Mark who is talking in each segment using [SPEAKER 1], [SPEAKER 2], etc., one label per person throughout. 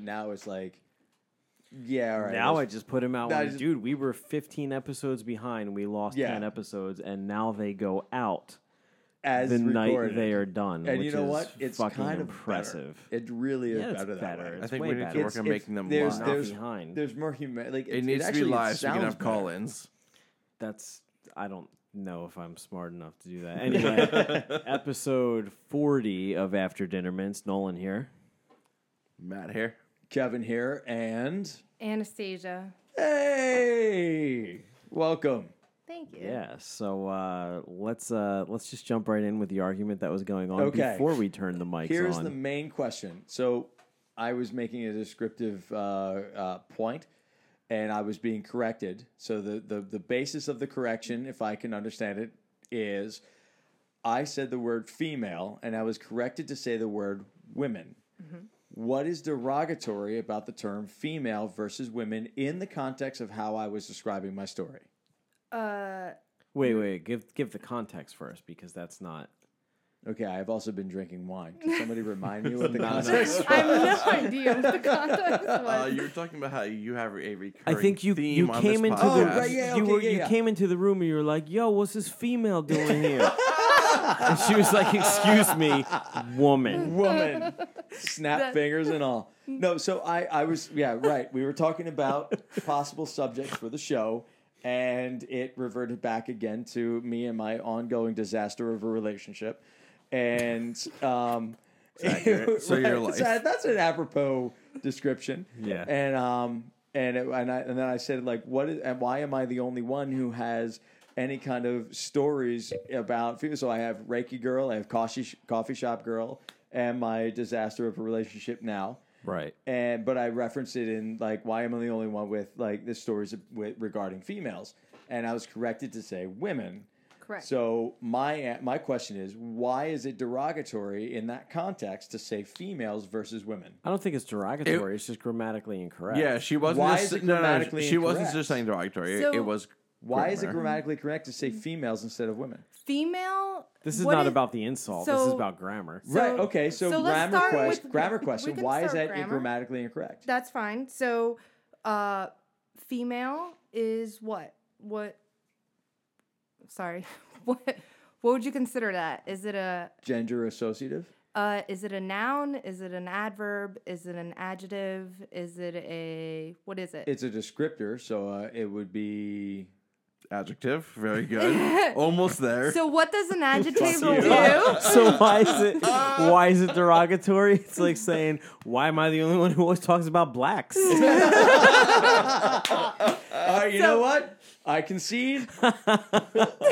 [SPEAKER 1] now it's like, yeah, all right.
[SPEAKER 2] now I
[SPEAKER 1] let's-
[SPEAKER 2] just put him out.
[SPEAKER 1] Now I
[SPEAKER 2] when-
[SPEAKER 1] just-
[SPEAKER 2] dude, we were 15 episodes behind. We lost
[SPEAKER 1] Yeah.
[SPEAKER 2] 10 episodes, and now they go out
[SPEAKER 1] as
[SPEAKER 2] the night
[SPEAKER 1] recorded.
[SPEAKER 2] they are done.
[SPEAKER 1] And
[SPEAKER 2] which
[SPEAKER 1] you know
[SPEAKER 2] is
[SPEAKER 1] what? It's
[SPEAKER 2] fucking
[SPEAKER 1] kind of
[SPEAKER 2] impressive.
[SPEAKER 1] Better. It really is
[SPEAKER 2] Yeah, it's
[SPEAKER 1] better that
[SPEAKER 2] better.
[SPEAKER 1] way.
[SPEAKER 2] It's
[SPEAKER 3] I think
[SPEAKER 2] way
[SPEAKER 3] we need
[SPEAKER 2] better.
[SPEAKER 3] to work
[SPEAKER 1] It's-
[SPEAKER 3] on
[SPEAKER 1] it's-
[SPEAKER 3] making them
[SPEAKER 1] there's-
[SPEAKER 3] live.
[SPEAKER 2] Not
[SPEAKER 1] there's-
[SPEAKER 2] behind.
[SPEAKER 1] There's more human. Like
[SPEAKER 3] it needs to be
[SPEAKER 1] actually
[SPEAKER 3] live so we can
[SPEAKER 1] sounds
[SPEAKER 3] have
[SPEAKER 1] better.
[SPEAKER 3] call-ins.
[SPEAKER 2] That's I don't know if I'm smart enough to do that. Anyway, episode 40 of After Dinner Mints. Nolan here.
[SPEAKER 3] Matt here.
[SPEAKER 1] Kevin here, and
[SPEAKER 4] Anastasia.
[SPEAKER 3] Uh,
[SPEAKER 1] hey, welcome.
[SPEAKER 4] Thank you.
[SPEAKER 2] Yeah, so uh, let's uh, let's just jump right in with the argument that was going on
[SPEAKER 1] Okay.
[SPEAKER 2] before we turned the mics
[SPEAKER 1] Here's
[SPEAKER 2] on.
[SPEAKER 1] the main question. So I was making a descriptive uh, uh, point, and I was being corrected. So the, the the basis of the correction, if I can understand it, is I said the word female, and I was corrected to say the word women. What is derogatory about the term female versus women in the context of how I was describing my story?
[SPEAKER 4] Uh,
[SPEAKER 2] wait, wait, give give the context first because that's not
[SPEAKER 1] Okay, I've also been drinking wine. Can somebody remind me what the context?
[SPEAKER 4] I have no idea what the context
[SPEAKER 3] Uh,
[SPEAKER 4] was.
[SPEAKER 3] you were talking about how you have a recurring
[SPEAKER 2] I think you
[SPEAKER 3] theme
[SPEAKER 2] you
[SPEAKER 3] on
[SPEAKER 2] came
[SPEAKER 3] this
[SPEAKER 2] into
[SPEAKER 3] podcast.
[SPEAKER 2] the
[SPEAKER 1] Oh, right, yeah,
[SPEAKER 2] you
[SPEAKER 1] okay,
[SPEAKER 2] were
[SPEAKER 1] yeah,
[SPEAKER 2] you
[SPEAKER 1] yeah.
[SPEAKER 2] came into the room and you were like, "Yo, what's this female doing here?" and she was like, "Excuse me, woman."
[SPEAKER 1] woman snap
[SPEAKER 4] That-
[SPEAKER 1] fingers and all no so i i was yeah right we were talking about possible subjects for the show and it reverted back again to me and my ongoing disaster of a relationship and um
[SPEAKER 3] accurate. So your life.
[SPEAKER 1] so that's an apropos description
[SPEAKER 2] Yeah.
[SPEAKER 1] and um and it, and I and then I said like what is and why am I the only one who has any kind of stories about food? So I have Reiki girl, I have coffee sh- coffee shop girl, and my disaster of a relationship now.
[SPEAKER 2] Right.
[SPEAKER 1] And but I referenced it in like why am I the only one with like the stories with, regarding females, and I was corrected to say women.
[SPEAKER 4] Correct.
[SPEAKER 1] So my my question is why is it derogatory in that context to say females versus women?
[SPEAKER 2] I don't think it's derogatory. it's just grammatically incorrect.
[SPEAKER 3] Yeah, she wasn't.
[SPEAKER 1] Why
[SPEAKER 3] just,
[SPEAKER 1] is it
[SPEAKER 3] no, no, she
[SPEAKER 1] grammatically
[SPEAKER 3] wasn't
[SPEAKER 1] incorrect?
[SPEAKER 3] just saying derogatory. it-
[SPEAKER 4] So-
[SPEAKER 3] it was.
[SPEAKER 1] Why is it
[SPEAKER 3] grammar.
[SPEAKER 1] grammatically correct to say
[SPEAKER 4] Mm-hmm.
[SPEAKER 1] females instead of women?
[SPEAKER 4] Female.
[SPEAKER 2] This is
[SPEAKER 4] what
[SPEAKER 2] not about the insult. this is
[SPEAKER 4] so-
[SPEAKER 2] about grammar.
[SPEAKER 4] So-
[SPEAKER 1] right. Okay. So,
[SPEAKER 4] so let's
[SPEAKER 1] grammar,
[SPEAKER 4] start
[SPEAKER 1] quest,
[SPEAKER 4] with-
[SPEAKER 1] grammar
[SPEAKER 4] we
[SPEAKER 1] question.
[SPEAKER 4] can
[SPEAKER 1] Why is
[SPEAKER 4] start
[SPEAKER 1] that
[SPEAKER 4] grammar.
[SPEAKER 1] grammatically incorrect?
[SPEAKER 4] That's fine. So, uh, female is what? What? Sorry. What? What would you consider that? Is it a
[SPEAKER 1] Gender associative.
[SPEAKER 4] uh, is it a noun? Is it an adverb? Is it an adjective? Is it a what is it?
[SPEAKER 1] It's a descriptor, so uh, it would be.
[SPEAKER 3] Adjective. Very good. Almost there.
[SPEAKER 4] so what does an adjective
[SPEAKER 2] So
[SPEAKER 4] do?
[SPEAKER 2] why, so why is it why is it derogatory? It's like saying, "Why am I the only one who always talks about blacks?"
[SPEAKER 4] Uh,
[SPEAKER 1] All right. uh, You know what? I concede.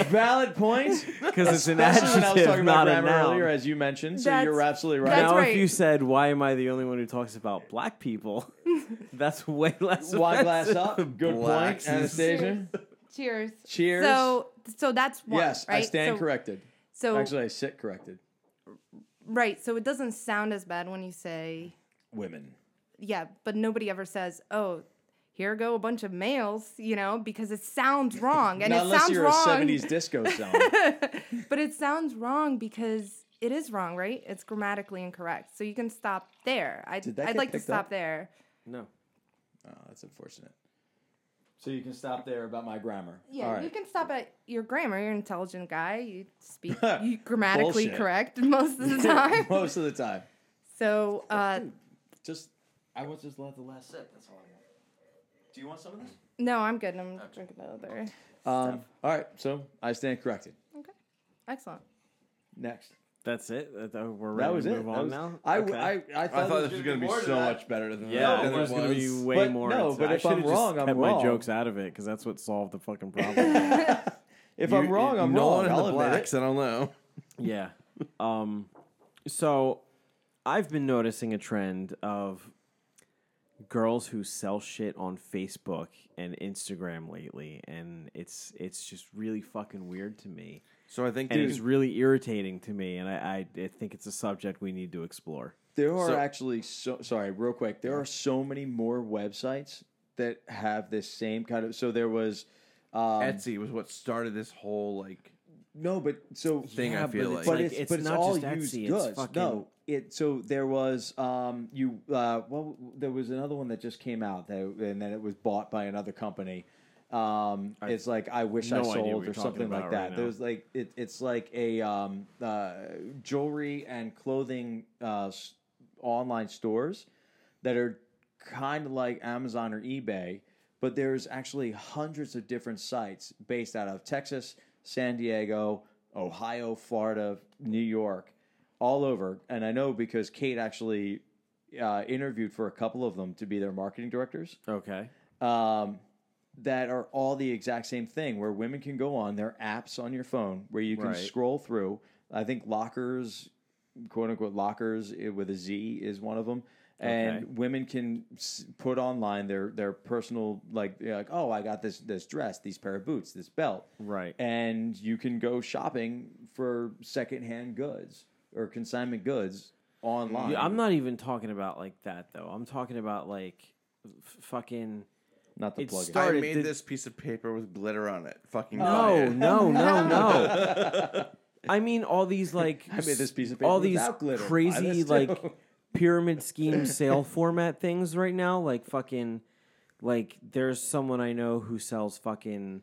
[SPEAKER 1] Valid point.
[SPEAKER 2] Because it's
[SPEAKER 1] Especially when
[SPEAKER 2] an
[SPEAKER 1] I was
[SPEAKER 2] adjective,
[SPEAKER 1] talking about
[SPEAKER 2] not a
[SPEAKER 1] grammar
[SPEAKER 2] noun.
[SPEAKER 1] earlier, as you mentioned. So
[SPEAKER 4] That's-
[SPEAKER 1] you're absolutely right.
[SPEAKER 4] That's
[SPEAKER 2] now, if
[SPEAKER 4] right.
[SPEAKER 2] you said, "Why am I the only one who talks about black people?" that's way less.
[SPEAKER 1] Wine glass
[SPEAKER 2] offensive.
[SPEAKER 1] up. Good
[SPEAKER 3] Blacks
[SPEAKER 1] point,
[SPEAKER 3] is-
[SPEAKER 1] Anastasia.
[SPEAKER 4] Cheers.
[SPEAKER 1] Cheers.
[SPEAKER 4] So so that's one.
[SPEAKER 1] yes,
[SPEAKER 4] right?
[SPEAKER 1] I stand
[SPEAKER 4] so,
[SPEAKER 1] corrected.
[SPEAKER 4] So
[SPEAKER 1] Actually, I sit corrected.
[SPEAKER 4] right, so it doesn't sound as bad when you say
[SPEAKER 1] Women.
[SPEAKER 4] yeah, but nobody ever says oh. Here go a bunch of males, you know, because it sounds wrong, and
[SPEAKER 1] Not
[SPEAKER 4] it
[SPEAKER 1] unless
[SPEAKER 4] sounds
[SPEAKER 1] you're
[SPEAKER 4] wrong.
[SPEAKER 1] a '70s disco Oh, sound.
[SPEAKER 4] but it sounds wrong because it is wrong, right? It's grammatically incorrect. So you can stop there. I,
[SPEAKER 1] Did that
[SPEAKER 4] I'd
[SPEAKER 1] get
[SPEAKER 4] like to
[SPEAKER 1] picked
[SPEAKER 4] stop
[SPEAKER 1] up?
[SPEAKER 4] there.
[SPEAKER 2] No.
[SPEAKER 1] oh, that's unfortunate. So you can stop there about my grammar.
[SPEAKER 4] Yeah,
[SPEAKER 1] All right.
[SPEAKER 4] you can stop at your grammar. You're an intelligent guy. You speak you grammatically
[SPEAKER 1] Bullshit.
[SPEAKER 4] correct most of the time.
[SPEAKER 1] Most of the time.
[SPEAKER 4] so uh,
[SPEAKER 1] Just I want just love the last sip. That's all I want. Do you want some of this?
[SPEAKER 4] no, I'm good. I'm drinking the other.
[SPEAKER 1] Um, all right. So I stand corrected.
[SPEAKER 4] Okay, excellent.
[SPEAKER 1] Next.
[SPEAKER 2] That's it. That- that- We're ready
[SPEAKER 1] That was
[SPEAKER 2] to
[SPEAKER 1] it.
[SPEAKER 2] move
[SPEAKER 1] That
[SPEAKER 2] on
[SPEAKER 1] was-
[SPEAKER 2] now.
[SPEAKER 1] I,
[SPEAKER 2] Okay.
[SPEAKER 1] I, I thought,
[SPEAKER 3] I thought
[SPEAKER 1] this was going to
[SPEAKER 3] be so much better than
[SPEAKER 2] yeah,
[SPEAKER 3] that.
[SPEAKER 2] it
[SPEAKER 3] than
[SPEAKER 2] was gonna be way
[SPEAKER 1] But
[SPEAKER 2] more.
[SPEAKER 1] no,
[SPEAKER 2] inside.
[SPEAKER 1] but
[SPEAKER 2] I
[SPEAKER 1] if I'm
[SPEAKER 2] should've just
[SPEAKER 1] wrong, I'm
[SPEAKER 2] kept
[SPEAKER 1] wrong.
[SPEAKER 2] my jokes out of it because that's what solved the fucking problem.
[SPEAKER 1] If I'm wrong, I'm
[SPEAKER 3] no
[SPEAKER 1] wrong.
[SPEAKER 3] One in
[SPEAKER 1] I'll
[SPEAKER 3] the
[SPEAKER 1] admit it.
[SPEAKER 3] blacks. I don't know.
[SPEAKER 2] yeah. Um. So, I've been noticing a trend of girls who sell shit on Facebook and Instagram lately, and it's it's just really fucking weird to me.
[SPEAKER 3] So I think
[SPEAKER 2] and
[SPEAKER 3] there's
[SPEAKER 2] it's really irritating to me. And I, I, I think it's a subject we need to explore.
[SPEAKER 1] There are
[SPEAKER 3] So-
[SPEAKER 1] actually so sorry, real quick. There are so many more websites that have this same kind of. So there was. Um,
[SPEAKER 3] Etsy was what started this whole like
[SPEAKER 1] no, but so
[SPEAKER 3] Thing I feel
[SPEAKER 2] but
[SPEAKER 3] like.
[SPEAKER 1] but
[SPEAKER 2] like,
[SPEAKER 1] it's,
[SPEAKER 2] it's
[SPEAKER 1] but it's
[SPEAKER 2] not
[SPEAKER 1] all
[SPEAKER 2] just
[SPEAKER 1] used
[SPEAKER 2] Etsy, it's
[SPEAKER 1] goods.
[SPEAKER 2] fucking-
[SPEAKER 1] No, it so there was um you uh well there was another one that just came out that and then it was bought by another company. Um, it's like I wish I
[SPEAKER 2] no idea what
[SPEAKER 1] sold
[SPEAKER 2] you're
[SPEAKER 1] or
[SPEAKER 2] talking
[SPEAKER 1] something like
[SPEAKER 2] about
[SPEAKER 1] that.
[SPEAKER 2] right now.
[SPEAKER 1] There's like it, it's like a um uh, jewelry and clothing uh s- online stores that are kind of like Amazon or eBay, but there's actually hundreds of different sites based out of Texas, San Diego, Ohio, Florida, New York, all over. And I know because Kate actually uh, interviewed for a couple of them to be their marketing directors
[SPEAKER 2] Okay.
[SPEAKER 1] um, that are all the exact same thing where women can go on their apps on your phone where you can
[SPEAKER 2] Right.
[SPEAKER 1] scroll through. I think lockers, quote unquote, lockers eh, with a Z is one of them. And
[SPEAKER 2] Okay.
[SPEAKER 1] women can s- put online their, their personal, like, they're like, oh, I got this, this dress, these pair of boots, this belt.
[SPEAKER 2] Right.
[SPEAKER 1] And you can go shopping for secondhand goods or consignment goods online.
[SPEAKER 2] Yeah, I'm not even talking about like that though. I'm talking about like f- fucking
[SPEAKER 1] not to
[SPEAKER 2] it
[SPEAKER 1] plug
[SPEAKER 2] start-
[SPEAKER 1] it.
[SPEAKER 2] Started
[SPEAKER 3] I made
[SPEAKER 2] the-
[SPEAKER 3] this piece of paper with glitter on it. Fucking buy
[SPEAKER 2] no,
[SPEAKER 3] it.
[SPEAKER 2] no, no, no. I mean all these like
[SPEAKER 1] I made this piece of
[SPEAKER 2] all
[SPEAKER 1] paper
[SPEAKER 2] these
[SPEAKER 1] without glitter. Buy
[SPEAKER 2] crazy
[SPEAKER 1] this,
[SPEAKER 2] like
[SPEAKER 1] too.
[SPEAKER 2] pyramid scheme sale format things right now. Like fucking like there's someone I know who sells fucking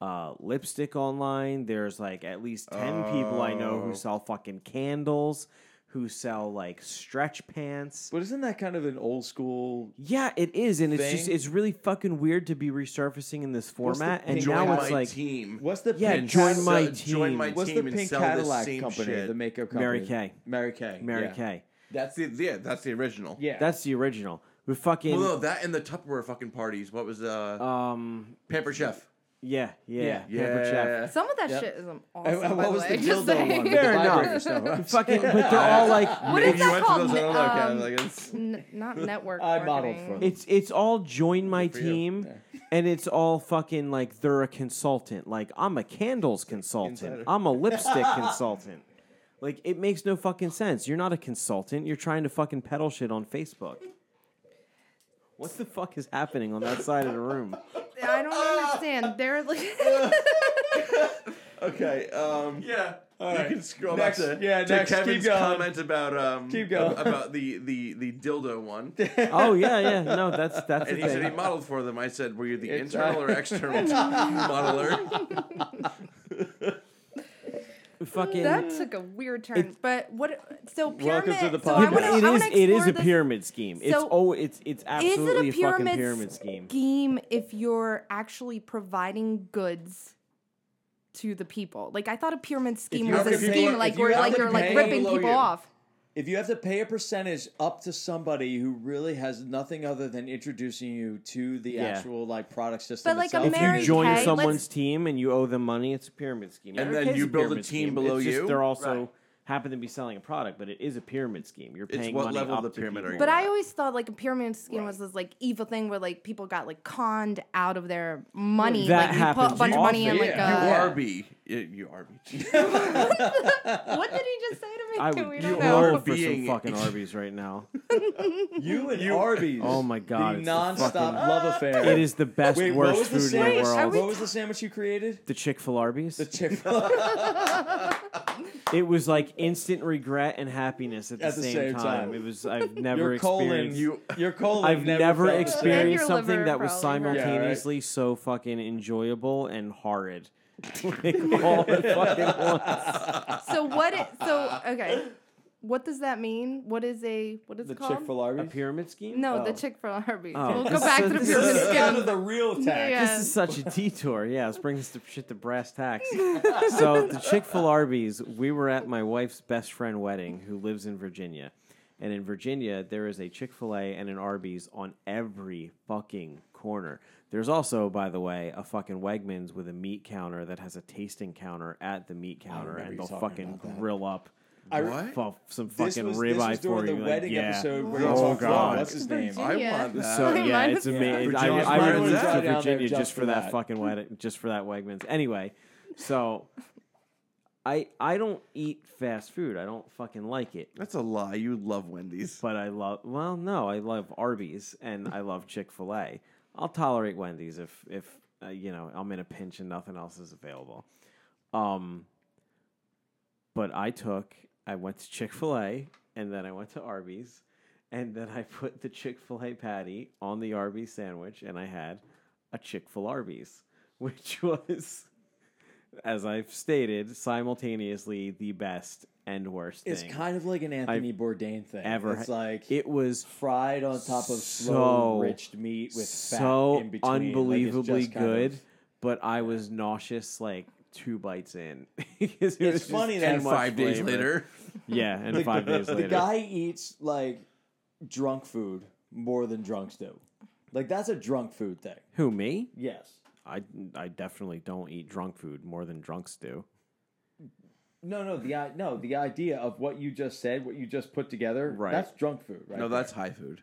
[SPEAKER 2] uh, lipstick online. There's like at least ten people I know
[SPEAKER 1] Oh.
[SPEAKER 2] who sell fucking candles, who sell like stretch pants.
[SPEAKER 1] But isn't that kind of an old school
[SPEAKER 2] Yeah, it is, and it's just
[SPEAKER 1] thing.
[SPEAKER 2] it's really fucking weird to be resurfacing in this
[SPEAKER 1] What's the
[SPEAKER 2] format. And
[SPEAKER 1] pink
[SPEAKER 3] Join
[SPEAKER 2] now
[SPEAKER 1] one?
[SPEAKER 2] it's
[SPEAKER 3] my
[SPEAKER 2] like
[SPEAKER 3] team.
[SPEAKER 1] What's the
[SPEAKER 2] Yeah,
[SPEAKER 1] pink
[SPEAKER 2] join
[SPEAKER 1] Cadillac-
[SPEAKER 2] my
[SPEAKER 3] So- Join
[SPEAKER 2] team.
[SPEAKER 3] my
[SPEAKER 1] What's the
[SPEAKER 3] team and
[SPEAKER 1] pink
[SPEAKER 3] sell
[SPEAKER 1] Cadillac
[SPEAKER 3] this same
[SPEAKER 1] company?
[SPEAKER 3] shit.
[SPEAKER 1] The makeup company.
[SPEAKER 2] Mary Kay.
[SPEAKER 1] Mary Kay.
[SPEAKER 2] Mary
[SPEAKER 1] yeah.
[SPEAKER 2] Kay.
[SPEAKER 3] that's the yeah. That's the original.
[SPEAKER 1] Yeah.
[SPEAKER 2] That's the original. We fucking
[SPEAKER 3] Well, no, that and the Tupperware fucking parties. What was uh,
[SPEAKER 2] um
[SPEAKER 3] Pamper Chef?
[SPEAKER 2] yeah yeah
[SPEAKER 1] Yeah.
[SPEAKER 2] yeah. Pepper Chef.
[SPEAKER 4] Some of that
[SPEAKER 1] Yep.
[SPEAKER 4] shit is um, awesome.
[SPEAKER 1] And uh,
[SPEAKER 4] by
[SPEAKER 1] what was
[SPEAKER 4] the
[SPEAKER 1] the
[SPEAKER 4] way, just
[SPEAKER 1] dildo
[SPEAKER 4] saying.
[SPEAKER 1] one?
[SPEAKER 2] Fair
[SPEAKER 1] the
[SPEAKER 2] enough.
[SPEAKER 1] vibrators? No, I'm sorry.
[SPEAKER 2] Fucking, but they're all like
[SPEAKER 4] What is
[SPEAKER 3] Maybe you
[SPEAKER 4] that
[SPEAKER 3] went to
[SPEAKER 4] called?
[SPEAKER 3] those other
[SPEAKER 4] Um,
[SPEAKER 3] Cadillacs.
[SPEAKER 4] N- not network.
[SPEAKER 1] I modeled
[SPEAKER 4] marketing.
[SPEAKER 1] for them.
[SPEAKER 2] it's it's all join my
[SPEAKER 3] for you.
[SPEAKER 2] team, and it's all fucking like they're a consultant. Like I'm a candles consultant.
[SPEAKER 3] Insider.
[SPEAKER 2] I'm a lipstick consultant. Like it makes no fucking sense. You're not a consultant. You're trying to fucking peddle shit on Facebook. What the fuck is happening on that side of the room?
[SPEAKER 4] I don't understand. They're like,
[SPEAKER 3] Okay.
[SPEAKER 1] uh,
[SPEAKER 3] Um, yeah. you
[SPEAKER 1] right.
[SPEAKER 3] can scroll
[SPEAKER 1] Next-
[SPEAKER 3] back to,
[SPEAKER 1] yeah,
[SPEAKER 3] to
[SPEAKER 1] next. Keep
[SPEAKER 3] Kevin's
[SPEAKER 1] going.
[SPEAKER 3] comment about um
[SPEAKER 1] Keep going.
[SPEAKER 3] ab- about the the the dildo one. and
[SPEAKER 2] Oh yeah, yeah. No, that's that's the
[SPEAKER 3] he said he
[SPEAKER 2] thing.
[SPEAKER 3] modeled for them. I said, were you the
[SPEAKER 1] It's-
[SPEAKER 3] internal or external modeler?
[SPEAKER 2] Fucking.
[SPEAKER 4] that took a weird turn. but what? So pyramid.
[SPEAKER 1] Welcome to the
[SPEAKER 4] so I
[SPEAKER 1] podcast.
[SPEAKER 4] wanna,
[SPEAKER 2] it
[SPEAKER 4] I
[SPEAKER 2] is
[SPEAKER 4] wanna
[SPEAKER 2] it is
[SPEAKER 4] explore
[SPEAKER 2] a
[SPEAKER 4] this
[SPEAKER 2] pyramid scheme. it's
[SPEAKER 4] So,
[SPEAKER 2] oh it's it's
[SPEAKER 4] Is it
[SPEAKER 2] absolutely
[SPEAKER 4] a
[SPEAKER 2] a fucking
[SPEAKER 4] pyramid,
[SPEAKER 2] pyramid scheme.
[SPEAKER 4] scheme if you're actually providing goods to the people? Like I thought a pyramid scheme
[SPEAKER 1] you
[SPEAKER 4] was
[SPEAKER 1] have
[SPEAKER 4] a
[SPEAKER 1] to pay-
[SPEAKER 4] scheme
[SPEAKER 1] if
[SPEAKER 4] like
[SPEAKER 1] you
[SPEAKER 4] where
[SPEAKER 1] have
[SPEAKER 4] like
[SPEAKER 1] to
[SPEAKER 4] you're like
[SPEAKER 1] pay
[SPEAKER 4] ripping
[SPEAKER 3] below
[SPEAKER 4] people
[SPEAKER 3] you.
[SPEAKER 4] off.
[SPEAKER 1] If you have to pay a percentage up to somebody who really has nothing other than introducing you to the actual like product system,
[SPEAKER 4] But, like, a
[SPEAKER 1] itself,
[SPEAKER 4] If
[SPEAKER 2] you
[SPEAKER 4] Mary
[SPEAKER 2] join
[SPEAKER 4] Kay,
[SPEAKER 2] someone's
[SPEAKER 4] let's-
[SPEAKER 2] team and you owe them money, it's a pyramid scheme.
[SPEAKER 3] And
[SPEAKER 2] Mary
[SPEAKER 3] then
[SPEAKER 2] Kay's
[SPEAKER 3] you build a
[SPEAKER 2] pyramid
[SPEAKER 3] team
[SPEAKER 2] scheme.
[SPEAKER 3] below
[SPEAKER 2] It's just
[SPEAKER 3] you?
[SPEAKER 2] they're also happen to be selling a product, but it is a pyramid scheme. You're
[SPEAKER 3] It's
[SPEAKER 2] paying
[SPEAKER 3] what
[SPEAKER 2] money
[SPEAKER 3] level of
[SPEAKER 2] up
[SPEAKER 3] the
[SPEAKER 2] to
[SPEAKER 3] pyramid are
[SPEAKER 2] people.
[SPEAKER 4] But
[SPEAKER 3] you
[SPEAKER 4] I always thought like a pyramid scheme was this like evil thing where like people got like conned out of their money.
[SPEAKER 2] That
[SPEAKER 4] like you put a
[SPEAKER 2] happens
[SPEAKER 4] bunch of money in
[SPEAKER 1] often.
[SPEAKER 4] like uh,
[SPEAKER 1] Yeah. You
[SPEAKER 3] you are
[SPEAKER 4] a
[SPEAKER 3] B. You- You are B.
[SPEAKER 4] what did he just say to me?
[SPEAKER 2] I would
[SPEAKER 4] Can we
[SPEAKER 3] are
[SPEAKER 4] don't know.
[SPEAKER 2] love for some
[SPEAKER 3] being-
[SPEAKER 2] fucking Arby's right now.
[SPEAKER 1] you and Arby's.
[SPEAKER 2] Oh my God,
[SPEAKER 1] the
[SPEAKER 2] it's the
[SPEAKER 1] nonstop
[SPEAKER 2] fucking-
[SPEAKER 1] love affair.
[SPEAKER 2] It is the best
[SPEAKER 1] Wait, what
[SPEAKER 2] worst
[SPEAKER 1] was the
[SPEAKER 2] food in
[SPEAKER 1] sandwich?
[SPEAKER 2] the world.
[SPEAKER 1] What was the sandwich you created?
[SPEAKER 2] the Chick Fil Arby's.
[SPEAKER 1] The Chick Fil A
[SPEAKER 2] it was like instant regret and happiness at the, same, time. It was I've never
[SPEAKER 1] Your colon,
[SPEAKER 2] experienced.
[SPEAKER 1] you, your colon.
[SPEAKER 2] I've never,
[SPEAKER 1] felt the same.
[SPEAKER 4] And your
[SPEAKER 2] experienced something
[SPEAKER 4] liver
[SPEAKER 2] that was
[SPEAKER 4] probably hurt.
[SPEAKER 2] simultaneously so fucking enjoyable and horrid. Like, all at fucking once.
[SPEAKER 4] So what? It, so okay, what does that mean? What is a what is
[SPEAKER 1] The
[SPEAKER 4] it called?
[SPEAKER 1] Chick Fil A.
[SPEAKER 2] A pyramid scheme?
[SPEAKER 4] No, the
[SPEAKER 1] Oh.
[SPEAKER 4] Chick Fil A Arby's.
[SPEAKER 2] Oh.
[SPEAKER 4] We'll go back to the
[SPEAKER 2] This
[SPEAKER 1] This is
[SPEAKER 4] pyramid
[SPEAKER 1] kind of
[SPEAKER 4] scheme.
[SPEAKER 1] the real tax.
[SPEAKER 4] Yeah.
[SPEAKER 2] This is such a detour. Yeah, let's bring this shit to brass tacks. so the Chick Fil Arby's, we were at my wife's best friend wedding, who lives in Virginia, and in Virginia there is a Chick Fil A and an Arby's on every fucking corner. There's also, by the way, a fucking Wegmans with a meat counter that has a tasting counter at the meat counter,
[SPEAKER 1] remember
[SPEAKER 2] and
[SPEAKER 1] you
[SPEAKER 2] they'll
[SPEAKER 1] talking
[SPEAKER 2] fucking
[SPEAKER 1] about that.
[SPEAKER 2] grill up.
[SPEAKER 1] I-
[SPEAKER 3] What?
[SPEAKER 2] fu- some
[SPEAKER 1] This
[SPEAKER 2] fucking
[SPEAKER 1] was, this was
[SPEAKER 2] ribeye for
[SPEAKER 1] during
[SPEAKER 2] you.
[SPEAKER 1] the
[SPEAKER 2] like,
[SPEAKER 1] wedding
[SPEAKER 2] yeah.
[SPEAKER 1] episode where you
[SPEAKER 3] Oh,
[SPEAKER 1] talked about
[SPEAKER 3] God.
[SPEAKER 1] what's his name.
[SPEAKER 3] I
[SPEAKER 4] Yeah.
[SPEAKER 3] want that.
[SPEAKER 2] So yeah,
[SPEAKER 4] Uh, Mine
[SPEAKER 2] it's
[SPEAKER 4] was-
[SPEAKER 2] amazing.
[SPEAKER 3] Yeah.
[SPEAKER 2] I,
[SPEAKER 3] Virginia's
[SPEAKER 2] I would
[SPEAKER 3] mine
[SPEAKER 2] have
[SPEAKER 3] was
[SPEAKER 2] moved
[SPEAKER 1] out
[SPEAKER 2] to
[SPEAKER 1] down there
[SPEAKER 2] Virginia
[SPEAKER 1] just
[SPEAKER 2] just
[SPEAKER 1] for
[SPEAKER 2] for that
[SPEAKER 1] that.
[SPEAKER 2] fucking wedding, just for that Wegmans. Anyway, so I I don't eat fast food. I don't fucking like it.
[SPEAKER 3] That's a lie. You love Wendy's.
[SPEAKER 2] But I love well, no, I love Arby's and I love Chick Fil A. I'll tolerate Wendy's if if uh, you know I'm in a pinch and nothing else is available. Um, But I took, I went to Chick fil A and then I went to Arby's and then I put the Chick fil A patty on the Arby's sandwich and I had a Chick fil Arby's, which was, as I've stated, simultaneously the best and worst
[SPEAKER 1] It's
[SPEAKER 2] thing
[SPEAKER 1] kind of like an Anthony Bourdain thing.
[SPEAKER 2] ever.
[SPEAKER 1] It's
[SPEAKER 2] ha-
[SPEAKER 1] like
[SPEAKER 2] it was
[SPEAKER 1] fried on top of
[SPEAKER 2] so-
[SPEAKER 1] slow enriched meat with
[SPEAKER 2] so
[SPEAKER 1] fat in between. Like, it's
[SPEAKER 2] unbelievably
[SPEAKER 1] just kind
[SPEAKER 2] good,
[SPEAKER 1] of-
[SPEAKER 2] but I was nauseous like two bites in. 'Cause it was just
[SPEAKER 1] funny
[SPEAKER 2] too
[SPEAKER 1] that
[SPEAKER 3] And
[SPEAKER 2] much
[SPEAKER 3] five days
[SPEAKER 2] flavor.
[SPEAKER 3] later,
[SPEAKER 2] Yeah, and five days later.
[SPEAKER 1] The guy eats like drunk food more than drunks do. Like that's a drunk food thing.
[SPEAKER 2] Who me?
[SPEAKER 1] Yes.
[SPEAKER 2] I I definitely don't eat drunk food more than drunks do.
[SPEAKER 1] No, no, the i- no, the idea of what you just said, what you just put together,
[SPEAKER 2] Right.
[SPEAKER 1] that's drunk food, right?
[SPEAKER 3] no,
[SPEAKER 1] there.
[SPEAKER 3] that's high food.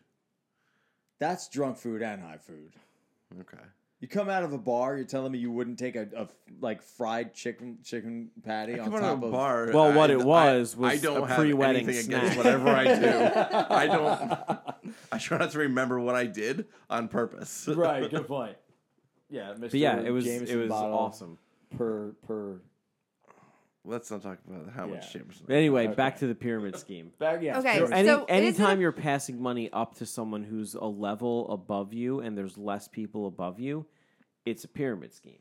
[SPEAKER 1] that's drunk food and high food.
[SPEAKER 3] Okay.
[SPEAKER 1] You come out of a bar, you're telling me you wouldn't take a, a like fried chicken chicken patty on
[SPEAKER 3] Come
[SPEAKER 1] top
[SPEAKER 3] on
[SPEAKER 1] of
[SPEAKER 3] a bar.
[SPEAKER 2] Well, what
[SPEAKER 3] I-
[SPEAKER 2] it
[SPEAKER 3] I-
[SPEAKER 2] was
[SPEAKER 3] I,
[SPEAKER 2] was
[SPEAKER 3] don't
[SPEAKER 2] a
[SPEAKER 3] have
[SPEAKER 2] pre-wedding
[SPEAKER 3] anything
[SPEAKER 2] snack.
[SPEAKER 3] against whatever I do. I don't. I try not to remember what I did on purpose.
[SPEAKER 1] Right, good point. Yeah, Mr.
[SPEAKER 2] But yeah, it was
[SPEAKER 1] Jameson
[SPEAKER 2] it was
[SPEAKER 1] bottle
[SPEAKER 2] awesome.
[SPEAKER 1] Per per
[SPEAKER 3] Let's not talk about how
[SPEAKER 1] Yeah.
[SPEAKER 3] much Jameson.
[SPEAKER 2] Anyway, back to the pyramid scheme.
[SPEAKER 1] back yeah.
[SPEAKER 4] Okay,
[SPEAKER 1] sure.
[SPEAKER 4] so-
[SPEAKER 2] Any
[SPEAKER 4] isn't
[SPEAKER 2] anytime
[SPEAKER 4] it-
[SPEAKER 2] you're passing money up to someone who's a level above you and there's less people above you, it's a pyramid scheme.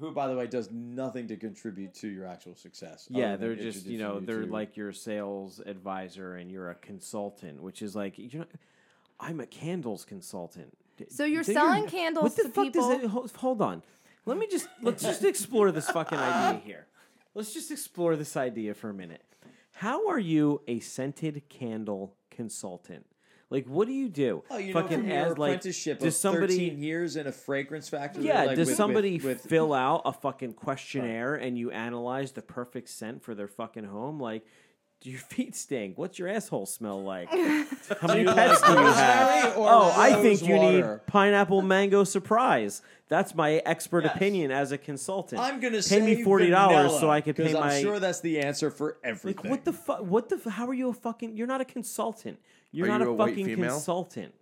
[SPEAKER 1] who by the way does nothing to contribute to your actual success.
[SPEAKER 2] Yeah,
[SPEAKER 1] other
[SPEAKER 2] they're
[SPEAKER 1] than
[SPEAKER 2] just you
[SPEAKER 1] introducing
[SPEAKER 2] know they're
[SPEAKER 1] to-
[SPEAKER 2] like your sales advisor and you're a consultant, which is like you know, I'm a candles consultant. D-
[SPEAKER 4] So you're
[SPEAKER 2] do
[SPEAKER 4] selling candles
[SPEAKER 2] What the
[SPEAKER 4] to
[SPEAKER 2] fuck does
[SPEAKER 4] people?
[SPEAKER 2] it? Hold, hold on, let me just let's just explore this fucking idea here. Let's just explore this idea for a minute. How are you a scented candle consultant? Like, what do you do?
[SPEAKER 1] Oh, you know, from your
[SPEAKER 2] as, like,
[SPEAKER 1] apprenticeship
[SPEAKER 2] does
[SPEAKER 1] of
[SPEAKER 2] somebody-
[SPEAKER 1] 13 years in a fragrance factory.
[SPEAKER 2] Yeah,
[SPEAKER 1] like,
[SPEAKER 2] does
[SPEAKER 1] with-
[SPEAKER 2] somebody
[SPEAKER 1] with, with,
[SPEAKER 2] fill out a fucking questionnaire and you analyze the perfect scent for their fucking home? Like, do your feet stink? What's your asshole smell like? How many pets do you have?
[SPEAKER 1] rosemary or
[SPEAKER 2] Oh, I
[SPEAKER 1] rose
[SPEAKER 2] think you
[SPEAKER 1] water?
[SPEAKER 2] need pineapple mango surprise. That's my expert opinion as a consultant.
[SPEAKER 1] I'm gonna
[SPEAKER 2] pay
[SPEAKER 1] say
[SPEAKER 2] me forty dollars so
[SPEAKER 1] vanilla,
[SPEAKER 2] I could pay
[SPEAKER 1] 'cause I'm
[SPEAKER 2] my.
[SPEAKER 1] sure that's the answer for
[SPEAKER 2] like,
[SPEAKER 1] everything.
[SPEAKER 2] what the fuck? What the? F- how are you a fucking? You're not a consultant. You're
[SPEAKER 3] Are
[SPEAKER 2] not
[SPEAKER 3] you
[SPEAKER 2] a,
[SPEAKER 3] a white
[SPEAKER 2] fucking
[SPEAKER 3] female?
[SPEAKER 2] consultant.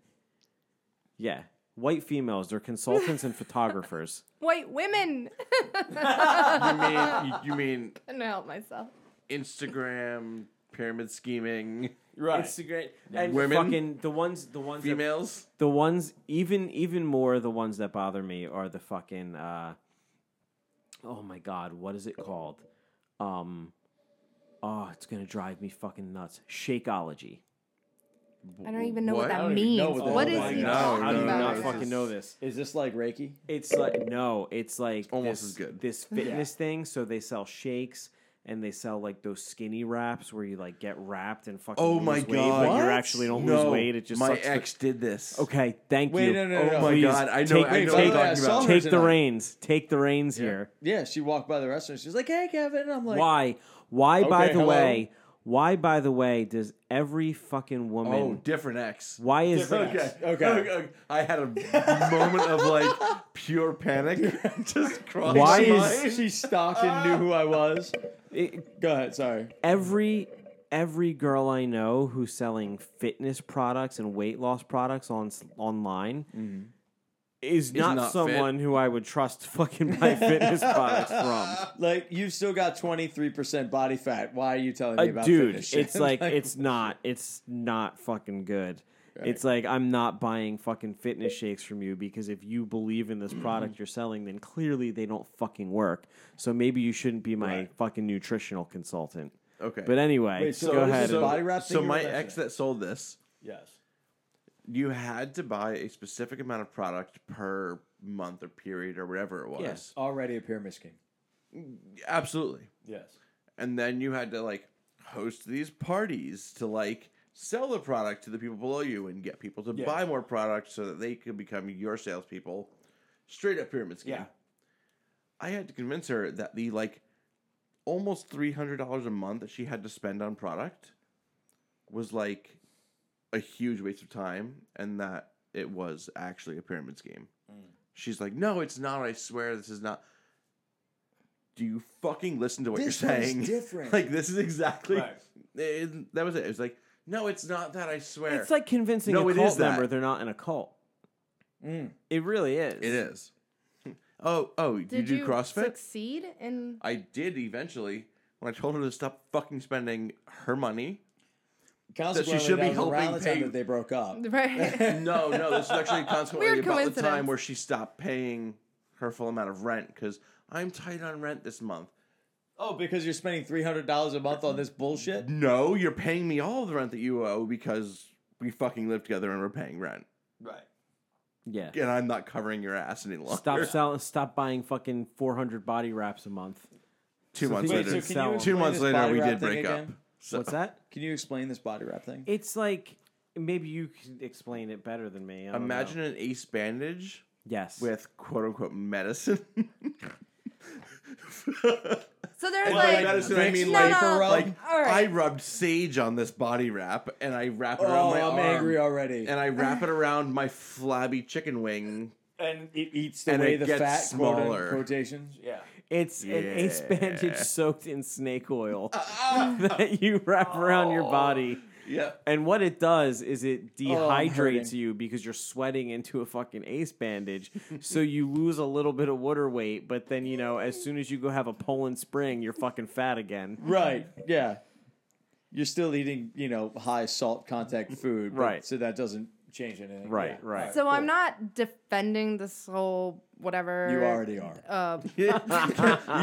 [SPEAKER 2] Yeah, white females. They're consultants and photographers.
[SPEAKER 4] White women.
[SPEAKER 3] You mean you, you mean
[SPEAKER 4] Couldn't help myself.
[SPEAKER 3] Instagram pyramid scheming
[SPEAKER 1] right?
[SPEAKER 2] Instagram and
[SPEAKER 3] Women?
[SPEAKER 2] fucking the ones the ones that-
[SPEAKER 3] females?
[SPEAKER 2] the ones even even more the ones that bother me are the fucking uh oh my god what is it called um oh it's gonna drive me fucking nuts shakeology
[SPEAKER 4] I don't even know what,
[SPEAKER 3] What? I
[SPEAKER 4] that
[SPEAKER 1] don't even
[SPEAKER 4] means.
[SPEAKER 1] know what that
[SPEAKER 4] what
[SPEAKER 1] is.
[SPEAKER 4] is
[SPEAKER 1] Oh my
[SPEAKER 4] he
[SPEAKER 1] God.
[SPEAKER 4] talking
[SPEAKER 2] how do you
[SPEAKER 3] no,
[SPEAKER 2] not
[SPEAKER 3] it's
[SPEAKER 4] about?
[SPEAKER 2] fucking
[SPEAKER 3] just-
[SPEAKER 2] know this
[SPEAKER 1] Is this like Reiki?
[SPEAKER 2] it's like no it's like
[SPEAKER 3] almost
[SPEAKER 2] this-
[SPEAKER 3] as good.
[SPEAKER 2] this fitness thing so they sell shakes and they sell like those skinny wraps where you like get wrapped and fucking
[SPEAKER 3] Oh
[SPEAKER 2] lose
[SPEAKER 3] my
[SPEAKER 2] weight,
[SPEAKER 3] God.
[SPEAKER 2] but you
[SPEAKER 1] What?
[SPEAKER 2] actually don't lose
[SPEAKER 3] No,
[SPEAKER 2] weight it just
[SPEAKER 3] my
[SPEAKER 2] sucks for-
[SPEAKER 3] ex did this.
[SPEAKER 2] Okay, thank
[SPEAKER 1] Wait,
[SPEAKER 2] you.
[SPEAKER 1] no, no, no,
[SPEAKER 2] oh
[SPEAKER 1] no.
[SPEAKER 2] my
[SPEAKER 1] Please,
[SPEAKER 2] god, I know, take,
[SPEAKER 3] I know
[SPEAKER 1] what
[SPEAKER 2] take,
[SPEAKER 1] you're talking about.
[SPEAKER 2] Take the
[SPEAKER 1] Tonight.
[SPEAKER 2] reins. Take the reins here.
[SPEAKER 1] Yeah, she walked by the restaurant. She's like, "Hey, Kevin." And I'm like,
[SPEAKER 2] Why? Why? by the
[SPEAKER 1] hello?
[SPEAKER 2] way, why? By the way, does every fucking woman?
[SPEAKER 3] Oh, different ex.
[SPEAKER 2] why is
[SPEAKER 1] Different
[SPEAKER 2] that?
[SPEAKER 1] ex. Okay.
[SPEAKER 3] I had a moment of like pure panic just crossed
[SPEAKER 2] Why
[SPEAKER 3] my
[SPEAKER 1] She's-
[SPEAKER 2] is-
[SPEAKER 3] mind.
[SPEAKER 1] she stopped and knew who I was?
[SPEAKER 2] It-
[SPEAKER 1] Go ahead. Sorry.
[SPEAKER 2] every every girl I know who's selling fitness products and weight loss products on online
[SPEAKER 1] Mm-hmm.
[SPEAKER 2] is not,
[SPEAKER 3] not fit.
[SPEAKER 2] someone who I would trust to fucking buy fitness products from.
[SPEAKER 1] Like you've still got 23% body fat. Why are you telling me
[SPEAKER 2] Uh,
[SPEAKER 1] about
[SPEAKER 2] dude
[SPEAKER 1] fitness shit?
[SPEAKER 2] it's like, it's not it's not fucking good it's like i'm not buying fucking fitness shakes from you because if you believe in this product you're selling then clearly they don't fucking work so maybe you shouldn't be my
[SPEAKER 1] Right.
[SPEAKER 2] fucking nutritional consultant
[SPEAKER 3] Okay.
[SPEAKER 2] but anyway
[SPEAKER 1] Wait, so
[SPEAKER 2] go
[SPEAKER 1] this is
[SPEAKER 2] ahead
[SPEAKER 1] a body wrap
[SPEAKER 3] so
[SPEAKER 1] thing or
[SPEAKER 3] my
[SPEAKER 1] what's
[SPEAKER 3] ex
[SPEAKER 1] that?
[SPEAKER 3] that sold this,
[SPEAKER 1] yes.
[SPEAKER 3] you had to buy a specific amount of product per month or period or whatever it was.
[SPEAKER 2] Yes.
[SPEAKER 1] Already a pyramid scheme.
[SPEAKER 3] Absolutely.
[SPEAKER 1] Yes.
[SPEAKER 3] And then you had to like host these parties to like sell the product to the people below you and get people to
[SPEAKER 1] Yeah.
[SPEAKER 3] buy more product so that they could become your salespeople. Straight up pyramid scheme.
[SPEAKER 1] Yeah.
[SPEAKER 3] I had to convince her that the like almost three hundred dollars a month that she had to spend on product was like a huge waste of time, and that it was actually a pyramid scheme.
[SPEAKER 1] Mm.
[SPEAKER 3] She's like, "No, it's not. I swear, this is not." Do you fucking listen to what
[SPEAKER 1] This
[SPEAKER 3] you're
[SPEAKER 1] one's
[SPEAKER 3] saying?
[SPEAKER 1] different.
[SPEAKER 3] like this is exactly
[SPEAKER 1] Right.
[SPEAKER 3] it- that was it. It was like, "No, it's not that. I swear."
[SPEAKER 2] it's like convincing
[SPEAKER 3] No,
[SPEAKER 2] a
[SPEAKER 3] it
[SPEAKER 2] cult
[SPEAKER 3] is that. Mm.
[SPEAKER 2] member they're not in a cult it really is
[SPEAKER 3] it is. Oh, oh,
[SPEAKER 4] Did
[SPEAKER 3] you do
[SPEAKER 4] you
[SPEAKER 3] CrossFit?
[SPEAKER 4] succeed in?
[SPEAKER 3] I did eventually, when I told her to stop fucking spending her money.
[SPEAKER 1] Consequently,
[SPEAKER 3] should
[SPEAKER 1] that
[SPEAKER 3] be
[SPEAKER 1] was
[SPEAKER 3] helping
[SPEAKER 1] around the time
[SPEAKER 3] pay-
[SPEAKER 1] that they broke up.
[SPEAKER 4] Right.
[SPEAKER 3] No, no, this is actually consequently
[SPEAKER 4] Weird
[SPEAKER 3] about the time
[SPEAKER 4] coincidence.
[SPEAKER 3] where she stopped paying her full amount of rent because I'm tight on rent this month.
[SPEAKER 1] Oh, because you're spending three hundred dollars a month on this bullshit.
[SPEAKER 3] No, you're paying me all the rent that you owe because we fucking live together and we're paying rent.
[SPEAKER 1] Right.
[SPEAKER 2] Yeah.
[SPEAKER 3] And I'm not covering your ass any longer.
[SPEAKER 2] Stop selling. Stop buying fucking four hundred body wraps a month.
[SPEAKER 3] Two months
[SPEAKER 1] Wait,
[SPEAKER 3] later.
[SPEAKER 1] so can
[SPEAKER 2] Sell
[SPEAKER 1] you
[SPEAKER 2] 'em.
[SPEAKER 1] explain
[SPEAKER 3] Two months
[SPEAKER 1] this
[SPEAKER 3] later,
[SPEAKER 1] body
[SPEAKER 3] we
[SPEAKER 1] wrap
[SPEAKER 3] did
[SPEAKER 1] thing
[SPEAKER 3] break up.
[SPEAKER 1] again?
[SPEAKER 3] So-
[SPEAKER 2] What's that?
[SPEAKER 1] Can you explain this body wrap thing?
[SPEAKER 2] It's like maybe you can explain it better than me. I
[SPEAKER 1] Oh,
[SPEAKER 2] don't
[SPEAKER 3] Imagine
[SPEAKER 2] know.
[SPEAKER 3] an ace bandage
[SPEAKER 2] Yes.
[SPEAKER 3] with quote unquote medicine.
[SPEAKER 4] So there's
[SPEAKER 3] And by
[SPEAKER 4] like,
[SPEAKER 3] medicine, I
[SPEAKER 1] Vicks
[SPEAKER 3] mean
[SPEAKER 4] No,
[SPEAKER 3] like,
[SPEAKER 4] no, no.
[SPEAKER 3] like
[SPEAKER 4] All right.
[SPEAKER 3] I rubbed sage on this body wrap and I wrap it around
[SPEAKER 1] oh,
[SPEAKER 3] my
[SPEAKER 1] I'm
[SPEAKER 3] arm
[SPEAKER 1] angry already.
[SPEAKER 3] um, and I wrap it around my flabby chicken wing.
[SPEAKER 1] And it eats the
[SPEAKER 3] And
[SPEAKER 1] way
[SPEAKER 3] it
[SPEAKER 1] the
[SPEAKER 3] gets
[SPEAKER 1] fat quote in
[SPEAKER 3] smaller.
[SPEAKER 1] quotations. Yeah.
[SPEAKER 2] It's an ace
[SPEAKER 3] Yeah.
[SPEAKER 2] bandage soaked in snake oil that you wrap around your body.
[SPEAKER 3] Yep.
[SPEAKER 2] And what it does is it dehydrates
[SPEAKER 1] hurting.
[SPEAKER 2] you because you're sweating into a fucking ace bandage. so you lose a little bit of water weight, but then, you know, as soon as you go have a Poland spring, you're fucking fat again.
[SPEAKER 1] Right. Yeah. You're still eating, you know, high salt contact food. but-
[SPEAKER 2] Right.
[SPEAKER 1] So that doesn't change anything.
[SPEAKER 2] Right,
[SPEAKER 1] Yeah.
[SPEAKER 2] right.
[SPEAKER 1] All
[SPEAKER 4] so I'm
[SPEAKER 1] cool.
[SPEAKER 4] not defending this whole whatever.
[SPEAKER 1] You already are.
[SPEAKER 4] Uh,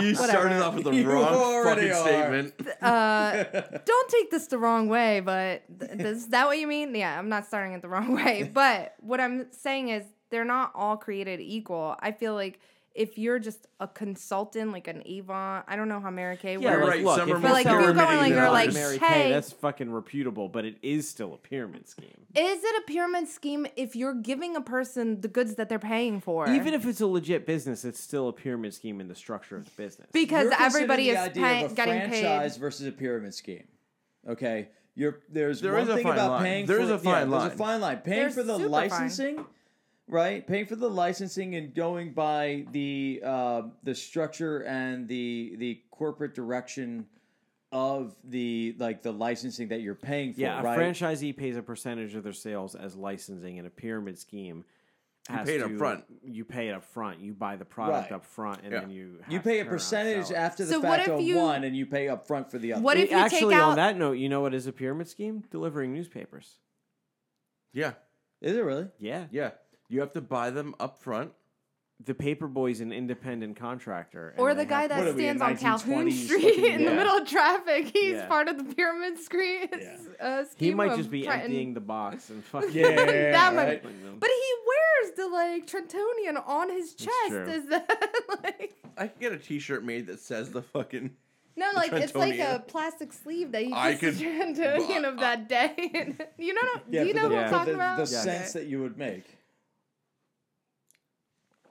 [SPEAKER 3] you started off with the
[SPEAKER 1] You
[SPEAKER 3] wrong
[SPEAKER 1] already
[SPEAKER 3] fucking
[SPEAKER 1] are.
[SPEAKER 3] statement.
[SPEAKER 4] don't take this the wrong way, but th- is that what you mean? Yeah, I'm not starting it the wrong way. But what I'm saying is they're not all created equal. I feel like if you're just a consultant, like an Avon, I don't know how Mary Kay
[SPEAKER 2] Yeah,
[SPEAKER 4] works.
[SPEAKER 2] like,
[SPEAKER 3] right,
[SPEAKER 2] look,
[SPEAKER 3] some
[SPEAKER 2] if
[SPEAKER 3] are
[SPEAKER 2] you
[SPEAKER 3] more
[SPEAKER 2] sell
[SPEAKER 4] pyramid
[SPEAKER 2] Mary
[SPEAKER 4] schemes. You're like,
[SPEAKER 2] Mary
[SPEAKER 4] hey-
[SPEAKER 2] Kay, that's fucking reputable, but it is still a pyramid scheme.
[SPEAKER 4] Is it a pyramid scheme if you're giving a person the goods that they're paying for?
[SPEAKER 2] Even if it's a legit business, it's still a pyramid scheme in the structure of the business.
[SPEAKER 4] because
[SPEAKER 1] You're considering
[SPEAKER 4] everybody
[SPEAKER 1] the
[SPEAKER 4] is
[SPEAKER 1] idea
[SPEAKER 4] pay-
[SPEAKER 1] of a
[SPEAKER 4] getting paid.
[SPEAKER 1] franchise versus a pyramid scheme. Okay, you're there's
[SPEAKER 3] There
[SPEAKER 1] one
[SPEAKER 3] is a
[SPEAKER 1] thing
[SPEAKER 3] fine
[SPEAKER 1] about
[SPEAKER 3] line.
[SPEAKER 1] paying.
[SPEAKER 3] There
[SPEAKER 1] for,
[SPEAKER 3] is a
[SPEAKER 1] yeah,
[SPEAKER 3] fine
[SPEAKER 1] There's
[SPEAKER 3] line.
[SPEAKER 1] a fine line. Paying
[SPEAKER 4] There's
[SPEAKER 1] for the
[SPEAKER 4] super fine.
[SPEAKER 1] licensing, right? Paying for the licensing and going by the uh, the structure and the the corporate direction of the like the licensing that you're paying for.
[SPEAKER 2] Yeah, a
[SPEAKER 1] right?
[SPEAKER 2] franchisee pays a percentage of their sales as licensing in a pyramid scheme. has
[SPEAKER 3] pay it
[SPEAKER 2] to-
[SPEAKER 3] up front.
[SPEAKER 2] You pay it up front. You buy the product
[SPEAKER 1] Right.
[SPEAKER 2] up front, and
[SPEAKER 3] Yeah.
[SPEAKER 2] then you
[SPEAKER 1] You
[SPEAKER 2] have
[SPEAKER 1] pay a
[SPEAKER 2] to turn around and
[SPEAKER 1] percentage
[SPEAKER 2] sell it.
[SPEAKER 1] after the
[SPEAKER 4] So what
[SPEAKER 1] fact
[SPEAKER 4] if
[SPEAKER 1] on
[SPEAKER 4] you-
[SPEAKER 1] one, and you pay up front for the other.
[SPEAKER 4] What if you
[SPEAKER 2] Actually,
[SPEAKER 4] take out
[SPEAKER 2] on that note, you know what is a pyramid scheme? Delivering newspapers.
[SPEAKER 3] Yeah,
[SPEAKER 1] is it really?
[SPEAKER 2] Yeah,
[SPEAKER 3] yeah. You have to buy them up front.
[SPEAKER 2] the paper boy's an independent contractor, and
[SPEAKER 4] Or
[SPEAKER 2] they
[SPEAKER 4] the guy
[SPEAKER 2] have-
[SPEAKER 1] What
[SPEAKER 4] that
[SPEAKER 1] are we, in
[SPEAKER 4] stands on Calhoun
[SPEAKER 1] 1920s
[SPEAKER 4] Street
[SPEAKER 1] fucking-
[SPEAKER 4] in the
[SPEAKER 2] Yeah.
[SPEAKER 4] middle of traffic. He's
[SPEAKER 2] Yeah.
[SPEAKER 4] part of the pyramid screen.
[SPEAKER 1] Yeah.
[SPEAKER 4] Uh,
[SPEAKER 2] he
[SPEAKER 4] scheme
[SPEAKER 2] might
[SPEAKER 4] of
[SPEAKER 2] just be
[SPEAKER 4] Trenton.
[SPEAKER 2] emptying the box and fucking
[SPEAKER 1] Yeah,
[SPEAKER 4] That might-
[SPEAKER 1] right?
[SPEAKER 4] But he wears the like Trentonian on his chest.
[SPEAKER 2] true.
[SPEAKER 4] Is that like
[SPEAKER 3] I could get a T-shirt made that says the fucking.
[SPEAKER 4] no? Like it's like a
[SPEAKER 3] Trentonian.
[SPEAKER 4] plastic sleeve that you
[SPEAKER 3] I
[SPEAKER 4] just the Trentonian of that day. you know?
[SPEAKER 1] Yeah,
[SPEAKER 4] do you
[SPEAKER 1] for
[SPEAKER 4] know
[SPEAKER 1] the,
[SPEAKER 4] who
[SPEAKER 2] Yeah.
[SPEAKER 4] I'm
[SPEAKER 1] for
[SPEAKER 4] talking
[SPEAKER 1] the,
[SPEAKER 4] about?
[SPEAKER 1] the
[SPEAKER 4] Okay.
[SPEAKER 1] sense that you would make.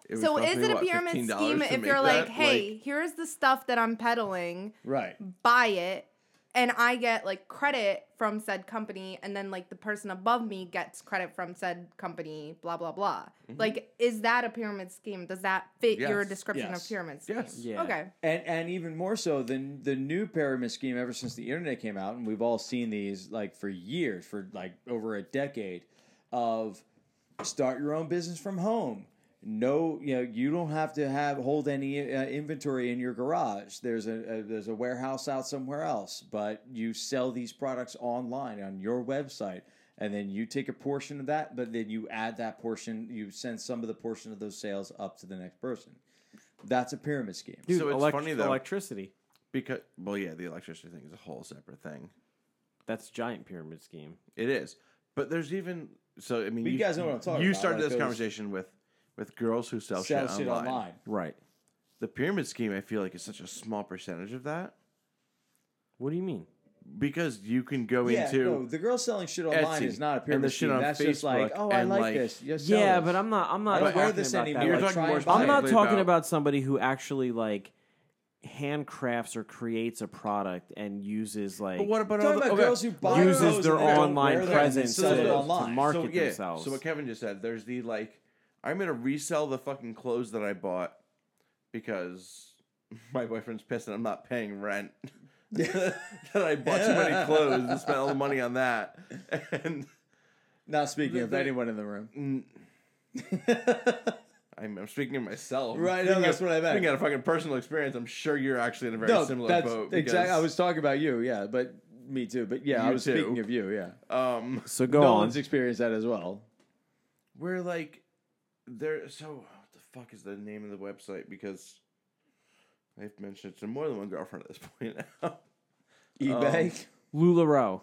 [SPEAKER 3] It would
[SPEAKER 4] so
[SPEAKER 3] cost
[SPEAKER 4] is
[SPEAKER 3] me,
[SPEAKER 4] it a
[SPEAKER 3] what,
[SPEAKER 4] pyramid
[SPEAKER 3] $15
[SPEAKER 4] scheme
[SPEAKER 3] to
[SPEAKER 4] if
[SPEAKER 3] make
[SPEAKER 4] you're
[SPEAKER 3] that?
[SPEAKER 4] like, hey, here's the stuff that I'm peddling,
[SPEAKER 1] Right.
[SPEAKER 4] buy it, and I get like credit from said company, and then like the person above me gets credit from said company, blah blah blah. Like, is that a pyramid scheme? Does that fit your
[SPEAKER 3] Mm-hmm. Yes.
[SPEAKER 4] description
[SPEAKER 1] Yes.
[SPEAKER 4] of pyramid scheme?
[SPEAKER 3] Yes.
[SPEAKER 2] Yeah.
[SPEAKER 4] Okay.
[SPEAKER 1] And and even more so than the new pyramid scheme ever since the internet came out, and we've all seen these like for years, for like over a decade, of start your own business from home. No, you know you don't have to have hold any uh, inventory in your garage. There's a, a there's a warehouse out somewhere else, but you sell these products online on your website, and then you take a portion of that, but then you add that portion, you send some of the portion of those sales up to the next person. That's a pyramid scheme.
[SPEAKER 2] Dude,
[SPEAKER 3] So it's
[SPEAKER 2] elect-
[SPEAKER 3] funny, though.
[SPEAKER 2] Electricity.
[SPEAKER 3] Because well, yeah, the electricity thing is a whole separate thing.
[SPEAKER 2] That's giant pyramid scheme.
[SPEAKER 3] It is, but there's even so. I mean,
[SPEAKER 1] But you guys know what I'm talking
[SPEAKER 3] You
[SPEAKER 1] about,
[SPEAKER 3] started
[SPEAKER 1] like
[SPEAKER 3] this
[SPEAKER 1] those-
[SPEAKER 3] conversation with with girls who sell,
[SPEAKER 1] sell
[SPEAKER 3] shit,
[SPEAKER 1] shit
[SPEAKER 3] online.
[SPEAKER 1] online.
[SPEAKER 2] Right.
[SPEAKER 3] The pyramid scheme, I feel like, is such a small percentage of that
[SPEAKER 2] What do you mean?
[SPEAKER 3] because you can go
[SPEAKER 1] Yeah,
[SPEAKER 3] into
[SPEAKER 1] no, the girl selling shit online
[SPEAKER 3] Etsy
[SPEAKER 1] is not a
[SPEAKER 3] and
[SPEAKER 1] pyramid
[SPEAKER 3] the shit
[SPEAKER 1] scheme.
[SPEAKER 3] on
[SPEAKER 1] That's just like,
[SPEAKER 3] Facebook
[SPEAKER 1] oh, I
[SPEAKER 3] and,
[SPEAKER 1] like,
[SPEAKER 3] like-
[SPEAKER 1] this. Just sell
[SPEAKER 2] Yeah,
[SPEAKER 1] this.
[SPEAKER 2] but I'm not. I'm not.
[SPEAKER 1] I don't wear
[SPEAKER 2] talking
[SPEAKER 1] this
[SPEAKER 2] about
[SPEAKER 1] anymore.
[SPEAKER 2] That.
[SPEAKER 1] You're
[SPEAKER 2] Like,
[SPEAKER 1] talking more
[SPEAKER 2] I'm not
[SPEAKER 3] specifically
[SPEAKER 2] talking
[SPEAKER 3] about-
[SPEAKER 2] about somebody who actually like handcrafts or creates a product and uses like
[SPEAKER 3] But what about all
[SPEAKER 1] talking
[SPEAKER 3] the
[SPEAKER 1] about
[SPEAKER 3] okay,
[SPEAKER 1] girls who buy
[SPEAKER 2] uses
[SPEAKER 1] clothes
[SPEAKER 2] their
[SPEAKER 1] and they don't wear
[SPEAKER 2] online
[SPEAKER 1] them, they
[SPEAKER 2] presence
[SPEAKER 1] sell
[SPEAKER 2] to,
[SPEAKER 1] it
[SPEAKER 2] to
[SPEAKER 1] online.
[SPEAKER 2] market
[SPEAKER 3] so, yeah,
[SPEAKER 2] themselves?
[SPEAKER 3] So what Kevin just said, there's the like, I'm gonna resell the fucking clothes that I bought because my boyfriend's pissed and I'm not paying rent. that I bought too many clothes and spent all the money on that. And
[SPEAKER 1] Not speaking of
[SPEAKER 3] the-
[SPEAKER 1] anyone in the room.
[SPEAKER 3] I'm, I'm speaking of myself.
[SPEAKER 1] Right, no,
[SPEAKER 3] Speaking
[SPEAKER 1] that's
[SPEAKER 3] of-
[SPEAKER 1] what I meant.
[SPEAKER 3] Speaking out of fucking personal experience, I'm sure you're actually in a very similar boat.
[SPEAKER 1] exactly. I
[SPEAKER 3] because,
[SPEAKER 1] was talking about you, yeah, but me too. But yeah, I
[SPEAKER 3] You
[SPEAKER 1] was
[SPEAKER 3] too.
[SPEAKER 1] speaking of you, yeah.
[SPEAKER 3] Um,
[SPEAKER 2] So go on.
[SPEAKER 1] Nolan's experienced that as well.
[SPEAKER 3] we're like, there. So what the fuck is the name of the website? Because I've mentioned it to more than one girlfriend at this point now.
[SPEAKER 1] eBay.
[SPEAKER 2] LuLaRoe.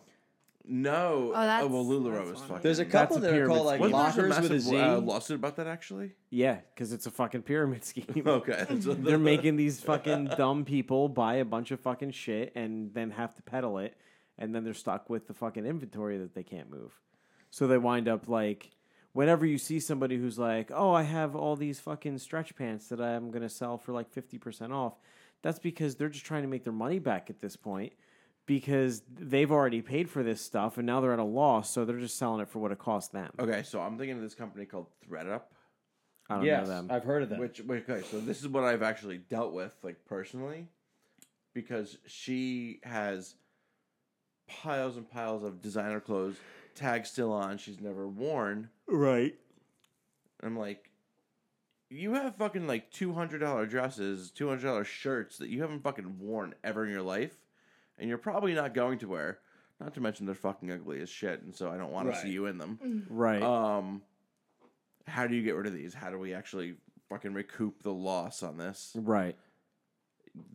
[SPEAKER 3] no. uh,
[SPEAKER 4] Oh, that's-
[SPEAKER 3] well, LuLaRoe
[SPEAKER 4] that's
[SPEAKER 3] is
[SPEAKER 4] one.
[SPEAKER 3] fucking.
[SPEAKER 1] There's a
[SPEAKER 2] That's a
[SPEAKER 1] couple that are
[SPEAKER 2] pyramid
[SPEAKER 1] called like
[SPEAKER 2] scheme.
[SPEAKER 3] Wasn't there a
[SPEAKER 1] lockers with a
[SPEAKER 3] massive,
[SPEAKER 1] Z.
[SPEAKER 3] uh, lawsuit about that actually.
[SPEAKER 2] Yeah, because it's a fucking pyramid scheme.
[SPEAKER 3] Okay, that's what
[SPEAKER 2] They're
[SPEAKER 3] the-
[SPEAKER 2] making these fucking dumb people buy a bunch of fucking shit and then have to peddle it, and then they're stuck with the fucking inventory that they can't move. So they wind up like, whenever you see somebody who's like, "Oh, I have all these fucking stretch pants that I'm gonna sell for like fifty percent off," that's because they're just trying to make their money back at this point because they've already paid for this stuff and now they're at a loss, so they're just selling it for what it cost them.
[SPEAKER 3] Okay, so I'm thinking of this company called ThreadUp,
[SPEAKER 2] I don't
[SPEAKER 1] Yes, Uh,
[SPEAKER 2] know them.
[SPEAKER 1] I've heard of them.
[SPEAKER 3] which which- okay, so this is what I've actually dealt with like personally, because she has piles and piles of designer clothes, tags still on, she's never worn.
[SPEAKER 2] right.
[SPEAKER 3] I'm like, you have fucking like two hundred dollar dresses, two hundred dollar shirts that you haven't fucking worn ever in your life, and you're probably not going to wear. Not to mention they're fucking ugly as shit, and so I don't want to
[SPEAKER 1] Right.
[SPEAKER 3] see you in them.
[SPEAKER 2] Right.
[SPEAKER 3] Um, how do you get rid of these? How do we actually fucking recoup the loss on this?
[SPEAKER 2] right.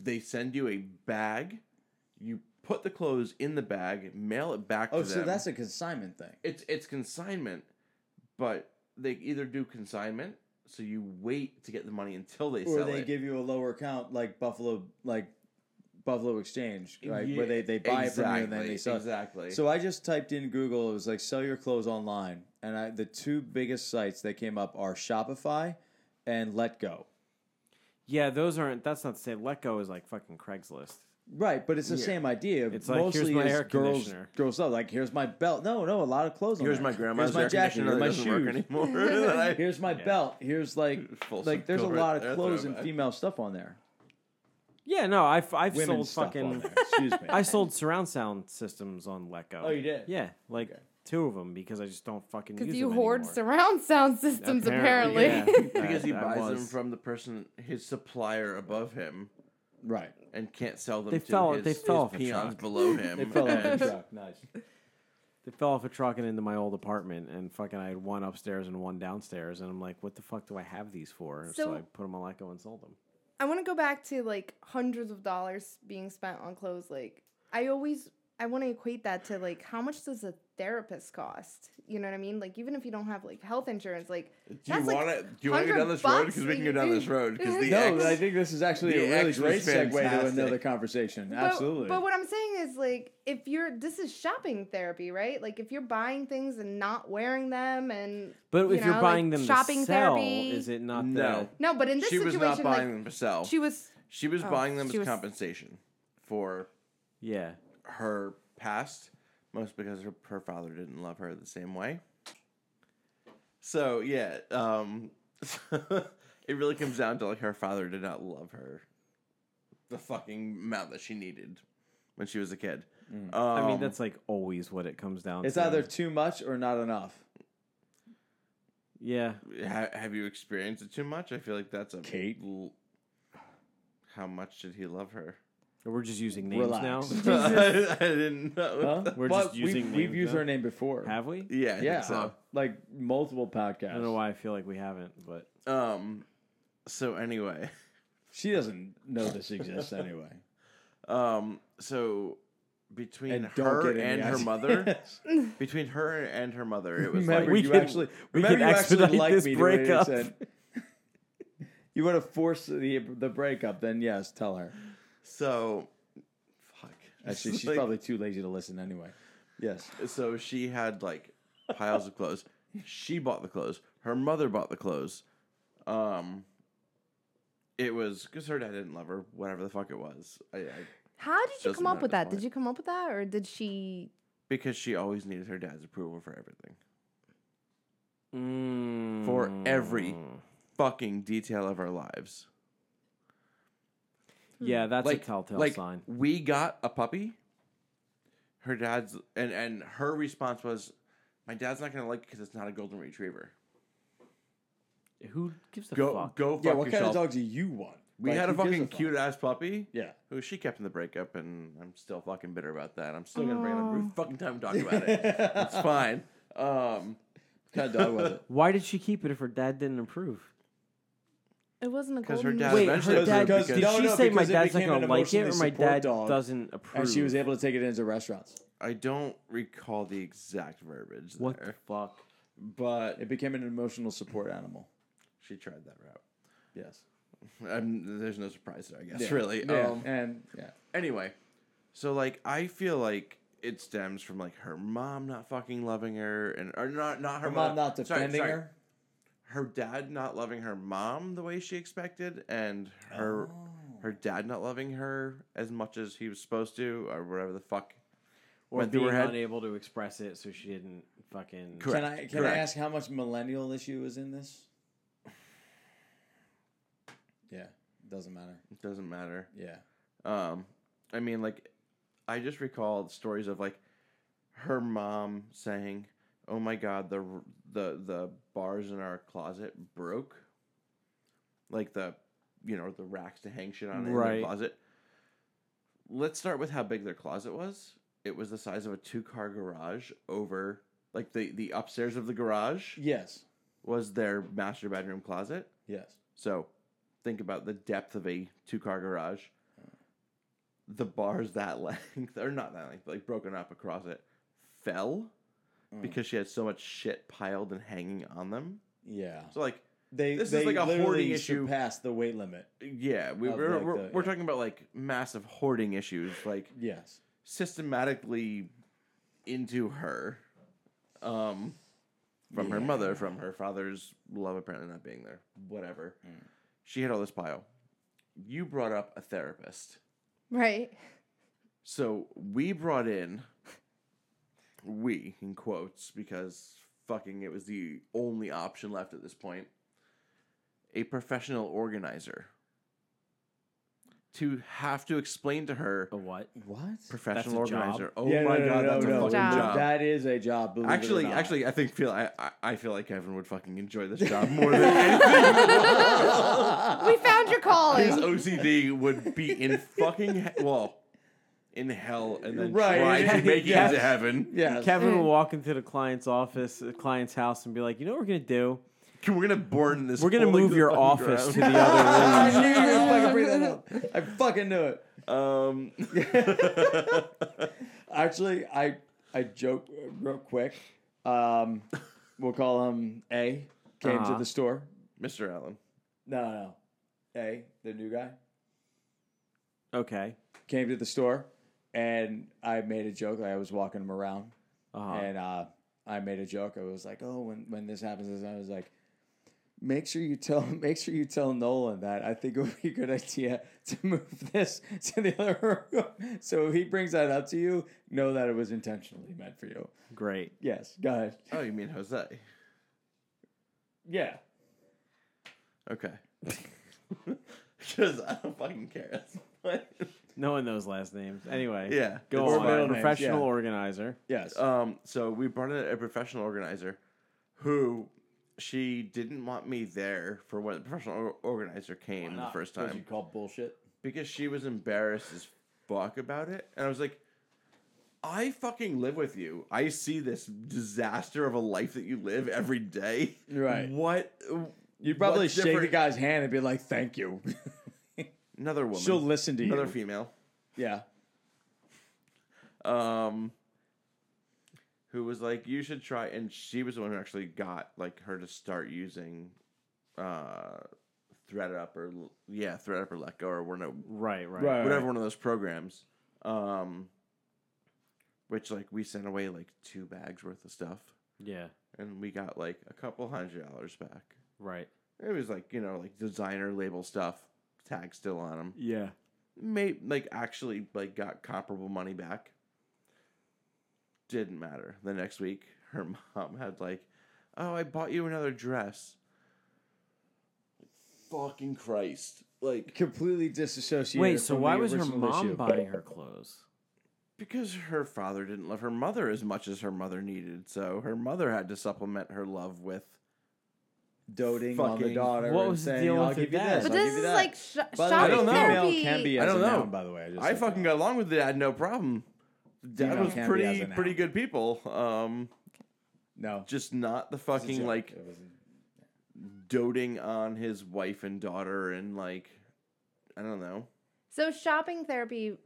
[SPEAKER 3] They send you a bag. You put the clothes in the bag, mail it back
[SPEAKER 1] oh,
[SPEAKER 3] to
[SPEAKER 1] so
[SPEAKER 3] them.
[SPEAKER 1] that's a consignment thing.
[SPEAKER 3] it's it's consignment, but they either do consignment, so you wait to get the money until they
[SPEAKER 1] Or
[SPEAKER 3] sell
[SPEAKER 1] they
[SPEAKER 3] it.
[SPEAKER 1] give you a lower count, like Buffalo, like Buffalo Exchange, right? Where they, they buy it from you and then they
[SPEAKER 3] Exactly,
[SPEAKER 1] sell. it.
[SPEAKER 3] exactly.
[SPEAKER 1] So I just typed in Google. It was like sell your clothes online, and I, the two biggest sites that came up are Shopify and Letgo.
[SPEAKER 2] Yeah, those aren't. That's not to say let go is like fucking Craigslist.
[SPEAKER 1] Right, but it's the same idea.
[SPEAKER 2] It's like, here's my
[SPEAKER 1] it's
[SPEAKER 2] air
[SPEAKER 1] girls,
[SPEAKER 2] conditioner.
[SPEAKER 1] Girls stuff. Like here's my belt. No, no, a lot of clothes. on
[SPEAKER 3] here's
[SPEAKER 1] there.
[SPEAKER 3] my grandma's
[SPEAKER 1] Here's my
[SPEAKER 3] air
[SPEAKER 1] jacket.
[SPEAKER 3] conditioner
[SPEAKER 1] Here's
[SPEAKER 3] that
[SPEAKER 1] my
[SPEAKER 3] doesn't work
[SPEAKER 1] shoes.
[SPEAKER 3] anymore. that I-
[SPEAKER 1] Here's my belt. Here's like
[SPEAKER 3] Full
[SPEAKER 1] like there's a
[SPEAKER 3] circle
[SPEAKER 1] lot
[SPEAKER 3] right
[SPEAKER 1] of
[SPEAKER 3] there,
[SPEAKER 1] clothes and
[SPEAKER 3] throwback.
[SPEAKER 1] female stuff on there.
[SPEAKER 2] Yeah, no, I've I've
[SPEAKER 1] Women's
[SPEAKER 2] sold
[SPEAKER 1] stuff on
[SPEAKER 2] fucking
[SPEAKER 1] there. Excuse me.
[SPEAKER 2] I sold surround sound systems on Let Go.
[SPEAKER 1] Oh, you did?
[SPEAKER 2] Yeah, like two of them because I just don't fucking use
[SPEAKER 4] Because you
[SPEAKER 2] them
[SPEAKER 4] hoard
[SPEAKER 2] anymore.
[SPEAKER 4] surround sound systems, apparently.
[SPEAKER 2] yeah.
[SPEAKER 3] because he
[SPEAKER 2] I- I
[SPEAKER 3] buys them
[SPEAKER 2] was.
[SPEAKER 3] from the person, his supplier above him,
[SPEAKER 1] right.
[SPEAKER 3] and can't sell them
[SPEAKER 2] They
[SPEAKER 3] to
[SPEAKER 2] fell-
[SPEAKER 3] his,
[SPEAKER 2] they fell off
[SPEAKER 3] his
[SPEAKER 2] a
[SPEAKER 3] peons
[SPEAKER 2] truck.
[SPEAKER 3] below him.
[SPEAKER 1] It fell off the
[SPEAKER 3] and-
[SPEAKER 1] truck. Nice.
[SPEAKER 2] They fell off a truck and into my old apartment, and fucking I had one upstairs and one downstairs, and I'm like, what the fuck do I have these for? So,
[SPEAKER 4] So-
[SPEAKER 2] I put them on Let Go and sold them.
[SPEAKER 4] I want to go back to like hundreds of dollars being spent on clothes. Like I always, I want to equate that to like how much does a therapist cost? You know what I mean? Like even if you don't have like health insurance, like
[SPEAKER 3] Do you
[SPEAKER 4] that's, like,
[SPEAKER 3] want to? Do you want to go
[SPEAKER 4] 100
[SPEAKER 3] down this road?
[SPEAKER 4] bucks
[SPEAKER 3] Because we
[SPEAKER 4] that
[SPEAKER 3] can
[SPEAKER 4] you
[SPEAKER 3] go down this
[SPEAKER 4] do.
[SPEAKER 3] road. Because the
[SPEAKER 1] No,
[SPEAKER 3] ex-
[SPEAKER 1] I think this is actually a
[SPEAKER 3] the
[SPEAKER 1] really
[SPEAKER 3] X
[SPEAKER 1] great
[SPEAKER 3] was
[SPEAKER 1] segue to
[SPEAKER 3] fantastic.
[SPEAKER 1] another conversation.
[SPEAKER 4] But-
[SPEAKER 1] Absolutely.
[SPEAKER 4] But what I'm saying is, like, if you're this is shopping therapy, right? Like, if you're buying things and not wearing them, and
[SPEAKER 2] But
[SPEAKER 4] you
[SPEAKER 2] if you're
[SPEAKER 4] know,
[SPEAKER 2] buying
[SPEAKER 4] like,
[SPEAKER 2] them
[SPEAKER 4] shopping
[SPEAKER 2] to sell,
[SPEAKER 4] therapy,
[SPEAKER 2] is it not
[SPEAKER 3] No.
[SPEAKER 2] that-
[SPEAKER 4] No, but in this
[SPEAKER 3] she was
[SPEAKER 4] situation,
[SPEAKER 3] not buying them
[SPEAKER 4] like,
[SPEAKER 3] to sell.
[SPEAKER 4] she was.
[SPEAKER 3] She was
[SPEAKER 4] Oh,
[SPEAKER 3] buying them
[SPEAKER 4] she
[SPEAKER 3] as
[SPEAKER 4] was-
[SPEAKER 3] compensation for
[SPEAKER 2] Yeah.
[SPEAKER 3] her past, most because her, her father didn't love her the same way. So yeah, um, it really comes down to like her father did not love her the fucking amount that she needed when she was a kid. Um,
[SPEAKER 2] Mm. I mean, that's like always what it comes down
[SPEAKER 1] it's
[SPEAKER 2] to.
[SPEAKER 1] either too much or not enough.
[SPEAKER 2] Yeah.
[SPEAKER 3] ha- have you experienced it too much? I feel like that's a
[SPEAKER 1] Kate?
[SPEAKER 3] l- how much did he love her?
[SPEAKER 2] We're just using names
[SPEAKER 1] Relax.
[SPEAKER 2] now.
[SPEAKER 3] I didn't know.
[SPEAKER 1] Huh?
[SPEAKER 2] We're
[SPEAKER 1] But
[SPEAKER 2] just
[SPEAKER 1] we've-
[SPEAKER 2] using
[SPEAKER 1] We've,
[SPEAKER 2] names
[SPEAKER 1] used
[SPEAKER 2] now?
[SPEAKER 1] her name before.
[SPEAKER 2] Have we?
[SPEAKER 3] Yeah, I think
[SPEAKER 1] yeah,
[SPEAKER 3] so.
[SPEAKER 1] like multiple podcasts.
[SPEAKER 2] I don't know why I feel like we haven't, but
[SPEAKER 3] Um. So anyway,
[SPEAKER 1] She doesn't know this exists anyway.
[SPEAKER 3] um. So between
[SPEAKER 1] And don't
[SPEAKER 3] her
[SPEAKER 1] get any
[SPEAKER 3] and her
[SPEAKER 1] ideas.
[SPEAKER 3] mother, between her and her mother, it was like
[SPEAKER 1] remember
[SPEAKER 2] We
[SPEAKER 1] you
[SPEAKER 2] can-
[SPEAKER 1] actually
[SPEAKER 2] we
[SPEAKER 1] remember
[SPEAKER 2] can
[SPEAKER 1] you actually
[SPEAKER 2] expedite
[SPEAKER 1] like
[SPEAKER 2] this
[SPEAKER 1] me. the way you
[SPEAKER 2] breakup.
[SPEAKER 1] said- You want to force the the breakup? Then yes, tell her.
[SPEAKER 3] so. Fuck.
[SPEAKER 1] Actually, she's
[SPEAKER 3] Like,
[SPEAKER 1] probably too lazy to listen anyway. Yes,
[SPEAKER 3] So she had like piles of clothes. She bought the clothes. Her mother bought the clothes. Um. It was because her dad didn't love her. Whatever the fuck it was, I, I,
[SPEAKER 4] How did you
[SPEAKER 3] Doesn't
[SPEAKER 4] come up with
[SPEAKER 3] matter,
[SPEAKER 4] that?
[SPEAKER 3] fine.
[SPEAKER 4] Did you come up with that, or did she?
[SPEAKER 3] because she always needed her dad's approval for everything,
[SPEAKER 2] Mm.
[SPEAKER 3] for every fucking detail of our lives.
[SPEAKER 2] yeah, that's
[SPEAKER 3] like
[SPEAKER 2] a telltale
[SPEAKER 3] like,
[SPEAKER 2] sign.
[SPEAKER 3] We got a puppy. Her dad's and and her response was, "My dad's not gonna like it because it's not a golden retriever."
[SPEAKER 2] Who gives a
[SPEAKER 3] Go
[SPEAKER 2] fuck?
[SPEAKER 3] go fuck
[SPEAKER 1] Yeah, what
[SPEAKER 3] yourself.
[SPEAKER 1] kind of dog do you want?
[SPEAKER 3] we
[SPEAKER 1] Like,
[SPEAKER 3] had a
[SPEAKER 1] who gives
[SPEAKER 3] fucking
[SPEAKER 1] fuck?
[SPEAKER 3] cute ass puppy
[SPEAKER 1] Yeah.
[SPEAKER 3] who she kept in the breakup, and I'm still fucking bitter about that. I'm still gonna bring it up
[SPEAKER 1] Oh.
[SPEAKER 3] every fucking time and talk about it. It's fine. Um,
[SPEAKER 1] What kind of dog was it?
[SPEAKER 2] Why did she keep it if her dad didn't approve?
[SPEAKER 4] It wasn't a
[SPEAKER 3] Because her
[SPEAKER 4] golden
[SPEAKER 3] dad-
[SPEAKER 4] retriever.
[SPEAKER 2] Wait,
[SPEAKER 3] eventually
[SPEAKER 2] her
[SPEAKER 3] it was
[SPEAKER 2] dad.
[SPEAKER 3] because-
[SPEAKER 2] Did
[SPEAKER 1] No,
[SPEAKER 2] she
[SPEAKER 1] no,
[SPEAKER 2] say my
[SPEAKER 1] because it
[SPEAKER 2] dad's not
[SPEAKER 1] became an
[SPEAKER 2] going to like it, or
[SPEAKER 1] emotionally
[SPEAKER 2] my
[SPEAKER 1] support
[SPEAKER 2] dad
[SPEAKER 1] dog,
[SPEAKER 2] doesn't approve?
[SPEAKER 1] And she was able to take it into restaurants.
[SPEAKER 3] I don't recall the exact verbiage
[SPEAKER 2] What the
[SPEAKER 3] there,
[SPEAKER 2] fuck?
[SPEAKER 3] but
[SPEAKER 1] It became an emotional support animal.
[SPEAKER 3] she tried that route.
[SPEAKER 1] Yes.
[SPEAKER 3] Um, there's no surprise there, I guess.
[SPEAKER 1] Yeah.
[SPEAKER 3] Really.
[SPEAKER 1] Yeah.
[SPEAKER 3] Um,
[SPEAKER 1] and yeah.
[SPEAKER 3] anyway, so like I feel like it stems from like her mom not fucking loving her, and or not not her,
[SPEAKER 1] Her mom not
[SPEAKER 3] sorry,
[SPEAKER 1] defending
[SPEAKER 3] sorry.
[SPEAKER 1] her.
[SPEAKER 3] her dad not loving her mom the way she expected and her
[SPEAKER 2] Oh.
[SPEAKER 3] her dad not loving her as much as he was supposed to or whatever the fuck
[SPEAKER 2] Or
[SPEAKER 3] went through
[SPEAKER 2] being
[SPEAKER 3] her head
[SPEAKER 2] unable to express it, so she didn't fucking.
[SPEAKER 3] Correct.
[SPEAKER 1] Can I can
[SPEAKER 3] correct.
[SPEAKER 1] I ask how much millennial issue is in this? Yeah, doesn't matter.
[SPEAKER 3] it doesn't matter
[SPEAKER 1] Yeah,
[SPEAKER 3] um i mean like i just recall stories of like her mom saying oh my god the r- the the bars in our closet broke like the you know the racks to hang shit on in
[SPEAKER 2] Right.
[SPEAKER 3] their closet let's start with how big their closet was it was the size of a two car garage over like the the upstairs of the garage
[SPEAKER 1] yes,
[SPEAKER 3] was their master bedroom closet
[SPEAKER 1] yes.
[SPEAKER 3] so think about the depth of a two car garage. The bars that length, or not that length, but like broken up across it, fell
[SPEAKER 1] Hmm.
[SPEAKER 3] because she had so much shit piled and hanging on them.
[SPEAKER 1] Yeah,
[SPEAKER 3] So, like,
[SPEAKER 1] they
[SPEAKER 3] This
[SPEAKER 1] they
[SPEAKER 3] is like a hoarding
[SPEAKER 1] literally
[SPEAKER 3] issue.
[SPEAKER 1] surpassed the weight limit.
[SPEAKER 3] yeah, we,
[SPEAKER 1] Of,
[SPEAKER 3] we're,
[SPEAKER 1] like,
[SPEAKER 3] we're,
[SPEAKER 1] the-
[SPEAKER 3] we're
[SPEAKER 1] yeah.
[SPEAKER 3] talking about like massive hoarding issues, like
[SPEAKER 1] Yes,
[SPEAKER 3] systematically into her um, from her mother, from her father's love apparently not being there, whatever.
[SPEAKER 1] Hmm.
[SPEAKER 3] She had all this pile. You brought up a therapist.
[SPEAKER 4] Right.
[SPEAKER 3] So we brought in, we in quotes, because fucking it was the only option left at this point, a professional organizer to have to explain to her,
[SPEAKER 2] A what?
[SPEAKER 1] what?
[SPEAKER 3] professional
[SPEAKER 2] Oh, That's a job?
[SPEAKER 3] organizer. Oh my god, that's a fucking
[SPEAKER 4] Job.
[SPEAKER 3] job.
[SPEAKER 1] That is a job. believe it or
[SPEAKER 3] Actually,
[SPEAKER 1] not.
[SPEAKER 3] actually, I think feel I, I I feel like Kevin would fucking enjoy this job more than anything.
[SPEAKER 4] We found your
[SPEAKER 3] His
[SPEAKER 4] calling.
[SPEAKER 3] OCD would be in fucking he- well, in hell, and then
[SPEAKER 1] Right,
[SPEAKER 3] try
[SPEAKER 1] yeah,
[SPEAKER 3] to make it
[SPEAKER 1] yes.
[SPEAKER 3] into heaven.
[SPEAKER 1] yes.
[SPEAKER 2] Kevin
[SPEAKER 4] Mm.
[SPEAKER 2] will walk into the client's office, the client's house, and be like, "You know what we're gonna do?
[SPEAKER 3] Can- We're gonna burn this.
[SPEAKER 2] We're gonna
[SPEAKER 3] whole thing
[SPEAKER 2] move
[SPEAKER 3] the
[SPEAKER 2] your
[SPEAKER 3] fucking
[SPEAKER 2] office to the
[SPEAKER 3] ground."
[SPEAKER 2] other room."
[SPEAKER 1] I knew you were gonna fucking bring that up. I fucking knew it.
[SPEAKER 3] Um,
[SPEAKER 1] Actually, I I joke uh, real quick. Um, we'll call him A. Came
[SPEAKER 2] Uh-huh.
[SPEAKER 1] to the store.
[SPEAKER 3] Mr. Allen.
[SPEAKER 1] No, no, no. A, the new guy,
[SPEAKER 2] Okay.
[SPEAKER 1] came to the store, and I made a joke. I was walking him around,
[SPEAKER 2] Uh-huh.
[SPEAKER 1] and uh, I made a joke. I was like, "Oh, when when this happens," this," I was like, "Make sure you tell make sure you tell Nolan that I think it would be a good idea to move this to the other room. So if he brings that up to you, know that it was intentionally meant for you."
[SPEAKER 2] Great.
[SPEAKER 1] Yes, go ahead.
[SPEAKER 3] Oh, you mean Jose?
[SPEAKER 1] Yeah.
[SPEAKER 3] Okay. Because I don't fucking care. That's fine.
[SPEAKER 2] No one knows last names. Anyway.
[SPEAKER 3] Yeah,
[SPEAKER 2] Go
[SPEAKER 3] it's
[SPEAKER 2] on.
[SPEAKER 1] fine.
[SPEAKER 2] Professional
[SPEAKER 1] Yeah.
[SPEAKER 2] organizer.
[SPEAKER 1] Yes.
[SPEAKER 3] Um, so we brought in a professional organizer who she didn't want me there for when the professional or- organizer came the first time
[SPEAKER 1] you call bullshit.
[SPEAKER 3] because she was embarrassed as fuck about it. And I was like, I fucking live with you. I see this disaster of a life that you live every day.
[SPEAKER 1] Right.
[SPEAKER 3] What?
[SPEAKER 1] You'd probably
[SPEAKER 3] what's
[SPEAKER 1] shake the
[SPEAKER 3] different-
[SPEAKER 1] guy's hand and be like, "Thank you."
[SPEAKER 3] Another woman.
[SPEAKER 1] She'll listen to you.
[SPEAKER 3] Another female.
[SPEAKER 1] yeah.
[SPEAKER 3] um, who was like, "You should try," and she was the one who actually got like her to start using, uh, ThreadUp or L- yeah, ThreadUp or Letgo or one of
[SPEAKER 2] Right. Right.
[SPEAKER 1] Right.
[SPEAKER 3] whatever one of those programs, um, which like we sent away like two bags worth of stuff,
[SPEAKER 2] Yeah.
[SPEAKER 3] and we got like a couple hundred dollars back.
[SPEAKER 2] Right.
[SPEAKER 3] It was like you know like designer label stuff, tag still on them
[SPEAKER 2] Yeah.
[SPEAKER 3] made like actually like got comparable money back. Didn't matter. The next week, her mom had like, "Oh, I bought you another dress." Fucking Christ! Like
[SPEAKER 1] completely disassociated.
[SPEAKER 2] Wait. So
[SPEAKER 1] from
[SPEAKER 2] why
[SPEAKER 1] the
[SPEAKER 2] was her
[SPEAKER 1] original
[SPEAKER 2] mom
[SPEAKER 1] issue.
[SPEAKER 2] buying her clothes?
[SPEAKER 3] because her father didn't love her mother as much as her mother needed, so her mother had to supplement her love with
[SPEAKER 1] doting on the
[SPEAKER 3] Fucking-
[SPEAKER 1] daughter.
[SPEAKER 2] What
[SPEAKER 1] and
[SPEAKER 2] was the
[SPEAKER 1] saying,
[SPEAKER 2] deal
[SPEAKER 1] I'll
[SPEAKER 2] with
[SPEAKER 1] give you
[SPEAKER 2] that?
[SPEAKER 1] this.
[SPEAKER 4] But
[SPEAKER 1] I'll
[SPEAKER 4] this
[SPEAKER 1] give you
[SPEAKER 4] is
[SPEAKER 1] that.
[SPEAKER 4] like sh-
[SPEAKER 1] By the way,
[SPEAKER 4] shopping
[SPEAKER 3] I don't know.
[SPEAKER 4] therapy.
[SPEAKER 1] female can be
[SPEAKER 3] I
[SPEAKER 1] as
[SPEAKER 3] don't
[SPEAKER 1] a
[SPEAKER 3] know.
[SPEAKER 1] noun, by the way. I, just
[SPEAKER 3] I
[SPEAKER 1] looked it
[SPEAKER 3] fucking
[SPEAKER 1] up.
[SPEAKER 3] got along with the dad, no problem. Dad
[SPEAKER 1] Female
[SPEAKER 3] was
[SPEAKER 1] can be as
[SPEAKER 3] pretty
[SPEAKER 1] a noun.
[SPEAKER 3] pretty good people. Um,
[SPEAKER 1] no.
[SPEAKER 3] just not the
[SPEAKER 1] It's a
[SPEAKER 3] fucking
[SPEAKER 1] joke.
[SPEAKER 3] like
[SPEAKER 1] It wasn't-
[SPEAKER 3] doting on his wife and daughter and like I don't know.
[SPEAKER 4] So shopping therapy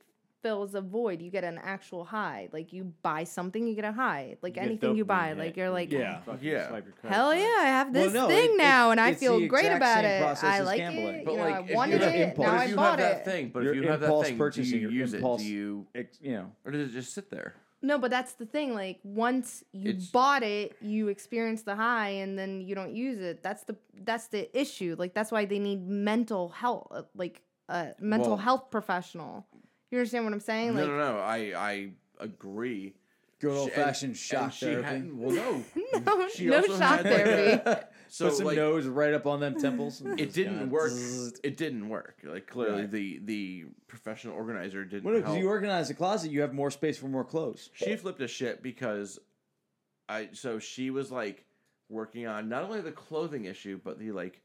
[SPEAKER 4] fills a void. You get an actual high. Like you buy something, you get a high. Like
[SPEAKER 2] get
[SPEAKER 4] anything you
[SPEAKER 2] dopamine
[SPEAKER 4] buy,
[SPEAKER 2] hit
[SPEAKER 4] like you're like,
[SPEAKER 1] Yeah.
[SPEAKER 2] Fucking
[SPEAKER 3] Yeah.
[SPEAKER 2] swipe your credit
[SPEAKER 4] hell
[SPEAKER 2] card.
[SPEAKER 4] yeah, I have
[SPEAKER 1] Well,
[SPEAKER 4] this
[SPEAKER 1] no,
[SPEAKER 4] thing
[SPEAKER 1] it-
[SPEAKER 4] now, and I
[SPEAKER 1] it's
[SPEAKER 4] feel
[SPEAKER 1] the
[SPEAKER 4] great
[SPEAKER 1] exact
[SPEAKER 4] about
[SPEAKER 1] same
[SPEAKER 4] it.
[SPEAKER 1] process
[SPEAKER 4] I
[SPEAKER 1] as
[SPEAKER 4] like
[SPEAKER 1] gambling.
[SPEAKER 4] it.
[SPEAKER 1] But,
[SPEAKER 4] you know, I
[SPEAKER 3] if you
[SPEAKER 4] wanted
[SPEAKER 1] have
[SPEAKER 4] it.
[SPEAKER 1] impulse-
[SPEAKER 4] Now
[SPEAKER 3] if
[SPEAKER 4] I
[SPEAKER 3] you
[SPEAKER 4] bought
[SPEAKER 3] have that
[SPEAKER 4] it.
[SPEAKER 3] thing, but
[SPEAKER 1] Your
[SPEAKER 3] if you have that
[SPEAKER 1] impulse
[SPEAKER 3] thing,
[SPEAKER 1] purchasing,
[SPEAKER 3] do you
[SPEAKER 1] your
[SPEAKER 3] use
[SPEAKER 1] impulse-
[SPEAKER 3] it? Do you
[SPEAKER 1] It's, you know,
[SPEAKER 3] or does it just sit there?
[SPEAKER 4] No, but that's the thing. Like once you
[SPEAKER 3] It's-
[SPEAKER 4] bought it, you experience the high, and then you don't use it. That's the that's the issue. Like that's why they need mental health, like a mental
[SPEAKER 3] Well-
[SPEAKER 4] health professional. You understand what I'm saying?
[SPEAKER 3] no,
[SPEAKER 4] Like
[SPEAKER 3] no, no. I I agree.
[SPEAKER 1] good
[SPEAKER 3] She-
[SPEAKER 1] old
[SPEAKER 3] and-
[SPEAKER 1] fashioned
[SPEAKER 3] and
[SPEAKER 1] shock
[SPEAKER 3] she
[SPEAKER 1] therapy.
[SPEAKER 3] hadn't- well, no.
[SPEAKER 4] no,
[SPEAKER 3] She
[SPEAKER 4] no
[SPEAKER 3] also
[SPEAKER 4] shock
[SPEAKER 3] had, like,
[SPEAKER 4] therapy.
[SPEAKER 3] So
[SPEAKER 1] Put some
[SPEAKER 3] like,
[SPEAKER 1] nose right up on them temples. and
[SPEAKER 3] it
[SPEAKER 1] just
[SPEAKER 3] didn't
[SPEAKER 1] kinda
[SPEAKER 3] work.
[SPEAKER 1] zzz.
[SPEAKER 3] It didn't work. Like clearly,
[SPEAKER 1] Right.
[SPEAKER 3] the the professional organizer didn't.
[SPEAKER 1] Well, no, because
[SPEAKER 3] help.
[SPEAKER 1] you organize the closet, you have more space for more clothes.
[SPEAKER 3] she flipped a shit because I so she was like working on not only the clothing issue but the like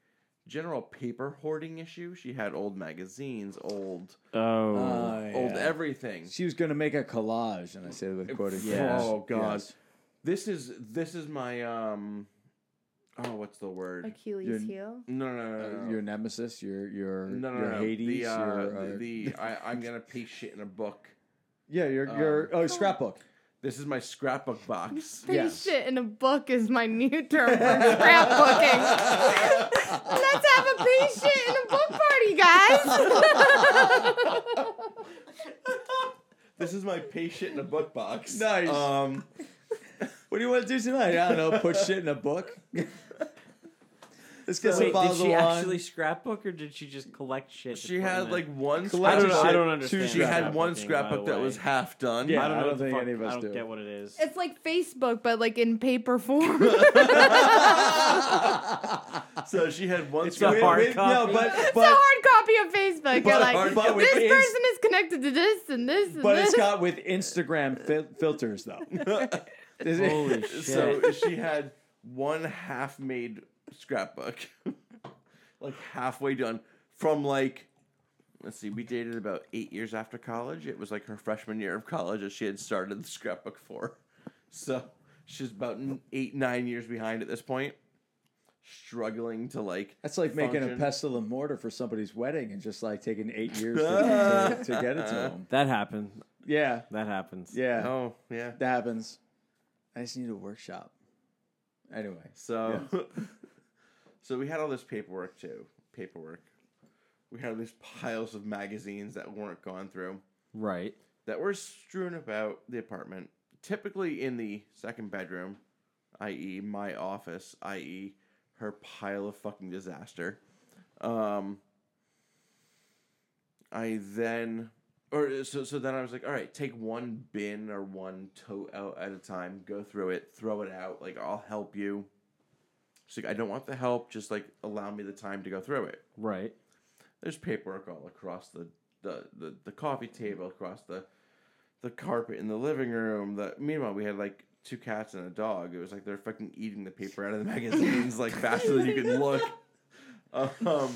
[SPEAKER 3] general paper hoarding issue. She had old magazines, old
[SPEAKER 2] Oh.
[SPEAKER 1] Uh,
[SPEAKER 3] old
[SPEAKER 1] yeah.
[SPEAKER 3] everything.
[SPEAKER 1] She was going to make a collage, and I said with quoting.
[SPEAKER 2] Yeah.
[SPEAKER 1] fingers.
[SPEAKER 3] Oh god.
[SPEAKER 1] Yes.
[SPEAKER 3] This is this is my um oh what's the word?
[SPEAKER 4] Achilles
[SPEAKER 1] You're-
[SPEAKER 4] heel.
[SPEAKER 3] No no no no. no.
[SPEAKER 1] Uh, your nemesis, your your
[SPEAKER 3] no, no,
[SPEAKER 1] your
[SPEAKER 3] no, no.
[SPEAKER 1] Hades,
[SPEAKER 3] the, uh,
[SPEAKER 1] your, uh,
[SPEAKER 3] the, the I, I'm gonna piece shit in a book.
[SPEAKER 1] yeah, your your
[SPEAKER 3] um,
[SPEAKER 1] oh scrapbook.
[SPEAKER 3] This is my scrapbook box.
[SPEAKER 1] Yeah.
[SPEAKER 4] Piece shit in a book is my new term for scrapbooking. Let's have a piece shit in a book party, guys.
[SPEAKER 3] this is my piece shit in a book box.
[SPEAKER 1] Nice.
[SPEAKER 3] Um,
[SPEAKER 1] What do you want to do tonight? I don't know. Put shit in a book. Let's get some
[SPEAKER 2] Wait, did
[SPEAKER 1] bottles of
[SPEAKER 2] she actually
[SPEAKER 1] wine.
[SPEAKER 2] scrapbook or did she just collect shit? to
[SPEAKER 3] She
[SPEAKER 2] put
[SPEAKER 3] had
[SPEAKER 2] in
[SPEAKER 3] like
[SPEAKER 2] it?
[SPEAKER 3] one.
[SPEAKER 1] Collect- I don't know-
[SPEAKER 3] scrapbook.
[SPEAKER 1] I don't
[SPEAKER 2] understand
[SPEAKER 3] She had
[SPEAKER 2] scrapbooking, by
[SPEAKER 3] one
[SPEAKER 2] the
[SPEAKER 3] scrapbook that
[SPEAKER 2] way.
[SPEAKER 3] was half done.
[SPEAKER 1] Yeah.
[SPEAKER 2] I don't,
[SPEAKER 1] I
[SPEAKER 2] know
[SPEAKER 1] don't
[SPEAKER 2] what the
[SPEAKER 1] think
[SPEAKER 2] fuck-
[SPEAKER 1] any of us
[SPEAKER 2] I don't
[SPEAKER 1] do.
[SPEAKER 2] get what it is.
[SPEAKER 4] it's like Facebook, but like in paper form.
[SPEAKER 3] So she had one
[SPEAKER 2] a
[SPEAKER 1] With-
[SPEAKER 3] scrapbook.
[SPEAKER 2] hard
[SPEAKER 1] with- no,
[SPEAKER 2] copy.
[SPEAKER 1] but
[SPEAKER 4] it's a
[SPEAKER 1] but
[SPEAKER 4] hard copy of Facebook. You're
[SPEAKER 1] But-
[SPEAKER 4] like,
[SPEAKER 1] but with
[SPEAKER 4] this
[SPEAKER 1] ins-
[SPEAKER 4] person is connected to this and this and
[SPEAKER 1] but
[SPEAKER 4] this.
[SPEAKER 1] it's got with Instagram fil- filters though. Is it-
[SPEAKER 2] Holy shit.
[SPEAKER 3] So she had one half-made scrapbook, like halfway done from like. Let's see. We dated about eight years after college. It was like her freshman year of college that she had started the scrapbook for. So she's about n- eight, nine years behind at this point, struggling to like.
[SPEAKER 1] That's like making a
[SPEAKER 3] function.
[SPEAKER 1] pestle and mortar for somebody's wedding and just like taking eight years to, to, to get it to them.
[SPEAKER 2] that happened.
[SPEAKER 1] Yeah,
[SPEAKER 2] That happens.
[SPEAKER 1] yeah,
[SPEAKER 3] Oh yeah.
[SPEAKER 1] that happens. I just need a workshop. Anyway,
[SPEAKER 3] So, so we had all this paperwork too. Paperwork. We had all these piles of magazines that weren't gone through
[SPEAKER 2] Right.
[SPEAKER 3] that were strewn about the apartment, typically in the second bedroom, i.e., my office, i.e., her pile of fucking disaster. Um, I then, or so, so then I was like, all right, take one bin or one tote out at a time, go through it, throw it out. Like, I'll help you. She's like, I don't want the help, just like allow me the time to go through it
[SPEAKER 2] Right.
[SPEAKER 3] there's paperwork all across the the, the, the coffee table, across the the carpet in the living room. The meanwhile we had like two cats and a dog. It was like they're fucking eating the paper out of the magazines like faster than you could look. Um,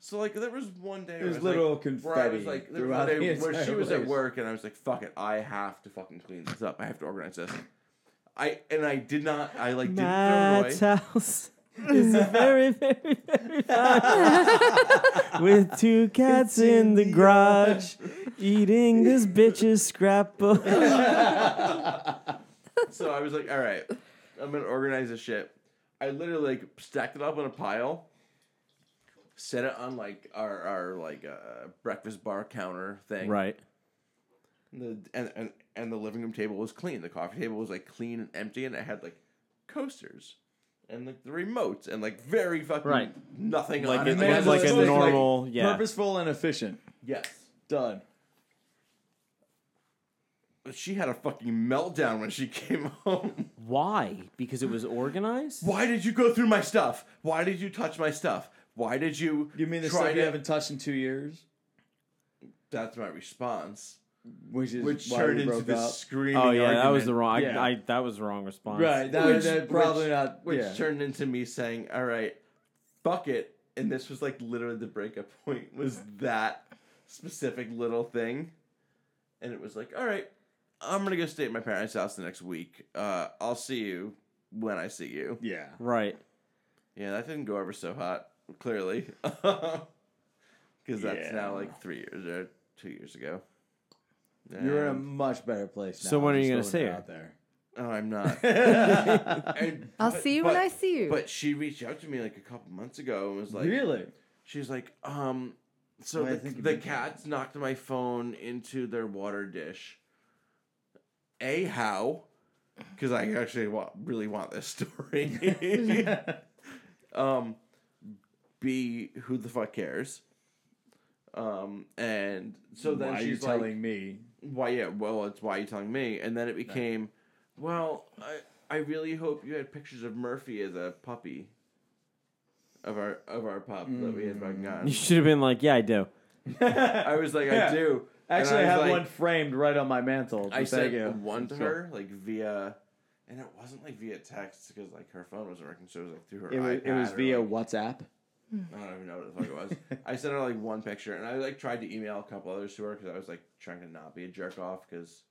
[SPEAKER 3] so like there was one day
[SPEAKER 1] There's
[SPEAKER 3] I was,
[SPEAKER 1] literal
[SPEAKER 3] like, where I was
[SPEAKER 1] confetti
[SPEAKER 3] like there was
[SPEAKER 1] throughout
[SPEAKER 3] one day
[SPEAKER 1] the
[SPEAKER 3] where she
[SPEAKER 1] entire
[SPEAKER 3] was at
[SPEAKER 1] place.
[SPEAKER 3] work and I was like fuck it I have to fucking clean this up I have to organize this. I and I did not I like didn't throw it
[SPEAKER 2] Matt's
[SPEAKER 3] away.
[SPEAKER 2] house is very, very, very fun. With two cats in the garage eating this bitch's scrapbook.
[SPEAKER 3] So I was like, all right, I'm gonna organize this shit. I literally like stacked it up in a pile, set it on like our our like uh, breakfast bar counter thing.
[SPEAKER 2] right.
[SPEAKER 3] And The, and, and and the living room table was clean. The coffee table was like clean and empty, and it had like coasters and like the remotes and like very fucking
[SPEAKER 2] Right.
[SPEAKER 3] nothing
[SPEAKER 2] Like
[SPEAKER 3] on
[SPEAKER 2] it
[SPEAKER 3] it.
[SPEAKER 2] looked
[SPEAKER 3] Like,
[SPEAKER 2] like
[SPEAKER 1] it's
[SPEAKER 2] a
[SPEAKER 1] like-
[SPEAKER 2] normal, yeah.
[SPEAKER 1] Purposeful and efficient.
[SPEAKER 3] yes.
[SPEAKER 1] Done.
[SPEAKER 3] But she had a fucking meltdown when she came home.
[SPEAKER 2] Why? Because it was organized?
[SPEAKER 3] Why did you go through my stuff? Why did you touch my stuff? Why did you?
[SPEAKER 1] You mean the
[SPEAKER 3] try
[SPEAKER 1] stuff you
[SPEAKER 3] to-
[SPEAKER 1] haven't touched in two years?
[SPEAKER 3] That's my response.
[SPEAKER 1] which is
[SPEAKER 3] which
[SPEAKER 1] why
[SPEAKER 3] turned
[SPEAKER 1] we
[SPEAKER 3] into
[SPEAKER 1] broke
[SPEAKER 3] this
[SPEAKER 1] up.
[SPEAKER 3] screaming.
[SPEAKER 2] Oh yeah, that was
[SPEAKER 3] argument.
[SPEAKER 2] the wrong.
[SPEAKER 1] Yeah.
[SPEAKER 2] I, I that was the wrong response.
[SPEAKER 1] right. That,
[SPEAKER 3] Which-
[SPEAKER 1] that probably
[SPEAKER 3] which-
[SPEAKER 1] not.
[SPEAKER 3] Which
[SPEAKER 1] yeah.
[SPEAKER 3] turned into me saying, "All right, fuck it," and this was like literally the breakup point was that specific little thing, and it was like, "All right, I'm gonna go stay at my parents' house the next week. Uh, I'll see you when I see you."
[SPEAKER 1] yeah.
[SPEAKER 2] Right.
[SPEAKER 3] Yeah, that didn't go over so hot, clearly, because that's
[SPEAKER 1] Yeah.
[SPEAKER 3] now like three years or two years ago.
[SPEAKER 1] You're in a
[SPEAKER 3] And-
[SPEAKER 1] much better place now.
[SPEAKER 2] So when are
[SPEAKER 1] I'm
[SPEAKER 2] you
[SPEAKER 1] just
[SPEAKER 2] gonna
[SPEAKER 1] throwing it
[SPEAKER 3] Oh, I'm not.
[SPEAKER 1] out there?
[SPEAKER 3] And-
[SPEAKER 4] I'll
[SPEAKER 3] but-
[SPEAKER 4] see you when
[SPEAKER 3] but-
[SPEAKER 4] I see you.
[SPEAKER 3] But she reached out to me like a couple months ago and was like,
[SPEAKER 1] really?
[SPEAKER 3] She's like, um, so
[SPEAKER 1] Well, I
[SPEAKER 3] the,
[SPEAKER 1] think you
[SPEAKER 3] the
[SPEAKER 1] mentioned
[SPEAKER 3] cats knocked my phone into their water dish. A how? Because I actually want, really want this story. um, B who the fuck cares? Um, and so then
[SPEAKER 1] why are
[SPEAKER 3] she's
[SPEAKER 1] you
[SPEAKER 3] like,
[SPEAKER 1] telling me?
[SPEAKER 3] why yeah well it's why you telling me and then it became well I, I really hope you had pictures of murphy as a puppy of our of our pup that we had
[SPEAKER 1] Mm.
[SPEAKER 3] back
[SPEAKER 2] You
[SPEAKER 3] on
[SPEAKER 2] should have been like, yeah, I do.
[SPEAKER 3] i was like
[SPEAKER 1] Yeah.
[SPEAKER 3] i do And
[SPEAKER 1] Actually, I,
[SPEAKER 3] was
[SPEAKER 1] have
[SPEAKER 3] like-
[SPEAKER 1] one framed right on my mantle.
[SPEAKER 3] i
[SPEAKER 1] Thank
[SPEAKER 3] sent
[SPEAKER 1] you.
[SPEAKER 3] one to
[SPEAKER 1] So-
[SPEAKER 3] her like via and it wasn't like via text because like her phone wasn't working so it was like through her
[SPEAKER 1] It was, it was
[SPEAKER 3] iPad or,
[SPEAKER 1] via
[SPEAKER 3] like,
[SPEAKER 1] WhatsApp.
[SPEAKER 3] i don't even know what the fuck it was i sent her like one picture and i like tried to email a couple others to her because i was like trying to not be a jerk off because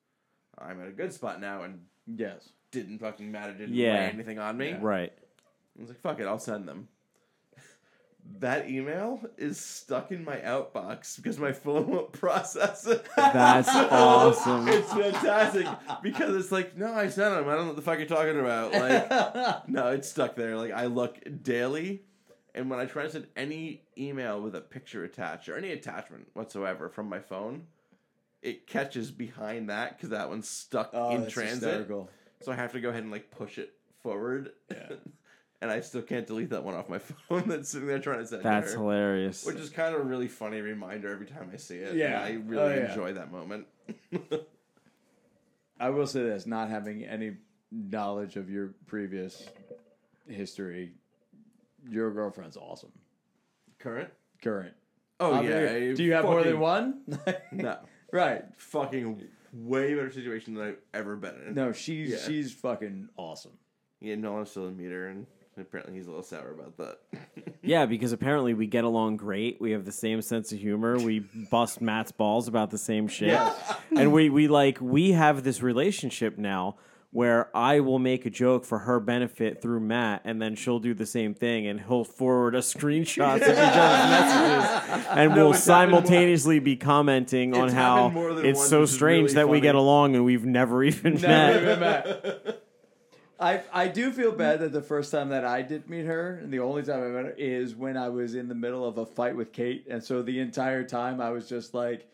[SPEAKER 3] i'm at a good spot now and
[SPEAKER 1] Yes.
[SPEAKER 3] didn't fucking matter, didn't
[SPEAKER 2] Yeah.
[SPEAKER 3] weigh anything on me.
[SPEAKER 2] Right.
[SPEAKER 3] I was like, fuck it, I'll send them. That email is stuck in my outbox because my phone won't process it.
[SPEAKER 2] That's awesome.
[SPEAKER 3] It's fantastic because it's like, no, I sent them. I don't know what the fuck you're talking about.
[SPEAKER 1] Oh,
[SPEAKER 3] Like, no, it's stuck there. Like, I look daily, and when I try to send any email with a picture attached or any attachment whatsoever from my phone, it catches behind that because that one's stuck
[SPEAKER 1] Oh,
[SPEAKER 3] in transit. So I have to go ahead and like push it forward. and I still can't delete that one off my phone that's sitting there trying to send
[SPEAKER 2] That's
[SPEAKER 3] her.
[SPEAKER 2] hilarious.
[SPEAKER 3] Which is kind of a really funny reminder every time I see it. and
[SPEAKER 1] Yeah.
[SPEAKER 3] I really
[SPEAKER 1] Oh, yeah.
[SPEAKER 3] enjoy that moment.
[SPEAKER 1] I will say this: not having any knowledge of your previous history, your girlfriend's awesome.
[SPEAKER 3] Current?
[SPEAKER 1] Current.
[SPEAKER 3] Oh,
[SPEAKER 1] I'm
[SPEAKER 3] yeah.
[SPEAKER 1] here.
[SPEAKER 3] I
[SPEAKER 1] Do you have more than
[SPEAKER 3] fucking-
[SPEAKER 1] one?
[SPEAKER 3] No.
[SPEAKER 1] right.
[SPEAKER 3] Fucking way better situation than I've ever been in.
[SPEAKER 1] No, she's
[SPEAKER 3] Yeah.
[SPEAKER 1] she's fucking awesome.
[SPEAKER 3] Yeah, Nolan's still in meter, and apparently he's a little sour about that.
[SPEAKER 2] yeah, because apparently we get along great. We have the same sense of humor. We bust Matt's balls about the same shit. and we we like we have this relationship now where I will make a joke for her benefit through Matt, and then she'll do the same thing, and he'll forward us screenshots of each other's messages, and we'll
[SPEAKER 3] it's happened more-
[SPEAKER 2] simultaneously be commenting on
[SPEAKER 3] It's
[SPEAKER 2] how
[SPEAKER 3] happened more than
[SPEAKER 2] it's
[SPEAKER 3] once,
[SPEAKER 2] so
[SPEAKER 3] which is
[SPEAKER 2] strange
[SPEAKER 3] really
[SPEAKER 2] that we
[SPEAKER 3] funny.
[SPEAKER 2] get along and we've never even met.
[SPEAKER 1] Never even met. I I do feel bad that the first time that I did meet her, and the only time I met her is when I was in the middle of a fight with Kate, and so the entire time I was just like,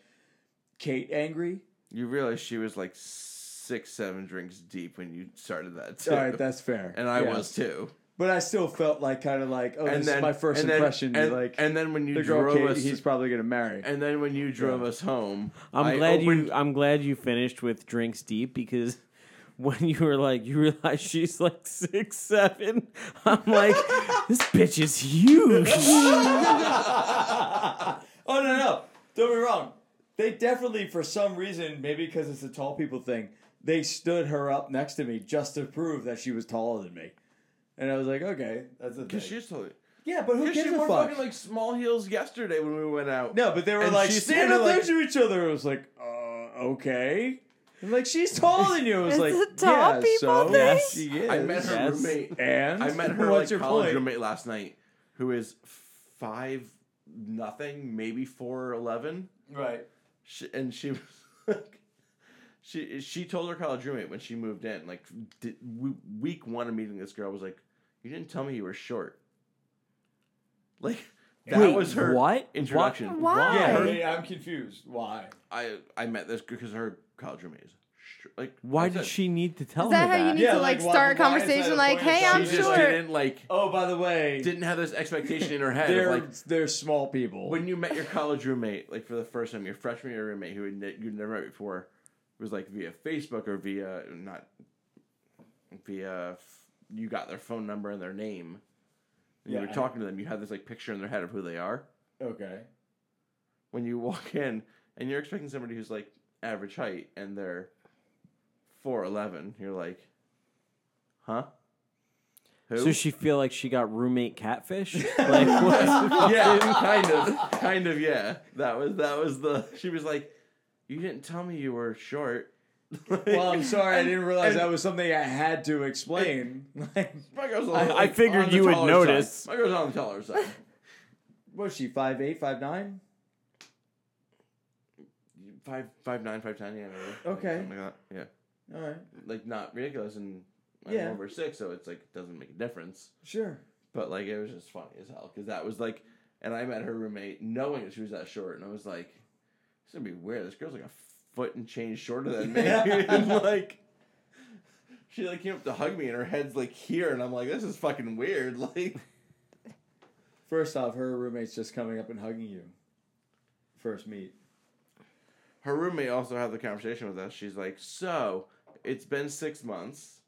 [SPEAKER 1] Kate angry.
[SPEAKER 3] you realize she was like six, seven drinks deep when you started that, too.
[SPEAKER 1] All right, that's fair.
[SPEAKER 3] and I
[SPEAKER 1] Yeah.
[SPEAKER 3] was too.
[SPEAKER 1] but I still felt like kind of like, oh, this is my first
[SPEAKER 3] and
[SPEAKER 1] impression.
[SPEAKER 3] Then, and,
[SPEAKER 1] like,
[SPEAKER 3] and then when you
[SPEAKER 1] the girl
[SPEAKER 3] drove
[SPEAKER 1] Kate,
[SPEAKER 3] us,
[SPEAKER 1] he's probably gonna marry.
[SPEAKER 3] and then when you drove us home,
[SPEAKER 2] I'm
[SPEAKER 3] I
[SPEAKER 2] glad
[SPEAKER 3] opened-
[SPEAKER 2] you. I'm glad you finished with drinks deep because when you were like, you realize she's like six seven. I'm like, this bitch is huge.
[SPEAKER 1] Oh no, no, don't be wrong. They definitely, for some reason, maybe because it's a tall people thing, they stood her up next to me just to prove that she was taller than me. And I was like, okay, that's a thing.
[SPEAKER 3] Cause she's totally.
[SPEAKER 1] yeah, but who
[SPEAKER 3] Cause
[SPEAKER 1] gives
[SPEAKER 3] she
[SPEAKER 1] a
[SPEAKER 3] wore
[SPEAKER 1] fuck?
[SPEAKER 3] fucking like small heels yesterday when we went out.
[SPEAKER 1] no, but they were
[SPEAKER 3] and
[SPEAKER 1] like
[SPEAKER 3] she's
[SPEAKER 1] standing
[SPEAKER 3] kinda
[SPEAKER 1] up
[SPEAKER 3] like-
[SPEAKER 1] next to each other. I was like, uh, okay. I'm like, she's taller than you. I was
[SPEAKER 4] It's
[SPEAKER 1] like,
[SPEAKER 4] a tall
[SPEAKER 1] yeah,
[SPEAKER 4] people
[SPEAKER 1] so
[SPEAKER 4] thing?
[SPEAKER 1] yes, she is.
[SPEAKER 3] I met her
[SPEAKER 2] Yes.
[SPEAKER 3] roommate.
[SPEAKER 1] And
[SPEAKER 3] I met her
[SPEAKER 1] What's
[SPEAKER 3] like
[SPEAKER 1] your
[SPEAKER 3] college
[SPEAKER 1] point?
[SPEAKER 3] roommate last night, who is five nothing, maybe four or eleven.
[SPEAKER 1] Right.
[SPEAKER 3] She, and she was like, she she told her college roommate when she moved in, like di- w week one of meeting this girl was like, you didn't tell me you were short. Like that
[SPEAKER 2] Wait,
[SPEAKER 3] was her
[SPEAKER 2] what?
[SPEAKER 3] introduction.
[SPEAKER 4] Why?
[SPEAKER 1] Yeah, her- I'm confused. Why?
[SPEAKER 3] I I met this because her college roommate is sh- like.
[SPEAKER 2] Why
[SPEAKER 3] like I
[SPEAKER 2] did
[SPEAKER 3] said,
[SPEAKER 2] she need to tell
[SPEAKER 4] Is that
[SPEAKER 2] her
[SPEAKER 4] how you
[SPEAKER 2] that?
[SPEAKER 4] need
[SPEAKER 1] Yeah,
[SPEAKER 4] to
[SPEAKER 1] like,
[SPEAKER 4] like,
[SPEAKER 1] why-
[SPEAKER 4] start a
[SPEAKER 1] why is that a
[SPEAKER 4] conversation? Like,
[SPEAKER 1] point?
[SPEAKER 4] hey,
[SPEAKER 1] She
[SPEAKER 4] I'm
[SPEAKER 3] She just
[SPEAKER 1] short.
[SPEAKER 3] didn't like
[SPEAKER 1] Oh, by the way,
[SPEAKER 3] didn't have this expectation in her head. of,
[SPEAKER 1] they're
[SPEAKER 3] like
[SPEAKER 1] they're small people.
[SPEAKER 3] when you met your college roommate, like for the first time, your freshman year roommate who had ne- you'd never met before, was like via Facebook or via not via f- you got their phone number and their name. And
[SPEAKER 1] Yeah,
[SPEAKER 3] you were
[SPEAKER 1] I-
[SPEAKER 3] talking to them. You had this like picture in their head of who they are.
[SPEAKER 1] okay.
[SPEAKER 3] When you walk in and you're expecting somebody who's like average height and they're 4'11, you're like, huh? Who?
[SPEAKER 2] So she feel like she got roommate catfish? like what?
[SPEAKER 3] yeah, kind of, kind of, yeah. That was that was the. She was like, "You didn't tell me you were short."
[SPEAKER 1] Well, I'm sorry, I
[SPEAKER 3] And-
[SPEAKER 1] didn't realize
[SPEAKER 3] and-
[SPEAKER 1] that was something I had to explain. Like,
[SPEAKER 3] My girl's
[SPEAKER 2] I-
[SPEAKER 3] on,
[SPEAKER 2] I
[SPEAKER 3] like,
[SPEAKER 2] figured
[SPEAKER 3] on the
[SPEAKER 2] you would
[SPEAKER 3] taller
[SPEAKER 2] notice.
[SPEAKER 3] side. My girl's on the taller side.
[SPEAKER 1] what is she? Five eight, five nine?
[SPEAKER 3] five, five nine, five ten. Yeah, maybe. Like,
[SPEAKER 1] Okay.
[SPEAKER 3] something like that. Yeah,
[SPEAKER 1] All right,
[SPEAKER 3] like not ridiculous, and I'm
[SPEAKER 1] Yeah.
[SPEAKER 3] over six, so it's like it doesn't make a difference.
[SPEAKER 1] sure.
[SPEAKER 3] But like it was just funny as hell because that was like, and I met her roommate knowing that she was that short, and I was like, "It's gonna be weird. This girl's like a foot and change shorter than me." and like, she like came up to hug me, and her head's like here, and I'm like, "This is fucking weird." Like,
[SPEAKER 1] First off, her roommate's just coming up and hugging you. First meet.
[SPEAKER 3] her roommate also had the conversation with us. She's like, "So it's been six months.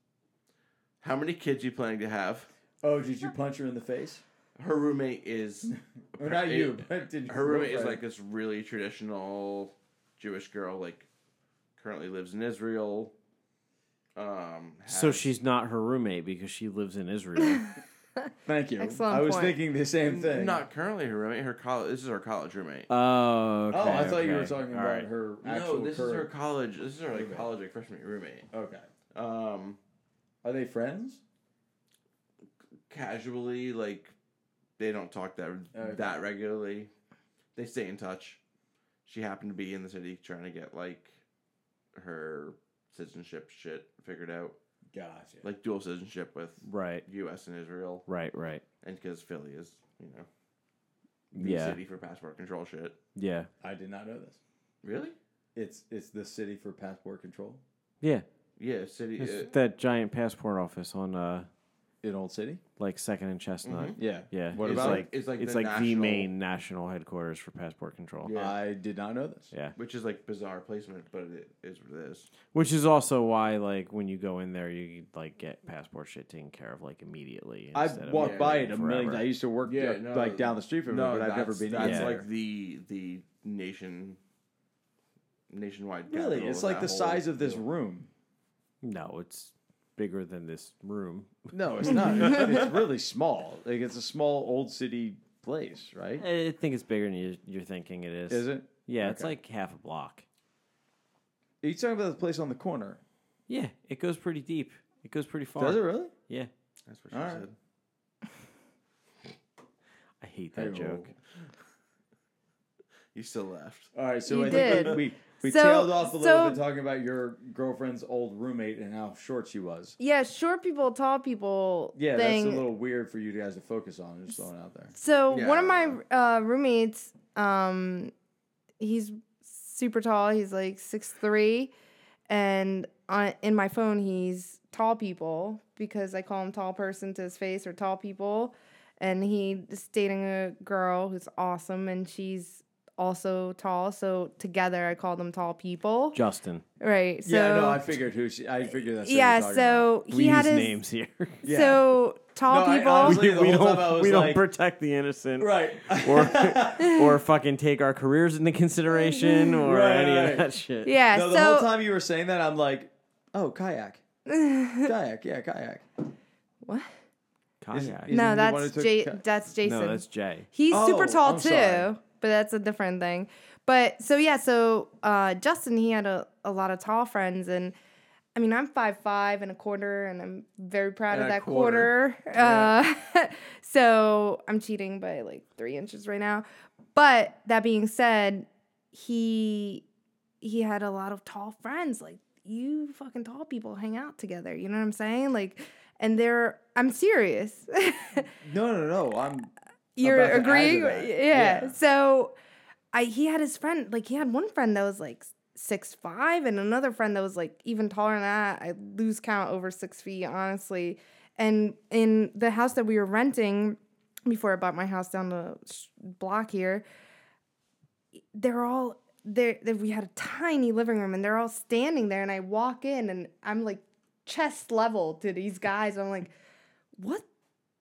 [SPEAKER 3] How many kids you planning to have?"
[SPEAKER 1] Oh, did you punch her in the face?
[SPEAKER 3] Her roommate is,
[SPEAKER 1] Or not you, but did
[SPEAKER 3] her roommate is like
[SPEAKER 1] girlfriend.
[SPEAKER 3] this really traditional Jewish girl, like currently lives in Israel. Um,
[SPEAKER 2] so
[SPEAKER 3] has-
[SPEAKER 2] she's not her roommate because she lives in Israel.
[SPEAKER 1] Thank you.
[SPEAKER 4] Excellent
[SPEAKER 1] I was
[SPEAKER 4] point.
[SPEAKER 1] thinking the same thing.
[SPEAKER 3] not currently her roommate. Her college. This is her college roommate.
[SPEAKER 2] Oh, okay,
[SPEAKER 1] oh, I thought you were
[SPEAKER 2] okay.
[SPEAKER 1] talking
[SPEAKER 2] All
[SPEAKER 1] about
[SPEAKER 2] right.
[SPEAKER 1] her actual
[SPEAKER 3] no, this is her
[SPEAKER 1] current-
[SPEAKER 3] college. This is her like
[SPEAKER 1] Roommate.
[SPEAKER 3] college like freshman year roommate.
[SPEAKER 1] Okay.
[SPEAKER 3] Um,
[SPEAKER 1] Are they friends?
[SPEAKER 3] casually like they don't talk that
[SPEAKER 1] Okay.
[SPEAKER 3] that regularly. They stay in touch. She happened to be in the city trying to get like her citizenship shit figured out,
[SPEAKER 1] Gotcha.
[SPEAKER 3] like dual citizenship with
[SPEAKER 2] Right,
[SPEAKER 3] U.S. and Israel.
[SPEAKER 2] right, right.
[SPEAKER 3] and because Philly is, you know, the
[SPEAKER 2] Yeah,
[SPEAKER 3] city for passport control shit.
[SPEAKER 2] yeah,
[SPEAKER 1] I did not know this.
[SPEAKER 3] Really?
[SPEAKER 1] It's it's the city for passport control
[SPEAKER 2] yeah.
[SPEAKER 3] Yeah, city.
[SPEAKER 2] It's
[SPEAKER 3] Uh,
[SPEAKER 2] that giant passport office on uh,
[SPEAKER 1] in Old City.
[SPEAKER 2] like Second and
[SPEAKER 3] mm-hmm.
[SPEAKER 2] Chestnut.
[SPEAKER 1] Yeah.
[SPEAKER 2] Yeah,
[SPEAKER 1] Mm-hmm. What
[SPEAKER 2] it's
[SPEAKER 1] about
[SPEAKER 2] like,
[SPEAKER 3] it's like
[SPEAKER 2] it's
[SPEAKER 3] the
[SPEAKER 2] like the
[SPEAKER 3] national-
[SPEAKER 2] main national headquarters for passport control,
[SPEAKER 3] Yeah.
[SPEAKER 1] I did not know this.
[SPEAKER 2] Yeah.
[SPEAKER 3] which is like bizarre placement, but it is what it is.
[SPEAKER 2] which is also why like when you go in there, you like get passport shit taken care of like immediately.
[SPEAKER 1] I've
[SPEAKER 2] instead of
[SPEAKER 1] walked
[SPEAKER 3] Yeah.
[SPEAKER 1] by it
[SPEAKER 2] waiting
[SPEAKER 1] a million.
[SPEAKER 2] forever.
[SPEAKER 1] I used to work
[SPEAKER 3] Yeah,
[SPEAKER 1] uh,
[SPEAKER 3] no,
[SPEAKER 1] like down the street from it, but I've never
[SPEAKER 3] that's-
[SPEAKER 1] been.
[SPEAKER 3] That's
[SPEAKER 1] in there.
[SPEAKER 3] like the the nation, nationwide.
[SPEAKER 1] really,
[SPEAKER 3] capital
[SPEAKER 1] it's
[SPEAKER 3] of
[SPEAKER 1] like
[SPEAKER 3] that
[SPEAKER 1] the
[SPEAKER 3] whole
[SPEAKER 1] size of this
[SPEAKER 3] deal.
[SPEAKER 1] room.
[SPEAKER 2] No, it's bigger than this room.
[SPEAKER 1] No, it's not. it's really small. Like it's a small old city place, right?
[SPEAKER 2] I think it's bigger than you, you're thinking it is.
[SPEAKER 1] Is it?
[SPEAKER 2] Yeah, it's
[SPEAKER 1] Okay.
[SPEAKER 2] like half a block.
[SPEAKER 1] Are you talking about the place on the corner?
[SPEAKER 2] Yeah, it goes pretty deep. It goes pretty
[SPEAKER 3] Oh.
[SPEAKER 2] far.
[SPEAKER 1] Does it really?
[SPEAKER 2] Yeah,
[SPEAKER 3] That's what she
[SPEAKER 1] Alright.
[SPEAKER 3] said.
[SPEAKER 2] I hate that
[SPEAKER 1] Hey-o.
[SPEAKER 2] joke.
[SPEAKER 3] You still left.
[SPEAKER 1] All right, so
[SPEAKER 4] You
[SPEAKER 1] I think
[SPEAKER 4] did.
[SPEAKER 1] we we
[SPEAKER 4] So-
[SPEAKER 1] tailed off a little
[SPEAKER 4] so-
[SPEAKER 1] bit talking about your girlfriend's old roommate and how short she was.
[SPEAKER 4] Yeah, short people, tall people.
[SPEAKER 1] Yeah,
[SPEAKER 4] thing.
[SPEAKER 1] that's a little weird for you guys to focus on. Just throwing it out there.
[SPEAKER 4] So one of
[SPEAKER 3] Yeah.
[SPEAKER 4] my uh, roommates, um, he's super tall. He's like six three, and on, in my phone he's tall people because I call him tall person to his face or tall people. And he's dating a girl who's awesome, and she's also tall. So together I call them tall people.
[SPEAKER 2] Justin,
[SPEAKER 4] Right. So
[SPEAKER 1] yeah, no, I figured who she. I figured that's. who you're
[SPEAKER 4] yeah.
[SPEAKER 1] talking about.
[SPEAKER 4] So
[SPEAKER 2] we
[SPEAKER 4] he
[SPEAKER 2] use
[SPEAKER 4] had his
[SPEAKER 2] names here.
[SPEAKER 1] Yeah.
[SPEAKER 4] so tall
[SPEAKER 1] No, I
[SPEAKER 4] people.
[SPEAKER 1] honestly-
[SPEAKER 2] we
[SPEAKER 1] Yeah, the
[SPEAKER 2] we
[SPEAKER 1] whole time I
[SPEAKER 2] don't
[SPEAKER 1] was
[SPEAKER 2] we
[SPEAKER 1] like-
[SPEAKER 2] don't protect the innocent,
[SPEAKER 1] right.
[SPEAKER 2] Or or fucking take our careers into consideration or
[SPEAKER 1] Right,
[SPEAKER 2] any
[SPEAKER 1] right.
[SPEAKER 2] of that shit.
[SPEAKER 4] yeah.
[SPEAKER 1] No, the
[SPEAKER 4] so
[SPEAKER 1] whole time you were saying that, I'm like, oh, kayak. kayak, yeah, kayak.
[SPEAKER 4] what?
[SPEAKER 2] Kayak.
[SPEAKER 1] Is-
[SPEAKER 4] No,
[SPEAKER 1] Isn't he the one
[SPEAKER 4] that's
[SPEAKER 1] who took
[SPEAKER 4] Jay.
[SPEAKER 1] ca-
[SPEAKER 4] that's Jason.
[SPEAKER 2] no, that's Jay.
[SPEAKER 4] He's
[SPEAKER 1] Oh,
[SPEAKER 4] super tall
[SPEAKER 1] I'm
[SPEAKER 4] too,
[SPEAKER 1] sorry.
[SPEAKER 4] but that's a different thing. But so yeah, so uh, Justin he had a, a lot of tall friends, and I mean I'm five five and a quarter, and I'm very proud of
[SPEAKER 3] And a
[SPEAKER 4] that
[SPEAKER 3] quarter.
[SPEAKER 4] quarter. Uh, so I'm cheating by like three inches right now. But that being said, he he had a lot of tall friends. Like you fucking tall people hang out together. You know what I'm saying? Like, and they're I'm serious.
[SPEAKER 1] No, no, no. I'm
[SPEAKER 4] you're
[SPEAKER 1] about to add to
[SPEAKER 4] agreeing
[SPEAKER 1] that.
[SPEAKER 4] yeah.
[SPEAKER 1] Yeah.
[SPEAKER 4] so i he had his friend like he had one friend that was like six five and another friend that was like even taller than that i lose count over six feet honestly and in the house that we were renting before i bought my house down the s- block here they're all there there- we had a tiny living room and they're all standing there and i walk in and i'm like chest level to these guys i'm like what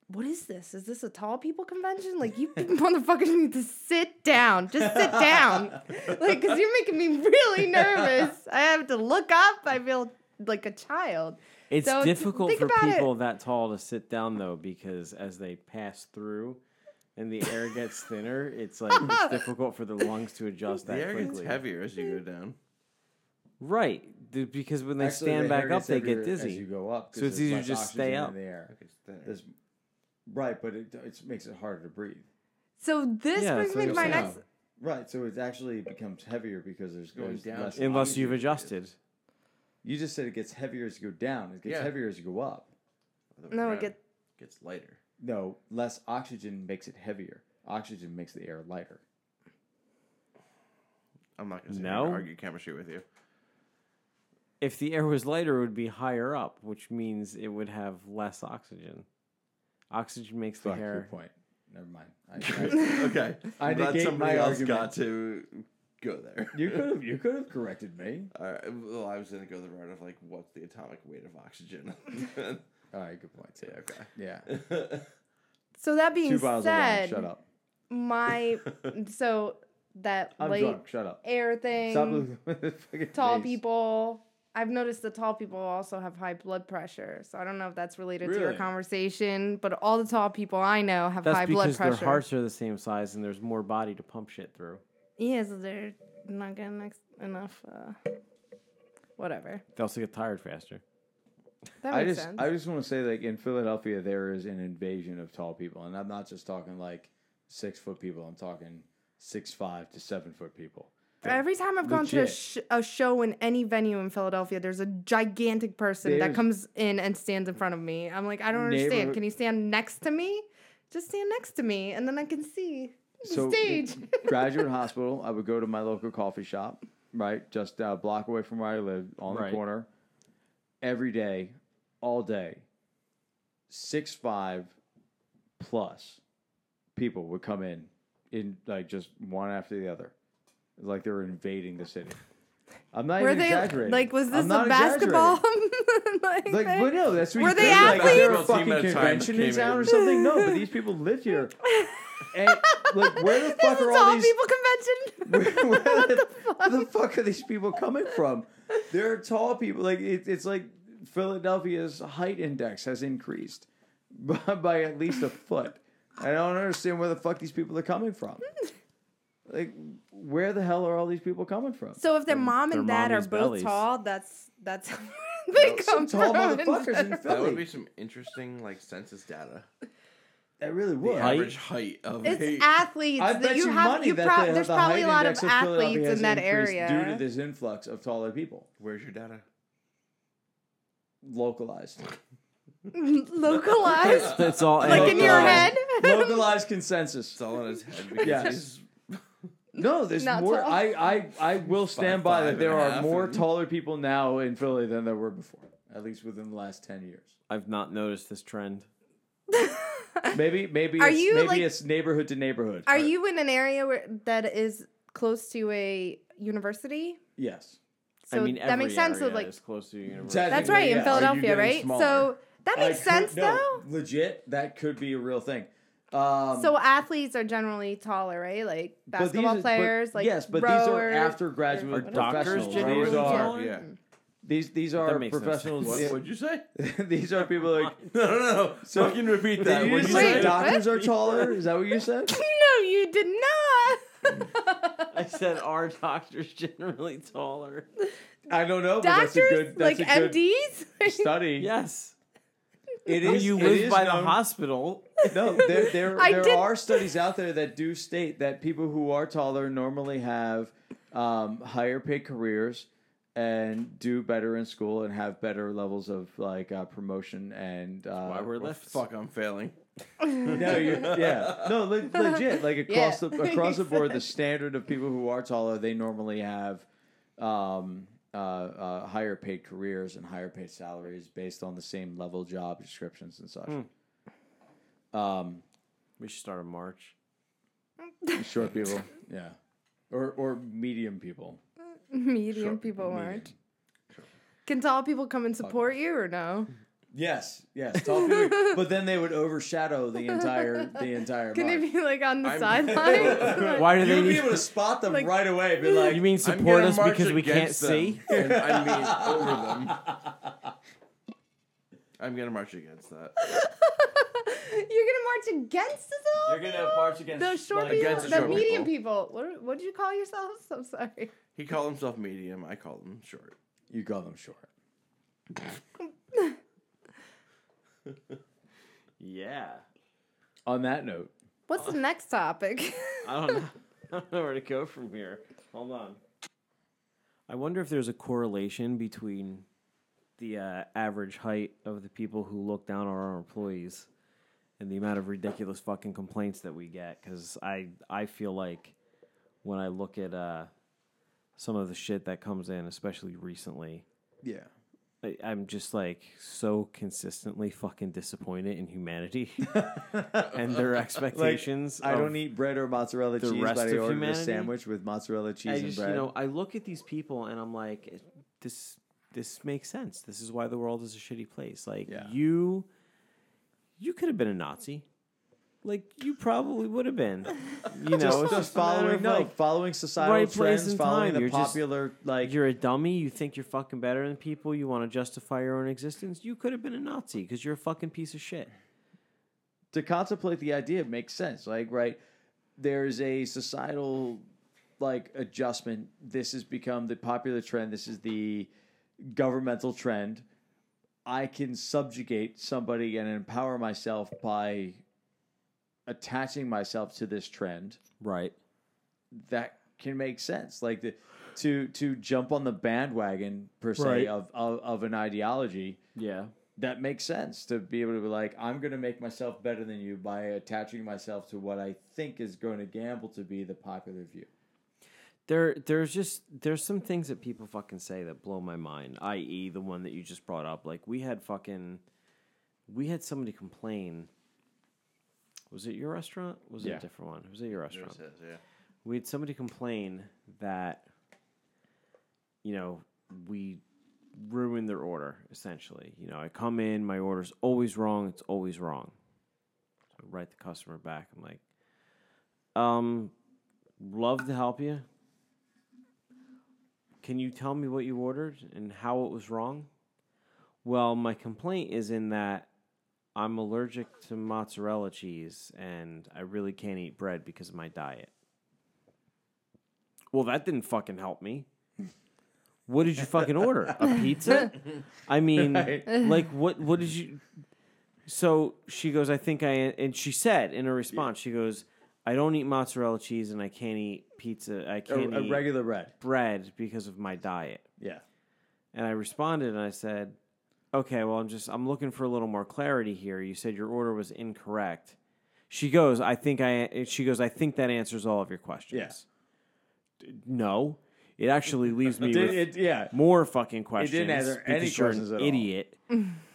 [SPEAKER 4] what is this? Is this a tall people convention? Like, you motherfuckers need to sit down. Just sit down. like, because you're making me really nervous. I have to look up. I feel like a child.
[SPEAKER 2] It's
[SPEAKER 4] So,
[SPEAKER 2] difficult
[SPEAKER 4] think
[SPEAKER 2] for
[SPEAKER 4] about it.
[SPEAKER 2] people that tall to sit down though, because as they pass through and the air gets thinner, it's like it's difficult for the lungs to adjust
[SPEAKER 3] The
[SPEAKER 2] that
[SPEAKER 3] air gets
[SPEAKER 2] quickly.
[SPEAKER 3] heavier as
[SPEAKER 1] Mm.
[SPEAKER 3] you go down.
[SPEAKER 2] Right, th- because when they
[SPEAKER 1] Actually,
[SPEAKER 2] stand
[SPEAKER 1] the hair
[SPEAKER 2] back up,
[SPEAKER 1] gets
[SPEAKER 2] they
[SPEAKER 1] heavier
[SPEAKER 2] get
[SPEAKER 1] As you
[SPEAKER 2] dizzy.
[SPEAKER 1] go up, 'cause
[SPEAKER 2] So it's
[SPEAKER 1] there's
[SPEAKER 2] easier to
[SPEAKER 1] less
[SPEAKER 2] just stay
[SPEAKER 1] oxygen in
[SPEAKER 2] up.
[SPEAKER 1] the air.
[SPEAKER 3] It's thinner.
[SPEAKER 1] There's- right, but it, it makes it harder to breathe.
[SPEAKER 4] So, this
[SPEAKER 2] Yeah,
[SPEAKER 4] brings
[SPEAKER 2] so
[SPEAKER 4] me to
[SPEAKER 2] you're
[SPEAKER 4] my
[SPEAKER 2] saying-
[SPEAKER 4] next.
[SPEAKER 1] Right, so it actually becomes heavier because there's
[SPEAKER 3] Going
[SPEAKER 1] there's
[SPEAKER 3] down.
[SPEAKER 1] less
[SPEAKER 2] Unless you've
[SPEAKER 1] oxygen.
[SPEAKER 2] adjusted.
[SPEAKER 1] You just said it gets heavier as you go down. It gets
[SPEAKER 3] Yeah.
[SPEAKER 1] heavier as you go up.
[SPEAKER 3] Other way
[SPEAKER 4] No,
[SPEAKER 3] around.
[SPEAKER 4] it gets.
[SPEAKER 3] gets lighter.
[SPEAKER 1] No, less oxygen makes it heavier. Oxygen makes the air lighter.
[SPEAKER 3] I'm not gonna sit here
[SPEAKER 2] No?
[SPEAKER 3] and argue chemistry with you.
[SPEAKER 2] If the air was lighter, it would be higher up, which means it would have less oxygen. Oxygen makes the
[SPEAKER 1] Fuck your
[SPEAKER 2] hair.
[SPEAKER 1] point. Never mind. I, I-
[SPEAKER 3] okay,
[SPEAKER 1] I
[SPEAKER 3] I'm glad
[SPEAKER 1] negate
[SPEAKER 3] somebody
[SPEAKER 1] my
[SPEAKER 3] else
[SPEAKER 1] argument.
[SPEAKER 3] got to go there.
[SPEAKER 1] you could have you could have corrected me.
[SPEAKER 3] All right, well, I was gonna go the route of like, what's the atomic weight of oxygen?
[SPEAKER 1] All right, good point. Yeah,
[SPEAKER 3] okay.
[SPEAKER 1] yeah.
[SPEAKER 4] So, that being
[SPEAKER 1] Two bottles of
[SPEAKER 4] said,
[SPEAKER 1] wine. Shut up.
[SPEAKER 4] my. so, that
[SPEAKER 1] I'm
[SPEAKER 4] late
[SPEAKER 1] drunk. Shut up.
[SPEAKER 4] air thing.
[SPEAKER 1] Stop looking at the fucking
[SPEAKER 4] tall
[SPEAKER 1] face.
[SPEAKER 4] people. I've noticed the tall people also have high blood pressure. So I don't know if that's related to your
[SPEAKER 3] Really?
[SPEAKER 4] conversation, but all the tall people I know have
[SPEAKER 2] That's
[SPEAKER 4] high blood
[SPEAKER 2] because their
[SPEAKER 4] pressure.
[SPEAKER 2] hearts are the same size and there's more body to pump shit through.
[SPEAKER 4] Yeah, so they're not getting ex- enough. Uh, whatever.
[SPEAKER 2] They also get tired faster.
[SPEAKER 4] That makes
[SPEAKER 1] I just
[SPEAKER 4] sense.
[SPEAKER 1] I just want to say like in Philadelphia there is an invasion of tall people, and I'm not just talking like six foot people. I'm talking six five to seven foot people.
[SPEAKER 4] Every time I've gone to a,
[SPEAKER 1] Legit.
[SPEAKER 4] sh- a show in any venue in Philadelphia, there's a gigantic person that
[SPEAKER 1] There's-
[SPEAKER 4] comes in and stands in front of me. I'm like, I don't understand.
[SPEAKER 1] Neighborhood-
[SPEAKER 4] Can you stand next to me? Just stand next to me, and then I can see the
[SPEAKER 1] So
[SPEAKER 4] stage.
[SPEAKER 1] graduate hospital, I would go to my local coffee shop, right, just a block away from where I live, on
[SPEAKER 2] Right.
[SPEAKER 1] the corner, every day, all day. Six five plus people would come in, in like just one after the other, like they were invading the city. I'm not
[SPEAKER 4] Were
[SPEAKER 1] even
[SPEAKER 4] they
[SPEAKER 1] exaggerating.
[SPEAKER 4] like? Was
[SPEAKER 1] I'm
[SPEAKER 4] this
[SPEAKER 1] not
[SPEAKER 4] a
[SPEAKER 1] exaggerating.
[SPEAKER 4] basketball?
[SPEAKER 1] Like,
[SPEAKER 4] thing?
[SPEAKER 1] but no, that's what
[SPEAKER 4] Were
[SPEAKER 1] you
[SPEAKER 4] they
[SPEAKER 1] think, like, is there a
[SPEAKER 3] athletes?
[SPEAKER 1] fucking
[SPEAKER 3] Team at a time
[SPEAKER 1] convention
[SPEAKER 3] came
[SPEAKER 1] in town
[SPEAKER 3] in.
[SPEAKER 1] or something? No, but these people live here. And like, where the fuck
[SPEAKER 4] This is
[SPEAKER 1] are
[SPEAKER 4] all
[SPEAKER 1] all these?
[SPEAKER 4] people convention.
[SPEAKER 1] Where, where the, fuck? the fuck are these people coming from? They're tall people. Like it, it's like Philadelphia's height index has increased by, by at least a foot. I don't understand where the fuck these people are coming from. Like, where the hell are all these people coming from?
[SPEAKER 4] so if their mom
[SPEAKER 2] their
[SPEAKER 4] and dad are
[SPEAKER 2] mommy's
[SPEAKER 4] both
[SPEAKER 2] bellies.
[SPEAKER 4] tall, that's that's they
[SPEAKER 1] Some
[SPEAKER 4] come
[SPEAKER 1] tall
[SPEAKER 4] from.
[SPEAKER 1] motherfuckers in
[SPEAKER 3] that would
[SPEAKER 1] Philly.
[SPEAKER 3] be some interesting like census data.
[SPEAKER 1] That really would.
[SPEAKER 2] Height?
[SPEAKER 3] Average height of a
[SPEAKER 4] It's athletes
[SPEAKER 1] I
[SPEAKER 4] that
[SPEAKER 1] bet
[SPEAKER 4] you
[SPEAKER 1] you
[SPEAKER 4] have.
[SPEAKER 1] money
[SPEAKER 4] You
[SPEAKER 1] that
[SPEAKER 4] prob-
[SPEAKER 1] the,
[SPEAKER 4] there's
[SPEAKER 1] the
[SPEAKER 4] probably a
[SPEAKER 1] height
[SPEAKER 4] lot of
[SPEAKER 1] index of Philadelphia
[SPEAKER 4] athletes
[SPEAKER 1] has
[SPEAKER 4] in that
[SPEAKER 1] increased due to
[SPEAKER 4] area.
[SPEAKER 1] this influx of taller people,
[SPEAKER 3] where's your data?
[SPEAKER 1] localized,
[SPEAKER 4] Localized,
[SPEAKER 2] That's all.
[SPEAKER 4] like in your
[SPEAKER 1] Localized.
[SPEAKER 4] head.
[SPEAKER 1] localized
[SPEAKER 3] It's
[SPEAKER 1] consensus.
[SPEAKER 3] all in his head. because
[SPEAKER 1] Yes.
[SPEAKER 3] he's-
[SPEAKER 1] No, there's
[SPEAKER 4] Not
[SPEAKER 1] more.
[SPEAKER 4] tall.
[SPEAKER 1] I, I I will stand
[SPEAKER 3] Five,
[SPEAKER 1] by
[SPEAKER 3] five
[SPEAKER 1] that
[SPEAKER 3] and
[SPEAKER 1] there
[SPEAKER 3] a
[SPEAKER 1] are
[SPEAKER 3] half
[SPEAKER 1] more
[SPEAKER 3] and-
[SPEAKER 1] taller people now in Philly than there were before, at least within the last ten years.
[SPEAKER 2] I've not noticed this trend.
[SPEAKER 1] Maybe maybe
[SPEAKER 4] Are
[SPEAKER 1] it's,
[SPEAKER 4] you,
[SPEAKER 1] maybe
[SPEAKER 4] like-
[SPEAKER 1] it's neighborhood to neighborhood.
[SPEAKER 4] Are you in an area where that is close to a university?
[SPEAKER 1] Yes.
[SPEAKER 4] So
[SPEAKER 2] I mean,
[SPEAKER 4] that makes
[SPEAKER 2] every
[SPEAKER 4] sense. So
[SPEAKER 2] area
[SPEAKER 4] like
[SPEAKER 2] is close to the universe.
[SPEAKER 1] Exactly.
[SPEAKER 4] that's right
[SPEAKER 1] Yeah.
[SPEAKER 4] in
[SPEAKER 1] Are you
[SPEAKER 4] Philadelphia,
[SPEAKER 3] getting
[SPEAKER 4] right?
[SPEAKER 3] smaller?
[SPEAKER 4] So that
[SPEAKER 1] I
[SPEAKER 4] makes
[SPEAKER 1] could-
[SPEAKER 4] sense
[SPEAKER 1] no,
[SPEAKER 4] though.
[SPEAKER 1] Legit, that could be a real thing. Um,
[SPEAKER 4] So athletes are generally taller, right? Like
[SPEAKER 1] but these
[SPEAKER 4] basketball
[SPEAKER 1] are- but-
[SPEAKER 4] players, like
[SPEAKER 1] yes, but these are
[SPEAKER 4] rower-
[SPEAKER 1] after graduate
[SPEAKER 2] Are doctors
[SPEAKER 1] professionals.
[SPEAKER 2] generally
[SPEAKER 1] These are
[SPEAKER 2] taller?
[SPEAKER 3] yeah.
[SPEAKER 1] These these
[SPEAKER 2] that
[SPEAKER 1] are
[SPEAKER 2] makes no
[SPEAKER 1] professionals.
[SPEAKER 3] What would you say?
[SPEAKER 1] these are people like.
[SPEAKER 3] No, no, no.
[SPEAKER 1] So-
[SPEAKER 3] Fucking repeat that.
[SPEAKER 1] Did you
[SPEAKER 3] What'd
[SPEAKER 1] just
[SPEAKER 3] you
[SPEAKER 4] Wait,
[SPEAKER 1] say
[SPEAKER 3] say?
[SPEAKER 4] doc-
[SPEAKER 1] doctors are taller? Is that what you said?
[SPEAKER 4] No, you did not.
[SPEAKER 2] I said, are doctors generally taller?
[SPEAKER 1] I don't know. But that's a
[SPEAKER 4] Doctors,
[SPEAKER 1] good. That's
[SPEAKER 4] like
[SPEAKER 1] a good
[SPEAKER 4] MDs.
[SPEAKER 1] study.
[SPEAKER 2] Yes.
[SPEAKER 1] it
[SPEAKER 2] When
[SPEAKER 1] is.
[SPEAKER 2] you
[SPEAKER 1] it
[SPEAKER 2] live
[SPEAKER 1] is
[SPEAKER 2] by
[SPEAKER 1] known-
[SPEAKER 2] the hospital.
[SPEAKER 1] No, there there,
[SPEAKER 4] I
[SPEAKER 1] there
[SPEAKER 4] did-
[SPEAKER 1] are studies out there that do state that people who are taller normally have um, higher paid careers and do better in school and have better levels of like uh, promotion and uh,
[SPEAKER 2] Why we're left?
[SPEAKER 3] Fuck, I'm failing.
[SPEAKER 1] No, you yeah. No, le- legit. Like across
[SPEAKER 4] Yeah.
[SPEAKER 1] the across the board, the standard of people who are taller, they normally have um, uh, uh, higher paid careers and higher paid salaries based on the same level job descriptions and such.
[SPEAKER 2] Hmm.
[SPEAKER 1] Um,
[SPEAKER 2] We should start a march.
[SPEAKER 1] short people, yeah, or or medium people.
[SPEAKER 4] Medium
[SPEAKER 1] Short-
[SPEAKER 4] people
[SPEAKER 1] medium.
[SPEAKER 4] aren't. Can tall people come and support you or no?
[SPEAKER 1] Yes, yes, tall figure. but then they would overshadow the entire the entire.
[SPEAKER 4] Can
[SPEAKER 1] march.
[SPEAKER 4] it be like on the
[SPEAKER 3] I'm-
[SPEAKER 4] sidelines? Like-
[SPEAKER 2] Why do
[SPEAKER 1] You'd
[SPEAKER 2] they
[SPEAKER 1] be
[SPEAKER 2] need?
[SPEAKER 1] able to spot them
[SPEAKER 4] Like-
[SPEAKER 1] right away. Be like,
[SPEAKER 2] You mean
[SPEAKER 3] I'm
[SPEAKER 2] support
[SPEAKER 3] gonna
[SPEAKER 2] us
[SPEAKER 3] march
[SPEAKER 2] because we can't
[SPEAKER 3] against them,
[SPEAKER 2] see?
[SPEAKER 3] And I mean over them. I'm gonna march against that.
[SPEAKER 4] You're gonna march against us all?
[SPEAKER 1] you're gonna march against
[SPEAKER 4] The short
[SPEAKER 1] like-
[SPEAKER 4] people,
[SPEAKER 3] against
[SPEAKER 4] the
[SPEAKER 3] the short
[SPEAKER 4] medium
[SPEAKER 3] people.
[SPEAKER 4] people. What what did you call yourselves? I'm sorry.
[SPEAKER 3] He called himself medium. I called him short.
[SPEAKER 1] You call them short.
[SPEAKER 2] Yeah,
[SPEAKER 1] On that note,
[SPEAKER 4] What's
[SPEAKER 1] Uh,
[SPEAKER 4] the next topic?
[SPEAKER 2] I don't know. I don't know where to go from here. Hold on. I wonder if there's a correlation between the uh, average height of the people who look down on our employees and the amount of ridiculous fucking complaints that we get. Because I I feel like when I look at uh, some of the shit that comes in, especially recently,
[SPEAKER 1] yeah,
[SPEAKER 2] I, I'm just like so consistently fucking disappointed in humanity and their expectations.
[SPEAKER 1] I
[SPEAKER 2] of-
[SPEAKER 1] don't eat bread or mozzarella
[SPEAKER 2] the
[SPEAKER 1] cheese,
[SPEAKER 2] rest
[SPEAKER 1] but I
[SPEAKER 2] of
[SPEAKER 1] ordered a
[SPEAKER 2] humanity?
[SPEAKER 1] sandwich with mozzarella cheese
[SPEAKER 2] I
[SPEAKER 1] and
[SPEAKER 2] just
[SPEAKER 1] bread.
[SPEAKER 2] you know I look at these people and I'm like "It- this this makes sense. This is why the world is a shitty place. Like
[SPEAKER 1] Yeah.
[SPEAKER 2] you you could have been a Nazi. Like you probably would have been. You know,
[SPEAKER 1] just,
[SPEAKER 2] it's
[SPEAKER 1] just
[SPEAKER 2] a matter
[SPEAKER 1] following
[SPEAKER 2] of,
[SPEAKER 1] like following societal
[SPEAKER 2] right place
[SPEAKER 1] trends,
[SPEAKER 2] and
[SPEAKER 1] following
[SPEAKER 2] time.
[SPEAKER 1] the
[SPEAKER 2] You're just-
[SPEAKER 1] popular like
[SPEAKER 2] you're a dummy. You think you're fucking better than people. You want to justify your own existence. You could have been a Nazi because you're a fucking piece of shit.
[SPEAKER 1] to contemplate the idea makes sense. Like, right, there's a societal like adjustment. This has become the popular trend. This is the governmental trend. I can subjugate somebody and empower myself by attaching myself to this trend.
[SPEAKER 2] Right.
[SPEAKER 1] That can make sense. Like the, to to jump on the bandwagon per se
[SPEAKER 2] Right.
[SPEAKER 1] of, of of an ideology
[SPEAKER 2] Yeah.
[SPEAKER 1] that makes sense to be able to be like, I'm going to make myself better than you by attaching myself to what I think is going to gamble to be the popular view.
[SPEAKER 2] There, there's just there's some things that people fucking say that blow my mind. I.e., the one that you just brought up. Like we had fucking, we had somebody complain. Was it your restaurant? Was it
[SPEAKER 1] Yeah.
[SPEAKER 2] a different one? Was it your restaurant?
[SPEAKER 3] yeah.
[SPEAKER 2] we had somebody complain that you know we ruined their order essentially you know i come in my order's always wrong it's always wrong so I write the customer back i'm like um love to help you can you tell me what you ordered and how it was wrong well my complaint is in that i'm allergic to mozzarella cheese and i really can't eat bread because of my diet well, that didn't fucking help me. What did you fucking order? A pizza? I mean, like what what did you So she goes, I think I and she said in her response, she goes, I don't eat mozzarella cheese and I can't eat pizza. I
[SPEAKER 1] A,
[SPEAKER 2] can't
[SPEAKER 1] a
[SPEAKER 2] eat
[SPEAKER 1] regular red.
[SPEAKER 2] bread because of my diet.
[SPEAKER 1] Yeah.
[SPEAKER 2] And I responded and I said, "Okay, well, I'm just I'm looking for a little more clarity here. You said your order was incorrect." She goes, "I think I she goes, I think that answers all of your questions."
[SPEAKER 1] Yeah.
[SPEAKER 2] D- No. It actually leaves me
[SPEAKER 1] Did,
[SPEAKER 2] with
[SPEAKER 1] it, yeah.
[SPEAKER 2] more fucking questions.
[SPEAKER 1] answer any
[SPEAKER 2] because you're an
[SPEAKER 1] questions at all.
[SPEAKER 2] idiot.
[SPEAKER 1] And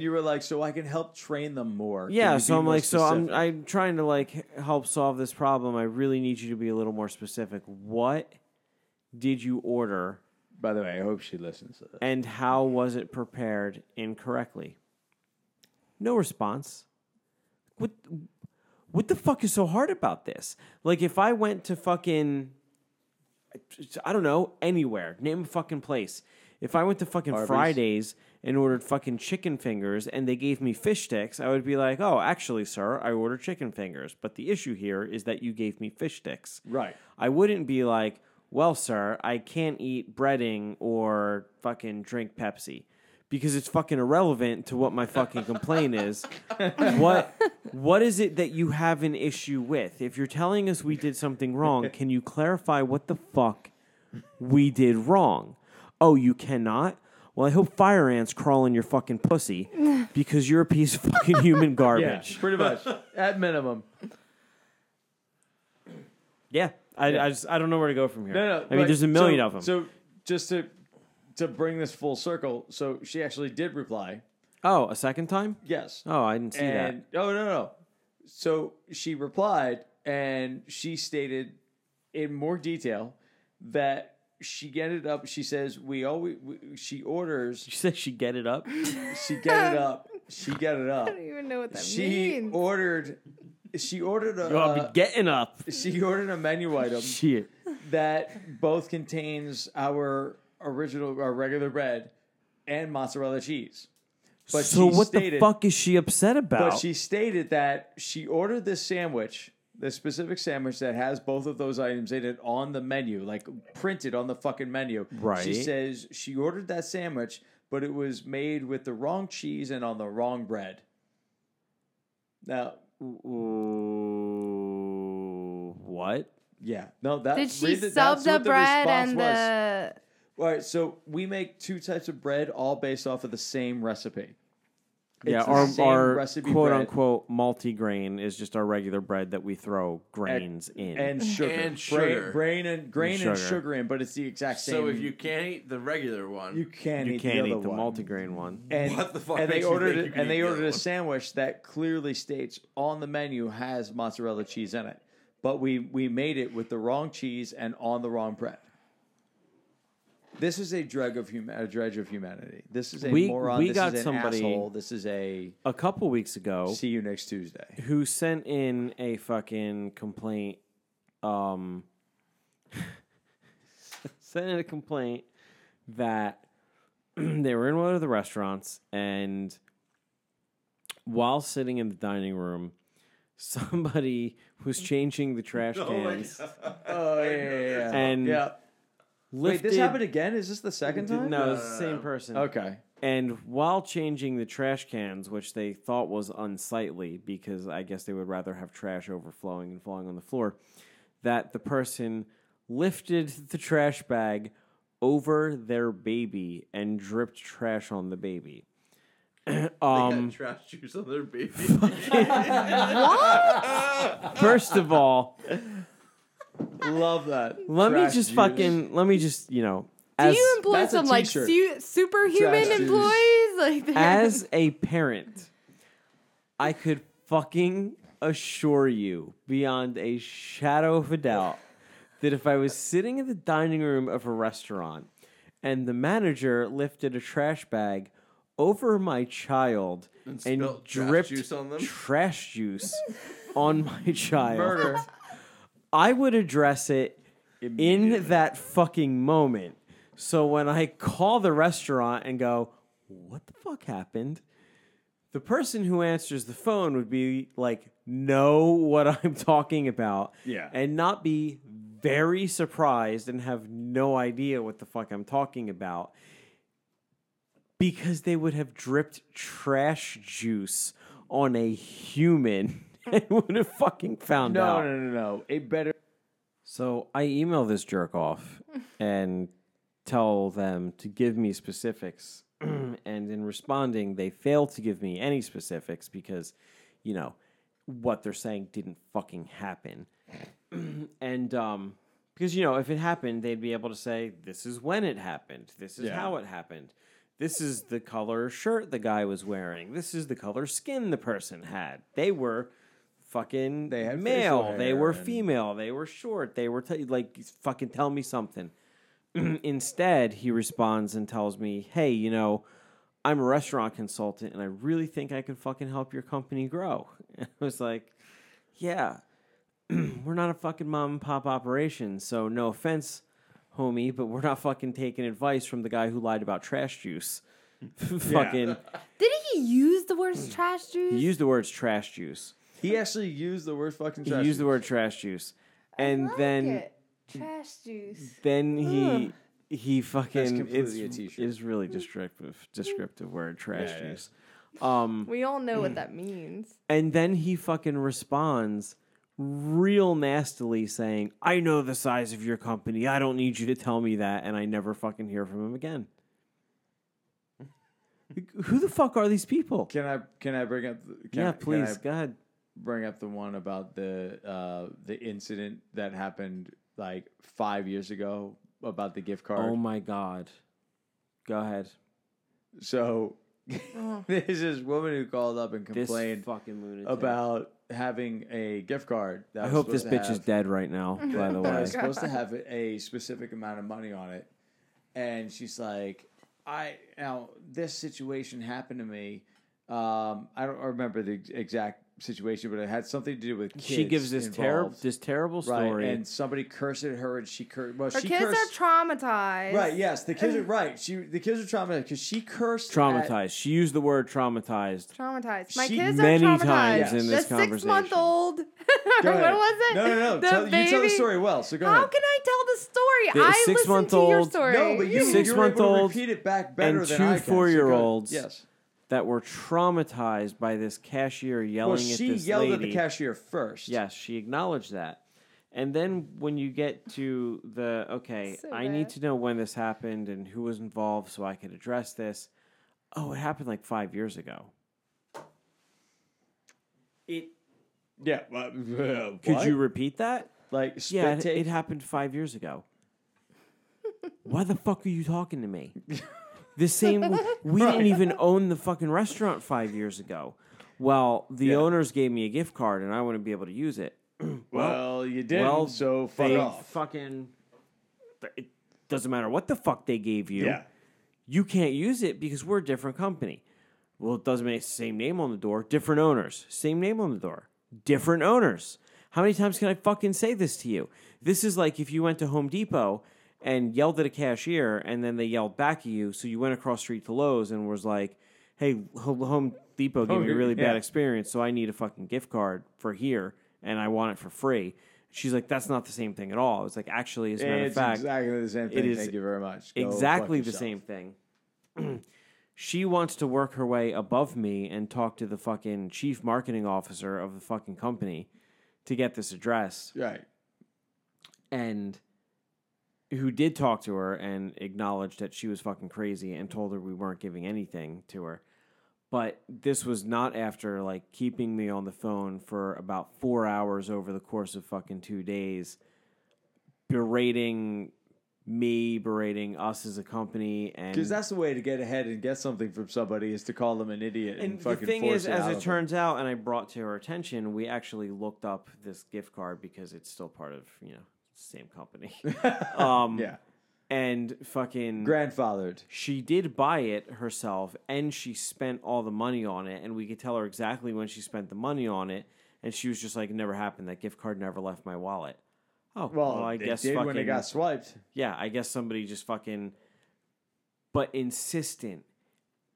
[SPEAKER 1] you were like, so I can help train them more. Can
[SPEAKER 2] Yeah,
[SPEAKER 1] you
[SPEAKER 2] so
[SPEAKER 1] be
[SPEAKER 2] I'm
[SPEAKER 1] more
[SPEAKER 2] like, so I'm
[SPEAKER 1] specific?
[SPEAKER 2] I'm trying to like h- help solve this problem. I really need you to be a little more specific. What did you order
[SPEAKER 1] By the way, I hope she listens to this.
[SPEAKER 2] and how was it prepared incorrectly? No response. What what the fuck is so hard about this? Like if I went to fucking I don't know, anywhere, name a fucking place. If I went to fucking
[SPEAKER 1] Arby's.
[SPEAKER 2] Fridays and ordered fucking chicken fingers and they gave me fish sticks, I would be like, "Oh, actually, sir, I ordered chicken fingers, but the issue here is that you gave me fish sticks."
[SPEAKER 1] Right.
[SPEAKER 2] I wouldn't be like, well, sir, I can't eat breading or fucking drink Pepsi because it's fucking irrelevant to what my fucking complaint is. what what is it that you have an issue with? If you're telling us we did something wrong, can you clarify what the fuck we did wrong? Oh, you cannot? Well, I hope fire ants crawl in your fucking pussy because you're a piece of fucking human
[SPEAKER 1] Yeah,
[SPEAKER 2] garbage.
[SPEAKER 1] pretty much. At minimum.
[SPEAKER 2] Yeah. I, I just I don't know where to go from here.
[SPEAKER 1] No, no.
[SPEAKER 2] I mean,
[SPEAKER 1] but-
[SPEAKER 2] there's a million
[SPEAKER 1] so-
[SPEAKER 2] of them.
[SPEAKER 1] So just to to bring this full circle, so she actually did reply.
[SPEAKER 2] Oh, a second time?
[SPEAKER 1] Yes.
[SPEAKER 2] Oh, I didn't see
[SPEAKER 1] and
[SPEAKER 2] that.
[SPEAKER 1] oh no no so she replied and she stated in more detail that she get it up. She says we always. We, she orders.
[SPEAKER 2] She said she get it up.
[SPEAKER 1] She get it up. She get it
[SPEAKER 4] I
[SPEAKER 1] up.
[SPEAKER 4] don't even know what that
[SPEAKER 1] She
[SPEAKER 4] means.
[SPEAKER 1] ordered. She ordered a. uh,
[SPEAKER 2] Yo, I'll be getting up.
[SPEAKER 1] she ordered a menu item
[SPEAKER 2] Shit.
[SPEAKER 1] that both contains our original, our regular bread, and mozzarella cheese. But
[SPEAKER 2] so
[SPEAKER 1] she
[SPEAKER 2] what the
[SPEAKER 1] stated-
[SPEAKER 2] fuck is she upset about?
[SPEAKER 1] But she stated that she ordered this sandwich, this specific sandwich that has both of those items in it on the menu, like printed on the fucking menu. She
[SPEAKER 2] Right.
[SPEAKER 1] says she ordered that sandwich, but it was made with the wrong cheese and on the wrong bread. Now,
[SPEAKER 2] Ooh, what?
[SPEAKER 1] yeah, no, that
[SPEAKER 4] Did she
[SPEAKER 1] read the-
[SPEAKER 4] sub
[SPEAKER 1] that's
[SPEAKER 4] the
[SPEAKER 1] what
[SPEAKER 4] bread
[SPEAKER 1] response
[SPEAKER 4] and
[SPEAKER 1] was.
[SPEAKER 4] the?
[SPEAKER 1] All right, so we make two types of bread, all based off of the same recipe.
[SPEAKER 2] yeah,
[SPEAKER 1] It's the
[SPEAKER 2] our,
[SPEAKER 1] same
[SPEAKER 2] our
[SPEAKER 1] recipe
[SPEAKER 2] quote
[SPEAKER 1] bread.
[SPEAKER 2] unquote multi-grain is just our regular bread that we throw grains in.
[SPEAKER 1] and sugar,
[SPEAKER 5] And
[SPEAKER 1] Bra-
[SPEAKER 5] sugar.
[SPEAKER 1] brain and grain and sugar.
[SPEAKER 2] sugar.
[SPEAKER 1] in, but it's the exact same.
[SPEAKER 5] So if you can't eat the regular one,
[SPEAKER 1] you can
[SPEAKER 2] you
[SPEAKER 1] eat
[SPEAKER 2] can't
[SPEAKER 1] the
[SPEAKER 2] eat
[SPEAKER 1] other
[SPEAKER 2] the
[SPEAKER 1] one.
[SPEAKER 2] multi-grain one.
[SPEAKER 1] and,
[SPEAKER 5] What the fuck
[SPEAKER 1] and they
[SPEAKER 5] makes you
[SPEAKER 1] ordered
[SPEAKER 5] think
[SPEAKER 1] it,
[SPEAKER 5] you can
[SPEAKER 1] and
[SPEAKER 5] eat
[SPEAKER 1] they
[SPEAKER 5] the other
[SPEAKER 1] ordered a
[SPEAKER 5] one?
[SPEAKER 1] sandwich that clearly states on the menu has mozzarella cheese in it, but we we made it with the wrong cheese and on the wrong bread. This is a drug of hum- a dredge of humanity. This is a
[SPEAKER 2] We-
[SPEAKER 1] moron.
[SPEAKER 2] we
[SPEAKER 1] this
[SPEAKER 2] got
[SPEAKER 1] is an
[SPEAKER 2] somebody-
[SPEAKER 1] asshole. This is a
[SPEAKER 2] A couple weeks ago,
[SPEAKER 1] see you next Tuesday.
[SPEAKER 2] who sent in a fucking complaint um sent in a complaint that they were in one of the restaurants and while sitting in the dining room somebody was changing the trash cans
[SPEAKER 1] Oh yeah, yeah, yeah.
[SPEAKER 2] and
[SPEAKER 1] yeah. Wait,
[SPEAKER 2] lifted
[SPEAKER 1] this happened again? Is this the second
[SPEAKER 2] no,
[SPEAKER 1] time?
[SPEAKER 2] it was the same person
[SPEAKER 1] Okay.
[SPEAKER 2] And while changing the trash cans, which they thought was unsightly because I guess they would rather have trash overflowing and falling on the floor, that the person lifted the trash bag over their baby and dripped trash on the baby. um,
[SPEAKER 5] trash juice on their baby.
[SPEAKER 2] first of all,
[SPEAKER 1] Love that.
[SPEAKER 2] let me
[SPEAKER 1] Trash
[SPEAKER 2] just
[SPEAKER 1] juice.
[SPEAKER 2] fucking let me just you know as
[SPEAKER 4] do you employ
[SPEAKER 1] that's a
[SPEAKER 4] some like
[SPEAKER 1] t-shirt.
[SPEAKER 4] su- superhuman
[SPEAKER 1] Trash
[SPEAKER 4] employees? Like they're-
[SPEAKER 2] as a parent, I could fucking assure you beyond a shadow of a doubt that if I was sitting in the dining room of a restaurant and the manager lifted a trash bag over my child and,
[SPEAKER 5] spilled trash
[SPEAKER 2] dripped
[SPEAKER 5] juice on them?
[SPEAKER 2] trash juice on my child,
[SPEAKER 1] murder.
[SPEAKER 2] I would address it in that fucking moment. So when I call the restaurant and go, what the fuck happened? The person who answers the phone would be like, know what I'm talking about.
[SPEAKER 1] Yeah.
[SPEAKER 2] And not be very surprised and have no idea what the fuck I'm talking about because they would have dripped trash juice on a human and would have fucking found
[SPEAKER 1] No,
[SPEAKER 2] out.
[SPEAKER 1] no, no, no. A better
[SPEAKER 2] So I email this jerk off and tell them to give me specifics. and in responding, they fail to give me any specifics because, you know, what they're saying didn't fucking happen. and um, because, you know, if it happened, they'd be able to say, this is when it happened, this is
[SPEAKER 1] Yeah.
[SPEAKER 2] how it happened. This is the color shirt the guy was wearing. This is the color skin the person had. They were fucking
[SPEAKER 1] They had facial
[SPEAKER 2] male. They
[SPEAKER 1] hair
[SPEAKER 2] were
[SPEAKER 1] and-
[SPEAKER 2] female. They were short. They were t- like fucking tell me something. Instead, he responds and tells me, "Hey, you know, I'm a restaurant consultant, and I really think I can fucking help your company grow." And I was like, "Yeah, we're not a fucking mom and pop operation, so no offense, homie, but we're not fucking taking advice from the guy who lied about trash juice." fucking,
[SPEAKER 4] did he use the words trash
[SPEAKER 2] he
[SPEAKER 4] juice?
[SPEAKER 2] used the words trash juice.
[SPEAKER 1] He actually used the word fucking
[SPEAKER 2] He
[SPEAKER 1] trash.
[SPEAKER 2] used the word trash juice, and
[SPEAKER 4] Like
[SPEAKER 2] then.
[SPEAKER 4] it. trash juice.
[SPEAKER 2] then he he fucking it's,
[SPEAKER 1] completely a t-shirt.
[SPEAKER 2] it's really descriptive descriptive word trash
[SPEAKER 1] Yeah, it
[SPEAKER 2] juice um
[SPEAKER 4] We all
[SPEAKER 1] Mm.
[SPEAKER 4] know what that means.
[SPEAKER 2] and then he fucking responds real nastily saying i know the size of your company i don't need you to tell me that and i never fucking hear from him again who the fuck are these people
[SPEAKER 1] Can I can I bring up the- can,
[SPEAKER 2] yeah
[SPEAKER 1] I- can
[SPEAKER 2] please
[SPEAKER 1] I
[SPEAKER 2] go ahead
[SPEAKER 1] bring up the one about the uh, the incident that happened like five years ago about the gift card.
[SPEAKER 2] oh my god go ahead
[SPEAKER 1] so There's this woman who called up and
[SPEAKER 2] This
[SPEAKER 1] complained
[SPEAKER 2] fucking lunatic.
[SPEAKER 1] about having a gift card. That
[SPEAKER 2] I
[SPEAKER 1] was
[SPEAKER 2] hope this
[SPEAKER 1] supposed to
[SPEAKER 2] bitch is
[SPEAKER 1] have-
[SPEAKER 2] dead right now. By the
[SPEAKER 4] Oh
[SPEAKER 1] that
[SPEAKER 2] way,
[SPEAKER 1] was supposed to have a specific amount of money on it, and she's like, "I now this situation happened to me. Um, I don't remember the ex- exact situation, but it had something to do with kids
[SPEAKER 2] she gives this terrible
[SPEAKER 1] involved."
[SPEAKER 2] this terrible
[SPEAKER 1] right,
[SPEAKER 2] story.
[SPEAKER 1] and somebody cursed at her, and she cursed. Well,
[SPEAKER 4] Her
[SPEAKER 1] she
[SPEAKER 4] kids
[SPEAKER 1] cursed.
[SPEAKER 4] are traumatized.
[SPEAKER 1] Right. Yes, the kids are right. She the kids are traumatized because she cursed. at-
[SPEAKER 2] traumatized. She used the word traumatized.
[SPEAKER 4] Traumatized. My
[SPEAKER 1] She-
[SPEAKER 4] kids are
[SPEAKER 2] Many
[SPEAKER 4] traumatized.
[SPEAKER 2] times in this
[SPEAKER 4] the six month
[SPEAKER 2] conversation.
[SPEAKER 4] old. what
[SPEAKER 1] Go ahead.
[SPEAKER 4] was it?
[SPEAKER 1] No, no, no.
[SPEAKER 4] The
[SPEAKER 1] tell, You tell the
[SPEAKER 4] baby-
[SPEAKER 1] story well. So go
[SPEAKER 4] How
[SPEAKER 1] ahead.
[SPEAKER 4] can I tell the story?
[SPEAKER 2] The
[SPEAKER 4] I listened to your
[SPEAKER 2] six-month-old-
[SPEAKER 4] story.
[SPEAKER 1] no, but you,
[SPEAKER 2] Six
[SPEAKER 1] you were
[SPEAKER 2] month
[SPEAKER 1] able to
[SPEAKER 2] olds
[SPEAKER 1] repeat it back better
[SPEAKER 2] and
[SPEAKER 1] than
[SPEAKER 2] two
[SPEAKER 1] I can. So go-
[SPEAKER 2] four-year-olds.
[SPEAKER 1] Yes.
[SPEAKER 2] That were traumatized by this cashier yelling
[SPEAKER 1] Well,
[SPEAKER 2] at
[SPEAKER 1] she
[SPEAKER 2] this
[SPEAKER 1] yelled
[SPEAKER 2] lady.
[SPEAKER 1] at the cashier first.
[SPEAKER 2] Yes, she acknowledged that. And then when you get to the okay,
[SPEAKER 4] So
[SPEAKER 2] I need
[SPEAKER 4] bad.
[SPEAKER 2] to know when this happened and who was involved so I could address this. Oh, it happened like five years ago. It
[SPEAKER 1] Yeah. uh, What?
[SPEAKER 2] could you repeat that?
[SPEAKER 1] like spit
[SPEAKER 2] Yeah, it,
[SPEAKER 1] take?
[SPEAKER 2] it happened five years ago. Why the fuck are you talking to me? The same. We didn't even own the fucking restaurant five years ago. Well, the
[SPEAKER 1] Yeah.
[SPEAKER 2] owners gave me a gift card and I wouldn't be able to use it.
[SPEAKER 1] well, you didn't.
[SPEAKER 2] well,
[SPEAKER 1] so fuck
[SPEAKER 2] they
[SPEAKER 1] off.
[SPEAKER 2] Fucking. It doesn't matter what the fuck they gave you.
[SPEAKER 1] Yeah.
[SPEAKER 2] You can't use it because we're a different company. Well, it doesn't make same name on the door, different owners. Same name on the door, different owners. How many times can I fucking say this to you? This is like if you went to Home Depot and yelled at a cashier and then they yelled back at you. So you went across the street to Lowe's and was like, hey, Ho- Home Depot gave me a
[SPEAKER 1] Oh,
[SPEAKER 2] really
[SPEAKER 1] yeah.
[SPEAKER 2] bad experience, so I need a fucking gift card for here and I want it for free. She's like, that's not the same thing at all. I was like, actually, as a matter
[SPEAKER 1] It's
[SPEAKER 2] of fact,
[SPEAKER 1] exactly the same thing.
[SPEAKER 2] is
[SPEAKER 1] Thank you very much. Go fuck
[SPEAKER 2] exactly the
[SPEAKER 1] yourself.
[SPEAKER 2] same thing. she wants to work her way above me and talk to the fucking chief marketing officer of the fucking company to get this address.
[SPEAKER 1] Right.
[SPEAKER 2] And who did talk to her and acknowledged that she was fucking crazy and told her we weren't giving anything to her. But this was not after like keeping me on the phone for about four hours over the course of fucking two days, berating me, berating us as a company, and
[SPEAKER 1] Because that's the way to get ahead and get something from somebody is to call them an idiot and,
[SPEAKER 2] and the
[SPEAKER 1] fucking
[SPEAKER 2] thing
[SPEAKER 1] force
[SPEAKER 2] is,
[SPEAKER 1] it out
[SPEAKER 2] as it
[SPEAKER 1] of them.
[SPEAKER 2] turns out, and I brought to her attention, we actually looked up this gift card because it's still part of you know same company. um,
[SPEAKER 1] yeah,
[SPEAKER 2] and fucking
[SPEAKER 1] grandfathered.
[SPEAKER 2] she did buy it herself, and she spent all the money on it, and we could tell her exactly when she spent the money on it, and she was just like, "It "Never happened. That gift card never left my wallet." Oh well,
[SPEAKER 1] Well,
[SPEAKER 2] I
[SPEAKER 1] it
[SPEAKER 2] guess
[SPEAKER 1] did
[SPEAKER 2] fucking
[SPEAKER 1] when it got swiped.
[SPEAKER 2] yeah, I guess somebody just fucking, but insistent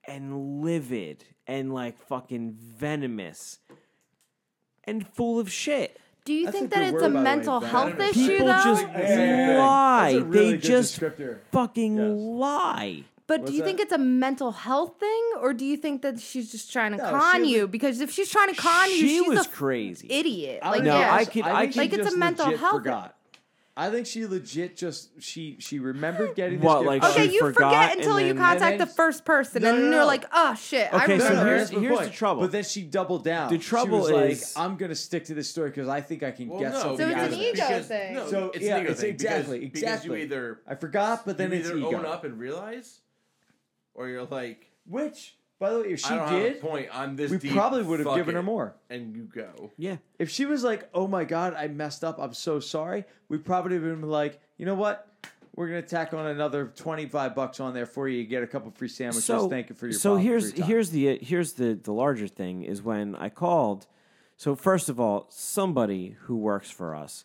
[SPEAKER 2] and livid and like fucking venomous and full of shit.
[SPEAKER 4] Do you
[SPEAKER 1] That's
[SPEAKER 4] think
[SPEAKER 1] a good
[SPEAKER 4] that
[SPEAKER 1] word,
[SPEAKER 4] it's a
[SPEAKER 1] by the way,
[SPEAKER 4] mental health
[SPEAKER 1] venomous.
[SPEAKER 4] issue,
[SPEAKER 2] People
[SPEAKER 4] though?
[SPEAKER 2] just
[SPEAKER 1] That's a good-
[SPEAKER 2] lie.
[SPEAKER 1] that's a really
[SPEAKER 2] they
[SPEAKER 1] good
[SPEAKER 2] just
[SPEAKER 1] descriptor.
[SPEAKER 2] fucking
[SPEAKER 1] Yes.
[SPEAKER 2] lie.
[SPEAKER 4] but
[SPEAKER 1] What's
[SPEAKER 4] do you think
[SPEAKER 1] that?
[SPEAKER 4] it's a mental health thing, or do you think that she's just trying to
[SPEAKER 1] No,
[SPEAKER 4] con
[SPEAKER 1] she
[SPEAKER 4] you? Because if she's trying to con you,
[SPEAKER 2] she
[SPEAKER 4] she's
[SPEAKER 2] was
[SPEAKER 4] a
[SPEAKER 2] crazy.
[SPEAKER 4] idiot.
[SPEAKER 1] I
[SPEAKER 4] like,
[SPEAKER 1] don't know.
[SPEAKER 4] yeah.
[SPEAKER 2] I could-
[SPEAKER 1] think
[SPEAKER 2] I
[SPEAKER 1] she
[SPEAKER 2] could- Like,
[SPEAKER 4] it's a
[SPEAKER 1] just
[SPEAKER 4] mental
[SPEAKER 1] legit
[SPEAKER 4] health-
[SPEAKER 1] Forgot. I think she legit just she she remembered getting this.
[SPEAKER 2] What,
[SPEAKER 1] gift
[SPEAKER 2] like
[SPEAKER 1] card.
[SPEAKER 4] Okay,
[SPEAKER 2] she
[SPEAKER 4] you
[SPEAKER 2] forgot
[SPEAKER 4] forget
[SPEAKER 2] and
[SPEAKER 4] until you
[SPEAKER 2] then-
[SPEAKER 4] contact
[SPEAKER 1] And then-
[SPEAKER 4] the first person,
[SPEAKER 1] No,
[SPEAKER 4] and
[SPEAKER 1] no,
[SPEAKER 4] then you're
[SPEAKER 1] no.
[SPEAKER 4] like, oh shit, I
[SPEAKER 2] Okay, so
[SPEAKER 4] remember.
[SPEAKER 2] here's- here's the
[SPEAKER 1] point.
[SPEAKER 2] trouble.
[SPEAKER 1] But then she doubled down.
[SPEAKER 2] The
[SPEAKER 1] She
[SPEAKER 2] trouble
[SPEAKER 1] was
[SPEAKER 2] is-
[SPEAKER 1] like, I'm gonna stick to this story because I think I can
[SPEAKER 5] Well,
[SPEAKER 1] get
[SPEAKER 5] no,
[SPEAKER 1] something
[SPEAKER 4] So it's
[SPEAKER 1] out
[SPEAKER 4] an
[SPEAKER 1] of
[SPEAKER 4] ego
[SPEAKER 1] this.
[SPEAKER 5] because-
[SPEAKER 4] thing.
[SPEAKER 5] No,
[SPEAKER 1] So
[SPEAKER 5] it's
[SPEAKER 1] yeah,
[SPEAKER 5] an ego
[SPEAKER 1] it's
[SPEAKER 5] thing
[SPEAKER 1] exactly
[SPEAKER 5] because,
[SPEAKER 1] exactly.
[SPEAKER 5] Because you either
[SPEAKER 1] I forgot, but then
[SPEAKER 5] you
[SPEAKER 1] it's
[SPEAKER 5] either
[SPEAKER 1] ego.
[SPEAKER 5] own up and realize, or you're like,
[SPEAKER 1] Which, by the way, if she
[SPEAKER 5] I don't have a
[SPEAKER 1] did,
[SPEAKER 5] point. I'm this.
[SPEAKER 1] we
[SPEAKER 5] deep,
[SPEAKER 1] probably would have
[SPEAKER 5] fuck
[SPEAKER 1] given
[SPEAKER 5] it,
[SPEAKER 1] her more.
[SPEAKER 5] And you go.
[SPEAKER 2] Yeah.
[SPEAKER 1] If she was like, "Oh my god, I messed up. I'm so sorry," we probably would have been like, "You know what? We're gonna tack on another twenty five bucks on there for you. You get a couple free sandwiches. Thank you for your.
[SPEAKER 2] so
[SPEAKER 1] problem, for
[SPEAKER 2] here's
[SPEAKER 1] your time."
[SPEAKER 2] here's the here's the the larger thing is when I called. So first of all, somebody who works for us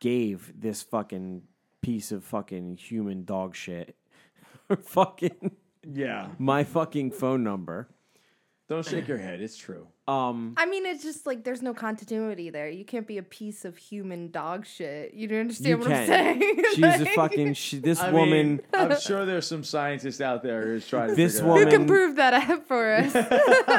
[SPEAKER 2] gave this fucking piece of fucking human dog shit fucking
[SPEAKER 1] yeah.
[SPEAKER 2] my fucking phone number.
[SPEAKER 1] Don't shake your head. It's true.
[SPEAKER 2] Um,
[SPEAKER 4] I mean, it's just like there's no continuity there. You can't be a piece of human dog shit. You don't understand
[SPEAKER 2] you
[SPEAKER 4] what
[SPEAKER 2] can.
[SPEAKER 4] I'm saying.
[SPEAKER 2] She's a
[SPEAKER 4] Like,
[SPEAKER 2] fucking. She, this
[SPEAKER 1] I
[SPEAKER 2] woman.
[SPEAKER 1] mean, I'm sure there's some scientist out there who's trying to
[SPEAKER 2] This
[SPEAKER 1] figure
[SPEAKER 2] woman-
[SPEAKER 1] It
[SPEAKER 4] Who
[SPEAKER 1] out.
[SPEAKER 2] woman.
[SPEAKER 4] can prove that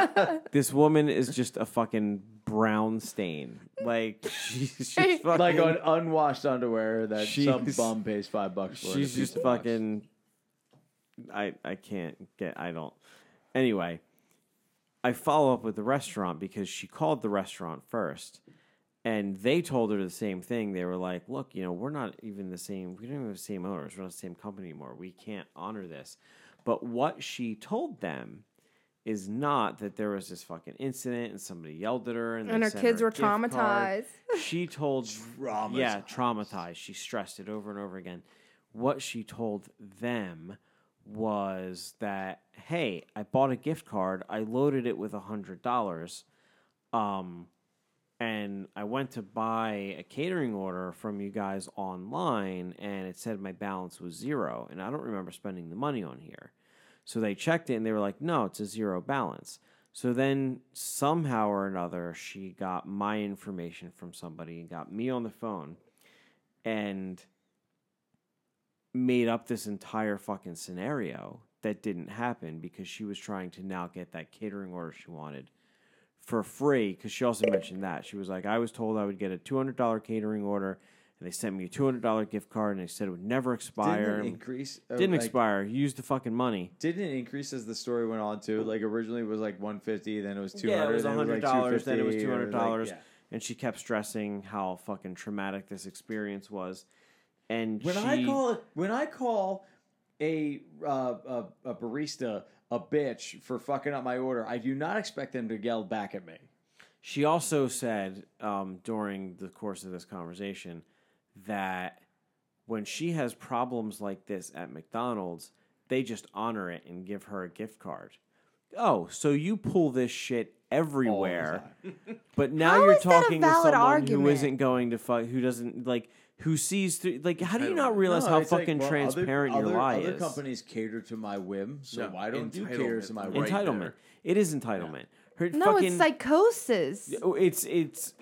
[SPEAKER 4] up for us?
[SPEAKER 2] this woman is just a fucking brown stain. Like she's, she's fucking.
[SPEAKER 1] Like on unwashed underwear that some
[SPEAKER 2] She's-
[SPEAKER 1] bum pays five bucks for. and a
[SPEAKER 2] She's
[SPEAKER 1] piece
[SPEAKER 2] just
[SPEAKER 1] of box.
[SPEAKER 2] fucking. I I can't get. I don't. Anyway, I follow up with the restaurant because she called the restaurant first, and they told her the same thing. They were like, "Look, you know, we're not even the same. We don't even have the same owners. We're not the same company anymore. We can't honor this." But what she told them is not that there was this fucking incident and somebody yelled at her and, they
[SPEAKER 4] And her
[SPEAKER 2] sent
[SPEAKER 4] kids
[SPEAKER 2] a
[SPEAKER 4] were
[SPEAKER 2] gift card.
[SPEAKER 4] traumatized.
[SPEAKER 2] She told
[SPEAKER 1] Traumatized.
[SPEAKER 2] Yeah, traumatized. She stressed it over and over again. What she told them was that, hey, I bought a gift card. I loaded it with a hundred dollars. Um and I went to buy a catering order from you guys online, and it said my balance was zero, and I don't remember spending the money on here. So they checked it, and they were like, no, it's a zero balance. So then somehow or another, she got my information from somebody and got me on the phone and made up this entire fucking scenario that didn't happen because she was trying to now get that catering order she wanted for free because she also mentioned that she was like i was told i would get a $200 catering order and they sent me a $200 gift card and they said it would never expire
[SPEAKER 1] Didn't it
[SPEAKER 2] didn't,
[SPEAKER 1] increase? uh,
[SPEAKER 2] didn't
[SPEAKER 1] like,
[SPEAKER 2] expire use the fucking money
[SPEAKER 1] Didn't it increase as the story went on too? Like originally it was like 150, then it was 200,
[SPEAKER 2] yeah, it was
[SPEAKER 1] then like,
[SPEAKER 2] $100 then it was
[SPEAKER 1] 250,
[SPEAKER 2] $200
[SPEAKER 1] or like- yeah.
[SPEAKER 2] and she kept stressing how fucking traumatic this experience was and
[SPEAKER 1] When
[SPEAKER 2] she,
[SPEAKER 1] I call it, when I call a, uh, a a barista a bitch for fucking up my order, I do not expect them to yell back at me.
[SPEAKER 2] She also said um, during the course of this conversation that when she has problems like this at McDonald's, they just honor it and give her a gift card. Oh, so you pull this shit everywhere, but now
[SPEAKER 4] How
[SPEAKER 2] you're
[SPEAKER 4] is that a
[SPEAKER 2] talking to
[SPEAKER 4] valid
[SPEAKER 2] someone who
[SPEAKER 4] argument?
[SPEAKER 2] isn't going to fuck, who doesn't like, who sees through. Like, how do you not realize
[SPEAKER 1] No,
[SPEAKER 2] how
[SPEAKER 1] it's like,
[SPEAKER 2] fucking
[SPEAKER 1] well, other-
[SPEAKER 2] transparent your
[SPEAKER 1] other-
[SPEAKER 2] lie
[SPEAKER 1] Other
[SPEAKER 2] is?
[SPEAKER 1] companies cater to my whim, so
[SPEAKER 3] No,
[SPEAKER 1] why don't you
[SPEAKER 3] entitlement,
[SPEAKER 1] cater to my whim?
[SPEAKER 3] right.
[SPEAKER 2] entitlement.
[SPEAKER 3] there.
[SPEAKER 2] It is entitlement. Her
[SPEAKER 4] No,
[SPEAKER 2] fucking,
[SPEAKER 4] it's psychosis.
[SPEAKER 2] Oh, It's it's.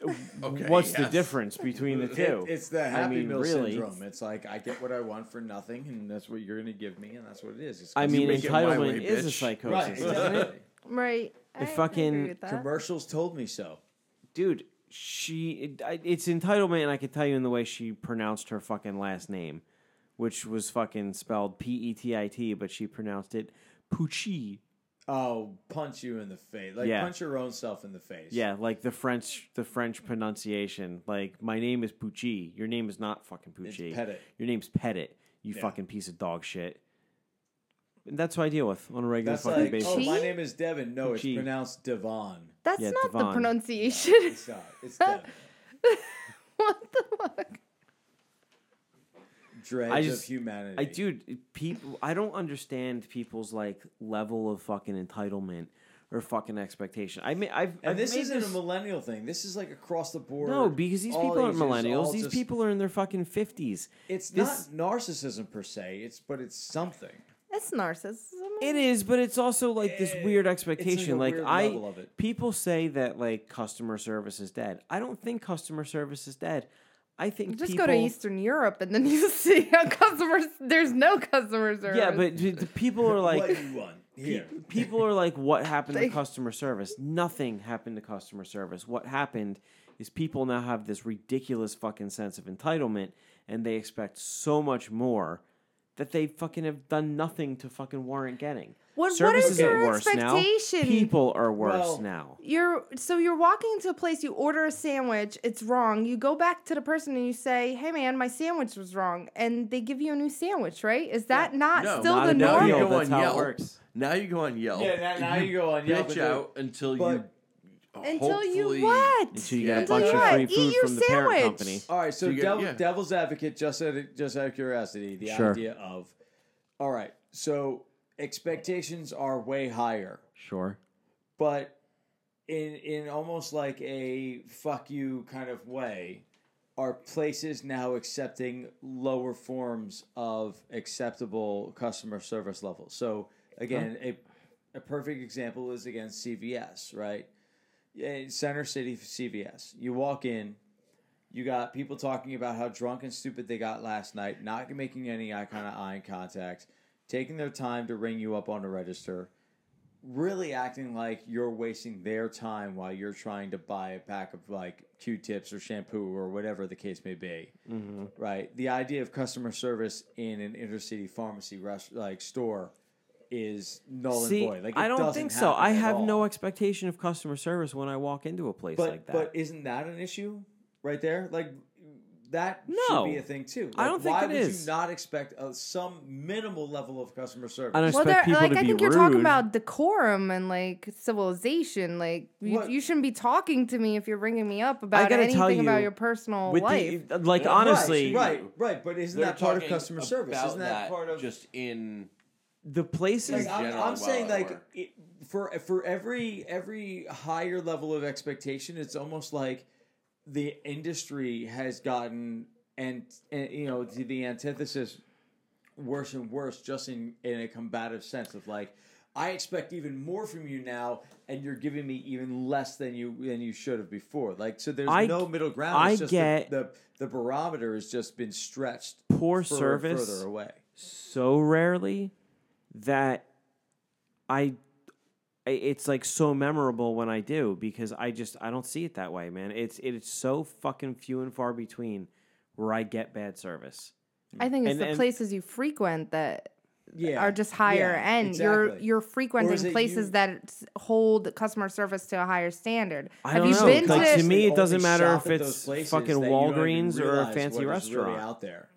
[SPEAKER 3] Okay,
[SPEAKER 2] what's the
[SPEAKER 3] yes.
[SPEAKER 2] difference between the two?
[SPEAKER 1] It- it's the
[SPEAKER 2] I
[SPEAKER 1] Happy
[SPEAKER 2] mean,
[SPEAKER 1] Meal
[SPEAKER 2] really.
[SPEAKER 1] syndrome. It's like I get what I want for nothing, and that's what you're going to give me, and that's what it is. It's
[SPEAKER 2] I mean,
[SPEAKER 3] make it my
[SPEAKER 2] entitlement
[SPEAKER 3] way,
[SPEAKER 2] is a
[SPEAKER 3] bitch.
[SPEAKER 1] right?
[SPEAKER 2] psychosis, isn't it?
[SPEAKER 1] Exactly.
[SPEAKER 4] Right. I- I agree
[SPEAKER 2] fucking
[SPEAKER 4] with that.
[SPEAKER 1] Commercials told me so.
[SPEAKER 2] Dude, she it, I- it's entitlement, and I can tell you in the way she pronounced her fucking last name, which was fucking spelled P E T I T, but she pronounced it Pucci.
[SPEAKER 1] Oh, punch you in the face! Like
[SPEAKER 2] Yeah.
[SPEAKER 1] punch your own self in the face.
[SPEAKER 2] Yeah, like the French, the French pronunciation. Like my name is Pucci. Your name is not fucking Pucci.
[SPEAKER 1] Pettit.
[SPEAKER 2] Your name's Pettit. You
[SPEAKER 1] Yeah.
[SPEAKER 2] fucking piece of dog shit. And that's what I deal with on a regular
[SPEAKER 1] That's
[SPEAKER 2] fucking
[SPEAKER 1] like,
[SPEAKER 2] basis.
[SPEAKER 1] oh, my
[SPEAKER 4] Pucci?
[SPEAKER 1] name is Devin. No, it's
[SPEAKER 2] Pucci.
[SPEAKER 1] pronounced Devon.
[SPEAKER 4] That's
[SPEAKER 2] Yeah,
[SPEAKER 4] not the
[SPEAKER 2] Devon.
[SPEAKER 4] pronunciation.
[SPEAKER 1] It's not. It's Devon.
[SPEAKER 4] what the fuck?
[SPEAKER 1] Dreads
[SPEAKER 2] I just-
[SPEAKER 1] of humanity.
[SPEAKER 2] I dude, people. I don't understand people's like level of fucking entitlement or fucking expectation. I mean, I've
[SPEAKER 1] And
[SPEAKER 2] I've
[SPEAKER 1] this
[SPEAKER 2] made
[SPEAKER 1] isn't a millennial thing. This is like across the board.
[SPEAKER 2] no, because these
[SPEAKER 1] all
[SPEAKER 2] people aren't
[SPEAKER 1] ages, all
[SPEAKER 2] millennials. These
[SPEAKER 1] just-
[SPEAKER 2] people are in their fucking fifties.
[SPEAKER 1] It's
[SPEAKER 2] this-
[SPEAKER 1] not narcissism per se. It's but it's something.
[SPEAKER 4] That's narcissism.
[SPEAKER 2] It is, but it's also like this weird expectation.
[SPEAKER 1] Eh, a
[SPEAKER 2] Like,
[SPEAKER 1] weird
[SPEAKER 2] I
[SPEAKER 1] level of it.
[SPEAKER 2] people say that like customer service is dead. I don't think customer service is dead. I think
[SPEAKER 4] Just
[SPEAKER 2] people,
[SPEAKER 4] go to Eastern Europe and then you see how customers. There's no customer service.
[SPEAKER 2] Yeah, but the- the people are like
[SPEAKER 1] what you want here?
[SPEAKER 2] people are like, what happened to
[SPEAKER 4] They-
[SPEAKER 2] customer service? Nothing happened to customer service. What happened is people now have this ridiculous fucking sense of entitlement and they expect so much more that they fucking have done nothing to fucking warrant getting.
[SPEAKER 4] What- what
[SPEAKER 2] service
[SPEAKER 4] is
[SPEAKER 2] isn't
[SPEAKER 4] your
[SPEAKER 2] worse
[SPEAKER 4] expectation?
[SPEAKER 2] now. People are worse
[SPEAKER 1] Well-
[SPEAKER 2] now.
[SPEAKER 4] you're so you're walking into a place. You order a sandwich. It's wrong. You go back to the person and you say, "Hey, man, my sandwich was wrong," and they give you a new sandwich. Right? Is that not
[SPEAKER 3] No,
[SPEAKER 4] still
[SPEAKER 2] not
[SPEAKER 4] the
[SPEAKER 2] a no
[SPEAKER 3] Now you
[SPEAKER 4] norm?
[SPEAKER 2] deal.
[SPEAKER 3] go
[SPEAKER 2] That's
[SPEAKER 3] on
[SPEAKER 2] how it
[SPEAKER 3] Yelp.
[SPEAKER 2] works.
[SPEAKER 3] Now you go on Yelp.
[SPEAKER 1] Yeah, now- now
[SPEAKER 3] and
[SPEAKER 1] you go on Yelp
[SPEAKER 3] Bitch
[SPEAKER 1] and do-
[SPEAKER 3] out until you.
[SPEAKER 1] but-
[SPEAKER 4] Until
[SPEAKER 3] hopefully-
[SPEAKER 4] you what?
[SPEAKER 2] Until you get a
[SPEAKER 4] Until
[SPEAKER 2] bunch
[SPEAKER 4] you
[SPEAKER 2] of
[SPEAKER 4] what?
[SPEAKER 2] free
[SPEAKER 4] Eat
[SPEAKER 2] food
[SPEAKER 4] your
[SPEAKER 2] from the parent
[SPEAKER 4] sandwich.
[SPEAKER 2] company.
[SPEAKER 1] All right, so
[SPEAKER 3] you get-
[SPEAKER 1] devil,
[SPEAKER 3] yeah.
[SPEAKER 1] devil's advocate, just out of, just out of curiosity, the
[SPEAKER 2] Sure.
[SPEAKER 1] idea of, all right, so expectations are way higher,
[SPEAKER 2] Sure.
[SPEAKER 1] but in in almost like a fuck you kind of way, are places now accepting lower forms of acceptable customer service levels? So again, a a perfect example is again CVS, right? Yeah, Center City CVS. You walk in, you got people talking about how drunk and stupid they got last night, not making any eye kind of eye contact, taking their time to ring you up on the register, really acting like you're wasting their time while you're trying to buy a pack of like Q-tips or shampoo or whatever the case may be.
[SPEAKER 2] Mm-hmm.
[SPEAKER 1] Right? The idea of customer service in an inner city pharmacy rest, like store is null
[SPEAKER 2] See,
[SPEAKER 1] and void. Like it
[SPEAKER 2] I don't
[SPEAKER 1] doesn't
[SPEAKER 2] think so.
[SPEAKER 1] happen
[SPEAKER 2] I
[SPEAKER 1] at
[SPEAKER 2] have
[SPEAKER 1] all.
[SPEAKER 2] no expectation of customer service when I walk into a place
[SPEAKER 1] but
[SPEAKER 2] like that.
[SPEAKER 1] but isn't that an issue right there? Like that
[SPEAKER 2] No.
[SPEAKER 1] should be a thing too.
[SPEAKER 2] I
[SPEAKER 1] Like,
[SPEAKER 2] don't think
[SPEAKER 1] why
[SPEAKER 2] it
[SPEAKER 1] would
[SPEAKER 2] is.
[SPEAKER 1] you not expect uh some minimal level of customer service?
[SPEAKER 2] I don't
[SPEAKER 4] Well,
[SPEAKER 2] expect
[SPEAKER 4] they're,
[SPEAKER 2] people
[SPEAKER 4] like
[SPEAKER 2] to
[SPEAKER 4] I
[SPEAKER 2] be
[SPEAKER 4] think
[SPEAKER 2] rude.
[SPEAKER 4] you're talking about decorum and like civilization. Like you,
[SPEAKER 1] What?
[SPEAKER 4] you shouldn't be talking to me if you're bringing me up about
[SPEAKER 2] gotta
[SPEAKER 4] anything
[SPEAKER 2] tell you,
[SPEAKER 4] about your personal
[SPEAKER 2] With
[SPEAKER 4] life.
[SPEAKER 2] the, e like
[SPEAKER 3] Yeah,
[SPEAKER 2] honestly,
[SPEAKER 1] right, right, right. But isn't
[SPEAKER 3] They're
[SPEAKER 1] that part of
[SPEAKER 3] talking
[SPEAKER 1] customer service?
[SPEAKER 3] about
[SPEAKER 1] Isn't that, part of
[SPEAKER 3] just in
[SPEAKER 2] the places
[SPEAKER 1] Like, I'm,
[SPEAKER 3] general
[SPEAKER 1] I'm saying
[SPEAKER 3] while at
[SPEAKER 1] like
[SPEAKER 3] work.
[SPEAKER 1] it, for for every every higher level of expectation, it's almost like the industry has gotten and, and you know to the antithesis worse and worse just in in a combative sense of like I expect even more from you now and you're giving me even less than you than you should have before like so there's
[SPEAKER 2] I-
[SPEAKER 1] no middle ground
[SPEAKER 2] I
[SPEAKER 1] it's just
[SPEAKER 2] get-
[SPEAKER 1] the, the the barometer has just been stretched
[SPEAKER 2] Poor
[SPEAKER 1] further and
[SPEAKER 2] service.
[SPEAKER 1] further away
[SPEAKER 2] so rarely that I I- it's like so memorable when I do because I just I don't see it that way, man. It's it's so fucking few and far between where I get bad service.
[SPEAKER 4] I think it's
[SPEAKER 2] And-
[SPEAKER 4] the
[SPEAKER 2] and-
[SPEAKER 4] places you frequent that
[SPEAKER 1] yeah
[SPEAKER 4] are just higher
[SPEAKER 1] Yeah,
[SPEAKER 4] end. You're
[SPEAKER 1] exactly.
[SPEAKER 4] you're
[SPEAKER 1] is
[SPEAKER 4] frequenting
[SPEAKER 1] it
[SPEAKER 4] places
[SPEAKER 1] you-
[SPEAKER 4] that s- hold customer service to a higher standard.
[SPEAKER 2] I
[SPEAKER 4] Have
[SPEAKER 2] don't
[SPEAKER 4] you
[SPEAKER 2] know,
[SPEAKER 4] been
[SPEAKER 2] like,
[SPEAKER 4] to?
[SPEAKER 2] to me- it
[SPEAKER 1] Only
[SPEAKER 2] doesn't matter
[SPEAKER 1] shop
[SPEAKER 2] if
[SPEAKER 1] at those
[SPEAKER 2] it's
[SPEAKER 1] places
[SPEAKER 2] fucking
[SPEAKER 1] that you don't even
[SPEAKER 2] Walgreens or a
[SPEAKER 1] realize
[SPEAKER 2] fancy
[SPEAKER 1] what is
[SPEAKER 2] restaurant.
[SPEAKER 1] really out there.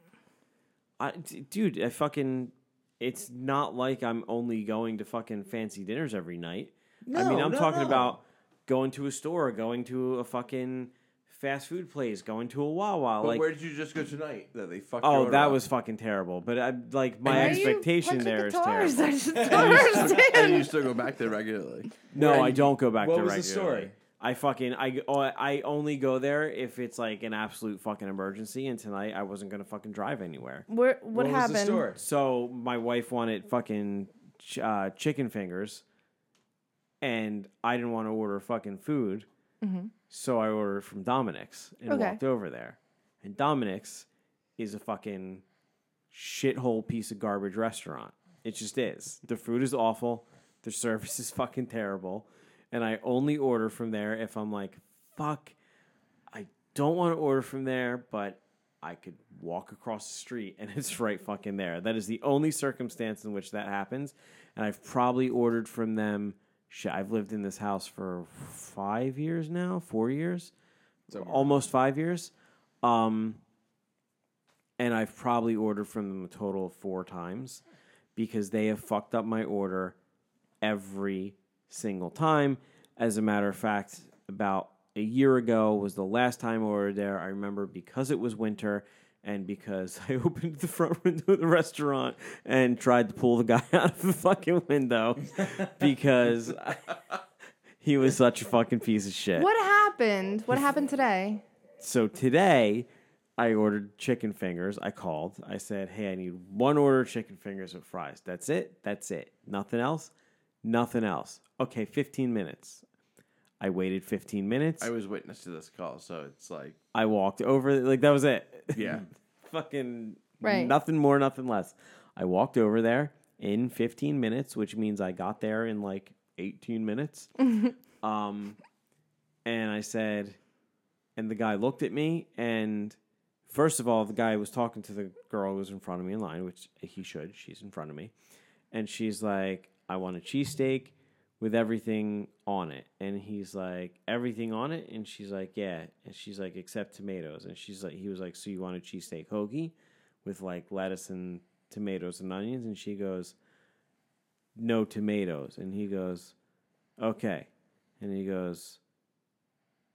[SPEAKER 2] I d- dude, I fucking it's not like I'm only going to fucking fancy dinners every night. I mean,
[SPEAKER 1] No,
[SPEAKER 2] I'm
[SPEAKER 1] no,
[SPEAKER 2] talking
[SPEAKER 1] no.
[SPEAKER 2] about going to a store, going to a fucking fast food place, going to a Wawa.
[SPEAKER 3] but
[SPEAKER 2] like
[SPEAKER 3] where did you just go tonight that they fucked your
[SPEAKER 2] Oh,
[SPEAKER 3] order
[SPEAKER 2] that
[SPEAKER 3] up?
[SPEAKER 2] was fucking terrible. But I like my
[SPEAKER 4] Why are you
[SPEAKER 2] expectation
[SPEAKER 4] punching
[SPEAKER 2] there is
[SPEAKER 4] guitars?
[SPEAKER 2] terrible.
[SPEAKER 4] I just
[SPEAKER 3] and
[SPEAKER 4] don't
[SPEAKER 3] you
[SPEAKER 4] understand.
[SPEAKER 3] still go back there regularly
[SPEAKER 2] No,
[SPEAKER 1] Where-
[SPEAKER 2] I don't go back
[SPEAKER 1] what
[SPEAKER 2] to
[SPEAKER 1] was the
[SPEAKER 2] regularly.
[SPEAKER 1] story?
[SPEAKER 2] I fucking I oh, I only go there if it's like an absolute fucking emergency. And tonight I wasn't gonna fucking drive anywhere.
[SPEAKER 4] Where, what,
[SPEAKER 1] was
[SPEAKER 4] happened?
[SPEAKER 1] the story?
[SPEAKER 2] So my wife wanted fucking ch- uh, chicken fingers, and I didn't want to order fucking food, so I ordered from Dominic's and
[SPEAKER 4] Okay.
[SPEAKER 2] walked over there. And Dominic's is a fucking shithole piece of garbage restaurant. It just is. The food is awful. The service is fucking terrible, and I only order from there if I'm like, fuck. I don't want to order from there, but I could walk across the street and it's right fucking there. That is the only circumstance in which that happens. And I've probably ordered from them. Shit, I've lived in this house for five years now, four years, almost five years. Um, and I've probably ordered from them a total of four times because they have fucked up my order every single time. As a matter of fact, about a year ago was the last time I ordered there. I remember because it was winter and because I opened the front window of the restaurant and tried to pull the guy out of the fucking window because I- he was such a fucking piece of shit.
[SPEAKER 4] What happened? What happened today?
[SPEAKER 2] So today, I ordered chicken fingers. I called. I said, "Hey, I need one order of chicken fingers with fries. That's it. That's it. Nothing else. Nothing else." Okay, 15 minutes. I waited 15 minutes.
[SPEAKER 3] i
[SPEAKER 2] I
[SPEAKER 3] was witness to this call so it's like hmm.
[SPEAKER 2] walked over. Like that was it.
[SPEAKER 3] yeah
[SPEAKER 2] Fucking
[SPEAKER 4] Right.
[SPEAKER 2] Nothing more, nothing less. I walked over there in 15 minutes, which means I got there in like 18 minutes. um, and I said, and the guy looked at me, and first of all, the guy was talking to the girl who was in front of me in line, which he should. She's in front of me, and she's like, "I want a cheesesteak with everything on it," and he's like, "Everything on it," and she's like, "Yeah," and she's like, "Except tomatoes," and she's like, he was like, "So you want a cheesesteak hoagie with like lettuce and tomatoes and onions?" and she goes, "No tomatoes," and he goes, "Okay," and he goes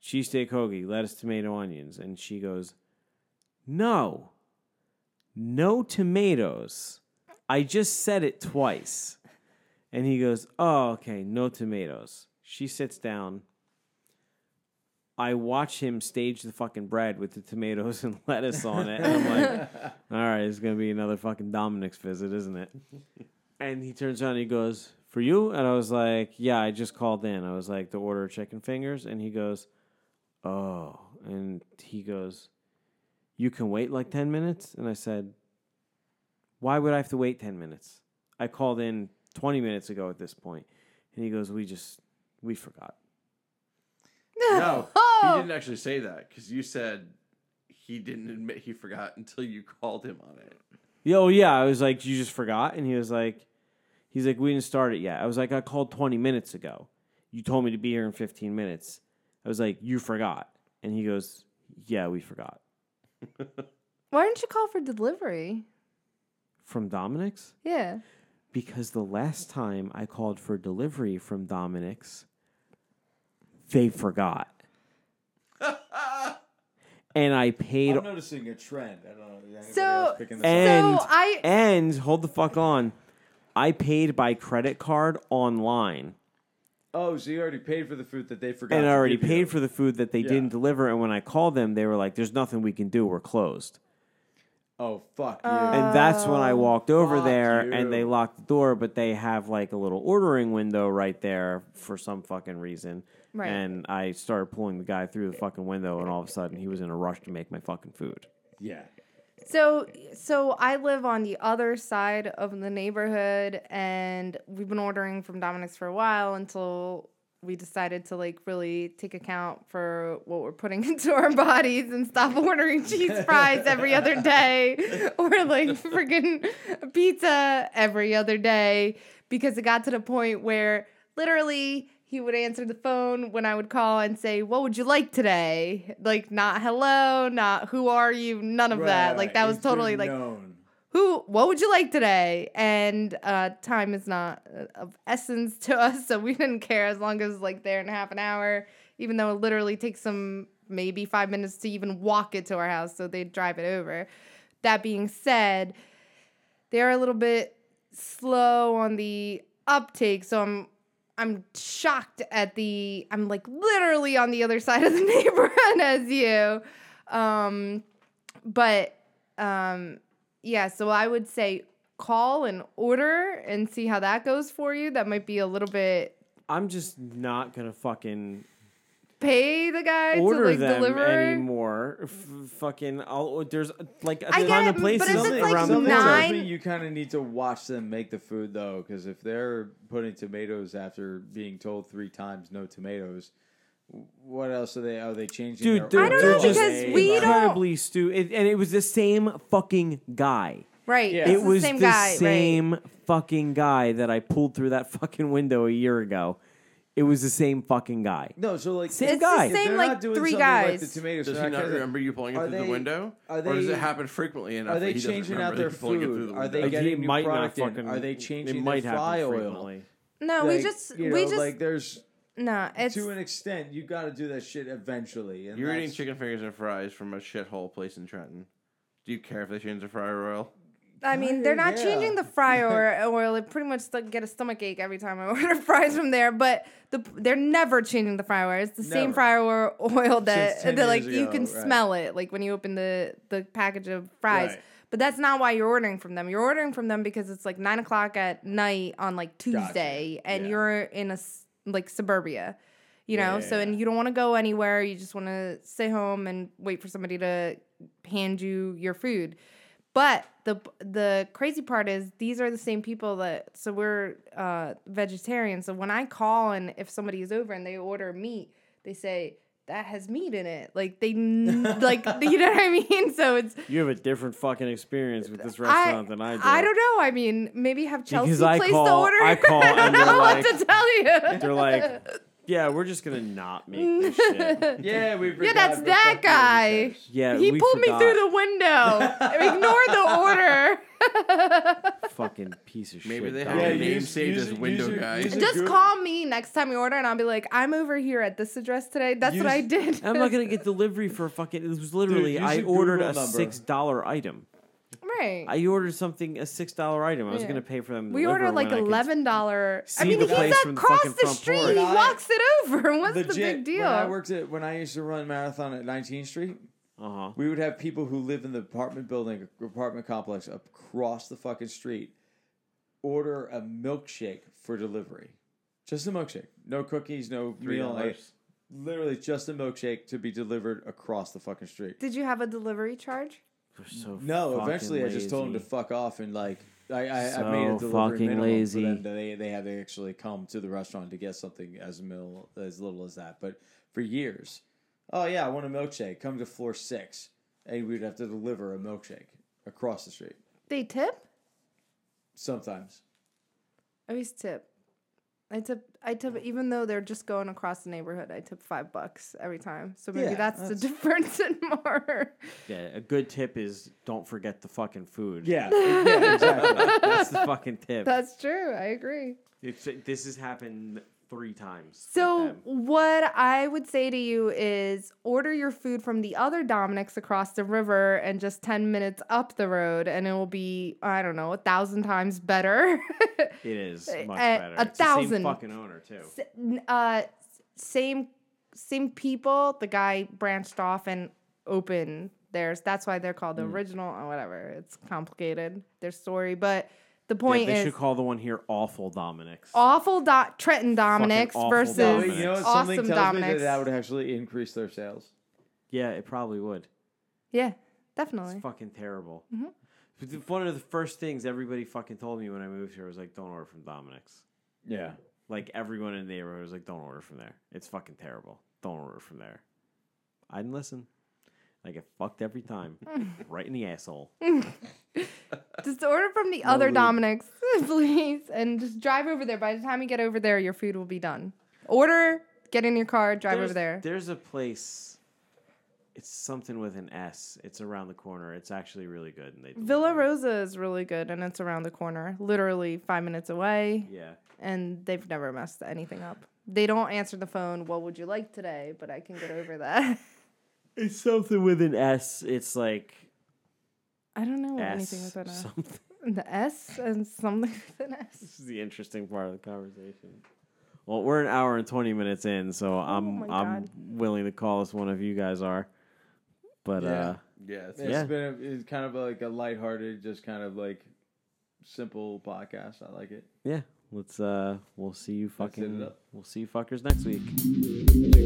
[SPEAKER 2] cheesesteak hoagie, lettuce, tomato, onions. And she goes, No, no tomatoes. I just said it twice. And he goes, Oh, okay, no tomatoes. She sits down. I watch him stage the fucking bread with the tomatoes and lettuce on it. And I'm like, All right, it's going to be another fucking Dominic's visit, isn't it? And he turns around and he goes, For you? And I was like, Yeah, I just called in. I was like, The order of chicken fingers. And he goes, Oh. And he goes, You can wait like 10 minutes? And I said, Why would I have to wait 10 minutes? I called in 20 minutes ago at this point. And he goes, We just, we forgot.
[SPEAKER 3] no he
[SPEAKER 4] Oh.
[SPEAKER 3] didn't actually say that because you said he didn't admit he forgot until you called him on it
[SPEAKER 2] Yo, yeah. I was like, You just forgot? And he was like, He's like, We didn't start it yet. I was like, I called 20 minutes ago. You told me to be here in 15 minutes. I was like, You forgot. And he goes, Yeah, we forgot.
[SPEAKER 4] Why didn't you call for delivery?
[SPEAKER 2] From Dominic's?
[SPEAKER 4] Yeah.
[SPEAKER 2] Because the last time I called for delivery from Dominic's, they forgot. and I paid
[SPEAKER 1] I'm noticing a trend. I don't know. if anybody
[SPEAKER 4] So-
[SPEAKER 1] else picking this up.
[SPEAKER 2] and
[SPEAKER 4] So I-
[SPEAKER 2] and hold the fuck on. I paid by credit card online
[SPEAKER 1] Oh, so you already paid for the food that they forgot.
[SPEAKER 2] and I
[SPEAKER 1] to
[SPEAKER 2] already
[SPEAKER 1] give you.
[SPEAKER 2] paid for the food that they didn't deliver. And when I called them, they were like, "There's nothing we can do. We're closed."
[SPEAKER 1] Oh fuck
[SPEAKER 4] Uh,
[SPEAKER 1] you!
[SPEAKER 2] And that's when
[SPEAKER 4] Oh,
[SPEAKER 2] I walked over
[SPEAKER 1] fuck
[SPEAKER 2] there
[SPEAKER 1] you.
[SPEAKER 2] and they locked the door, but they have like a little ordering window right there for some fucking reason.
[SPEAKER 4] Right.
[SPEAKER 2] And I started pulling the guy through the fucking window, and all of a sudden he was in a rush to make my fucking food.
[SPEAKER 1] yeah,
[SPEAKER 4] So so I live on the other side of the neighborhood and we've been ordering from Dominic's for a while until we decided to like really take account for what we're putting into our bodies and stop ordering cheese fries every other day or like freaking pizza every other day because it got to the point where literally he would answer the phone when I would call and say, What would you like today? Like, not hello, not who are you, none of that. Like, that was totally like,
[SPEAKER 1] known.
[SPEAKER 4] Who, what would you like today? And uh, time is not uh, of essence to us, so we didn't care as long as like there in half an hour, even though it literally takes them maybe five minutes to even walk it to our house, so they'd drive it over. That being said, they are a little bit slow on the uptake so i'm i'm shocked at the i'm like literally on the other side of the neighborhood as you um but um yeah so i would say call and order and see how that goes for you that might be a little bit
[SPEAKER 2] I'm just not gonna fucking
[SPEAKER 4] pay the guy
[SPEAKER 2] order
[SPEAKER 4] to like
[SPEAKER 2] them
[SPEAKER 4] deliver
[SPEAKER 2] anymore. F- fucking, I'll, there's like a
[SPEAKER 4] I
[SPEAKER 2] ton of
[SPEAKER 4] get it, but if
[SPEAKER 2] places
[SPEAKER 4] it's like
[SPEAKER 2] around
[SPEAKER 1] Something
[SPEAKER 2] the world.
[SPEAKER 1] tells
[SPEAKER 4] nine-
[SPEAKER 1] me you kind of need to watch them make the food though, because if they're putting tomatoes after being told three times no tomatoes, what else are they? Are they changing? their
[SPEAKER 2] Dude, they're,
[SPEAKER 4] I don't
[SPEAKER 1] order?
[SPEAKER 4] know,
[SPEAKER 2] they're just
[SPEAKER 4] because we don't-
[SPEAKER 2] incredibly stupid, and it was the same fucking guy.
[SPEAKER 4] right
[SPEAKER 1] Yeah.
[SPEAKER 2] it
[SPEAKER 4] it's
[SPEAKER 2] was
[SPEAKER 4] the same
[SPEAKER 2] the
[SPEAKER 4] guy right
[SPEAKER 2] same fucking guy that I pulled through that fucking window a year ago. It was the same fucking guy.
[SPEAKER 1] No, so like
[SPEAKER 2] Same
[SPEAKER 1] if
[SPEAKER 4] it's
[SPEAKER 2] guy.
[SPEAKER 4] the
[SPEAKER 1] they're
[SPEAKER 4] same
[SPEAKER 1] not
[SPEAKER 4] like
[SPEAKER 1] doing
[SPEAKER 4] three
[SPEAKER 1] something
[SPEAKER 4] guys
[SPEAKER 1] Like the tomatoes,
[SPEAKER 5] Does
[SPEAKER 1] they're
[SPEAKER 5] he
[SPEAKER 1] not
[SPEAKER 5] not
[SPEAKER 1] gonna-
[SPEAKER 5] remember you pulling it
[SPEAKER 1] are
[SPEAKER 5] through
[SPEAKER 1] they-
[SPEAKER 5] the window?
[SPEAKER 1] are
[SPEAKER 5] or does
[SPEAKER 1] they-
[SPEAKER 5] it happen frequently enough?
[SPEAKER 1] Are they
[SPEAKER 5] that he doesn't
[SPEAKER 1] changing
[SPEAKER 5] remember
[SPEAKER 1] out
[SPEAKER 5] that
[SPEAKER 1] their
[SPEAKER 5] he's pulling it through
[SPEAKER 1] food?
[SPEAKER 5] the
[SPEAKER 1] Are
[SPEAKER 5] window?
[SPEAKER 1] they
[SPEAKER 2] Like, he
[SPEAKER 1] getting new
[SPEAKER 2] might not
[SPEAKER 1] product in?
[SPEAKER 2] fucking-
[SPEAKER 1] Are they
[SPEAKER 2] it
[SPEAKER 1] changing
[SPEAKER 2] might
[SPEAKER 1] their
[SPEAKER 2] happen
[SPEAKER 1] fry oil?
[SPEAKER 2] frequently.
[SPEAKER 4] no we
[SPEAKER 1] Like,
[SPEAKER 4] just
[SPEAKER 1] you
[SPEAKER 4] we
[SPEAKER 1] know,
[SPEAKER 4] just
[SPEAKER 1] like there's
[SPEAKER 4] no it's
[SPEAKER 1] to an extent you got to do that shit eventually. And
[SPEAKER 3] You're eating
[SPEAKER 1] that's-
[SPEAKER 3] chicken fingers and fries from a shithole place in Trenton. Do you care if they change the fry royal?
[SPEAKER 4] I mean, they're not
[SPEAKER 1] yeah.
[SPEAKER 4] changing the fry or oil. I pretty much still get a stomach ache every time I order fries from there. But the they're never changing the fry oil. It's the same
[SPEAKER 1] Never.
[SPEAKER 4] fry or oil that
[SPEAKER 1] 10
[SPEAKER 4] that like
[SPEAKER 1] years
[SPEAKER 4] you
[SPEAKER 1] ago,
[SPEAKER 4] can
[SPEAKER 1] right.
[SPEAKER 4] smell it like when you open the the package of fries.
[SPEAKER 1] Right.
[SPEAKER 4] But that's not why you're ordering from them. You're ordering from them because it's like nine o'clock at night on like Tuesday, and
[SPEAKER 1] Yeah.
[SPEAKER 4] you're in a s- like suburbia. You know,
[SPEAKER 1] yeah,
[SPEAKER 4] so and you don't want to go anywhere. You just want to stay home and wait for somebody to hand you your food. But the the crazy part is these are the same people that so we're uh, vegetarian. So when I call and if somebody is over and they order meat, they say that has meat in it. Like they n- like you know what I mean. So it's
[SPEAKER 2] You have a different fucking experience with this
[SPEAKER 4] I,
[SPEAKER 2] restaurant than I do.
[SPEAKER 4] I don't know. I mean, maybe have Chelsea
[SPEAKER 2] Because I
[SPEAKER 4] place the
[SPEAKER 2] call-
[SPEAKER 4] order.
[SPEAKER 2] I call
[SPEAKER 4] I don't
[SPEAKER 2] and they're
[SPEAKER 4] know
[SPEAKER 2] like-
[SPEAKER 4] what to tell you.
[SPEAKER 2] They're like, yeah, we're just gonna not make this shit.
[SPEAKER 1] Yeah, we.
[SPEAKER 4] yeah, that's that guy.
[SPEAKER 2] Yeah,
[SPEAKER 4] he
[SPEAKER 2] we
[SPEAKER 4] pulled me through
[SPEAKER 2] forgot.
[SPEAKER 4] the window. Ignore the order.
[SPEAKER 2] fucking piece of shit.
[SPEAKER 3] Maybe they
[SPEAKER 2] dog.
[SPEAKER 3] have
[SPEAKER 1] Yeah,
[SPEAKER 3] a name
[SPEAKER 1] use-
[SPEAKER 3] saved
[SPEAKER 1] use
[SPEAKER 3] as
[SPEAKER 1] it-
[SPEAKER 3] window
[SPEAKER 1] use it-
[SPEAKER 3] guy.
[SPEAKER 1] use it.
[SPEAKER 4] Just
[SPEAKER 1] good?
[SPEAKER 4] call me next time you order, and I'll be like, I'm over here at this address today. That's
[SPEAKER 1] You
[SPEAKER 4] what I
[SPEAKER 1] s-
[SPEAKER 4] did.
[SPEAKER 2] I'm not gonna get delivery for fucking. It was literally
[SPEAKER 1] use
[SPEAKER 2] I
[SPEAKER 1] your
[SPEAKER 2] ordered
[SPEAKER 1] Google
[SPEAKER 2] a
[SPEAKER 1] number.
[SPEAKER 2] six dollar item.
[SPEAKER 4] right.
[SPEAKER 2] I ordered something a six dollar item. I was
[SPEAKER 4] Yeah.
[SPEAKER 2] gonna pay for them. to
[SPEAKER 4] we
[SPEAKER 2] deliver
[SPEAKER 4] ordered like
[SPEAKER 2] when I could-
[SPEAKER 4] eleven dollar. I
[SPEAKER 2] see
[SPEAKER 4] mean,
[SPEAKER 2] the
[SPEAKER 4] he's
[SPEAKER 2] place from the
[SPEAKER 4] across
[SPEAKER 2] fucking
[SPEAKER 4] the,
[SPEAKER 2] front
[SPEAKER 4] street.
[SPEAKER 2] porch.
[SPEAKER 4] He
[SPEAKER 1] Right.
[SPEAKER 4] walks it over. What's the
[SPEAKER 1] Legit,
[SPEAKER 4] big deal?
[SPEAKER 1] When I worked at when I used to run marathon at 19th Street,
[SPEAKER 2] Uh-huh.
[SPEAKER 1] we would have people who live in the apartment building, apartment complex across the fucking street, order a milkshake for delivery, just a milkshake, no cookies, no meal, like,
[SPEAKER 3] $3.
[SPEAKER 1] literally just a milkshake to be delivered across the fucking street.
[SPEAKER 4] Did you have a delivery charge?
[SPEAKER 2] They're so
[SPEAKER 1] No,
[SPEAKER 2] fucking
[SPEAKER 1] eventually I just told them to
[SPEAKER 2] lazy.
[SPEAKER 1] fuck off and like I I,
[SPEAKER 2] So
[SPEAKER 1] I made a delivery
[SPEAKER 2] fucking
[SPEAKER 1] minimum
[SPEAKER 2] lazy.
[SPEAKER 1] for them. that They they had to actually come to the restaurant to get something as mil as little as that. But for years, oh yeah, I want a milkshake. Come to floor six, and we'd have to deliver a milkshake across the street
[SPEAKER 4] They tip.
[SPEAKER 1] sometimes.
[SPEAKER 4] I always tip. I tip. I tip even though they're just going across the neighborhood. I tip five bucks every time, so maybe
[SPEAKER 1] Yeah,
[SPEAKER 4] that's, the difference in more.
[SPEAKER 2] Yeah, a good tip is don't forget the fucking food.
[SPEAKER 1] Yeah, yeah, exactly.
[SPEAKER 2] that's the fucking tip.
[SPEAKER 4] That's true. I agree.
[SPEAKER 2] It's, this has happened three times. with
[SPEAKER 4] So
[SPEAKER 2] them.
[SPEAKER 4] what I would say to you is order your food from the other Dominic's across the river and just ten minutes up the road, and it will be I don't know a thousand times better.
[SPEAKER 2] it is
[SPEAKER 4] a-
[SPEAKER 2] much
[SPEAKER 4] a-
[SPEAKER 2] better.
[SPEAKER 4] uh, a
[SPEAKER 2] It's the same
[SPEAKER 4] thousand.
[SPEAKER 2] fucking owner too.
[SPEAKER 4] S- n- uh, s- same same people. The guy branched off and opened theirs. That's why they're called the original or whatever. It's complicated. Their story, but the
[SPEAKER 2] Yeah,
[SPEAKER 4] point
[SPEAKER 2] they
[SPEAKER 4] is
[SPEAKER 2] should call the one here awful Dominic's.
[SPEAKER 4] awful. Do- Trenton Dominic's
[SPEAKER 2] awful
[SPEAKER 4] versus
[SPEAKER 1] No,
[SPEAKER 2] Dominic's.
[SPEAKER 1] you know, what?
[SPEAKER 4] awesome
[SPEAKER 1] something tells me that
[SPEAKER 4] Dominic's.
[SPEAKER 1] that would actually increase their sales.
[SPEAKER 2] yeah, it probably would.
[SPEAKER 4] yeah,
[SPEAKER 2] It's
[SPEAKER 4] definitely.
[SPEAKER 2] fucking terrible.
[SPEAKER 4] Mm-hmm.
[SPEAKER 2] But the- One of the first things everybody fucking told me when I moved here was like, don't order from Dominic's.
[SPEAKER 1] Yeah,
[SPEAKER 2] Like everyone in the neighborhood was like, don't order from there. It's fucking terrible. Don't order from there. I didn't listen. I get fucked every time, right in the asshole.
[SPEAKER 4] Just order from the other
[SPEAKER 2] lube.
[SPEAKER 4] Dominic's, please, and just drive over there. By the time you get over there, your food will be done. Order, get in your car, drive
[SPEAKER 2] there's,
[SPEAKER 4] over there.
[SPEAKER 2] There's a place. It's something with an S. It's around the corner. It's actually really good. And they
[SPEAKER 4] Villa
[SPEAKER 2] deliver.
[SPEAKER 4] Rosa is really good, and it's around the corner, literally five minutes away.
[SPEAKER 2] Yeah.
[SPEAKER 4] and they've never messed anything up. They don't answer the phone. What would you like today? But I can get over that.
[SPEAKER 2] It's something with an S. It's like
[SPEAKER 4] I don't know
[SPEAKER 2] S.
[SPEAKER 4] anything with an S.
[SPEAKER 2] Something.
[SPEAKER 4] The S and something with an S.
[SPEAKER 2] This is the interesting part of the conversation. Well, we're an hour and twenty minutes in, so I'm
[SPEAKER 4] Oh my
[SPEAKER 2] I'm
[SPEAKER 4] God.
[SPEAKER 2] willing to call us one of you guys are. But
[SPEAKER 1] Yeah.
[SPEAKER 2] uh
[SPEAKER 3] Yeah.
[SPEAKER 1] it's
[SPEAKER 2] Yeah.
[SPEAKER 1] been a, it's kind of like a lighthearted, just kind of like simple podcast. I like it.
[SPEAKER 2] yeah, let's uh we'll see you
[SPEAKER 1] Let's hit it
[SPEAKER 2] fucking
[SPEAKER 1] up.
[SPEAKER 2] we'll see you fuckers next week.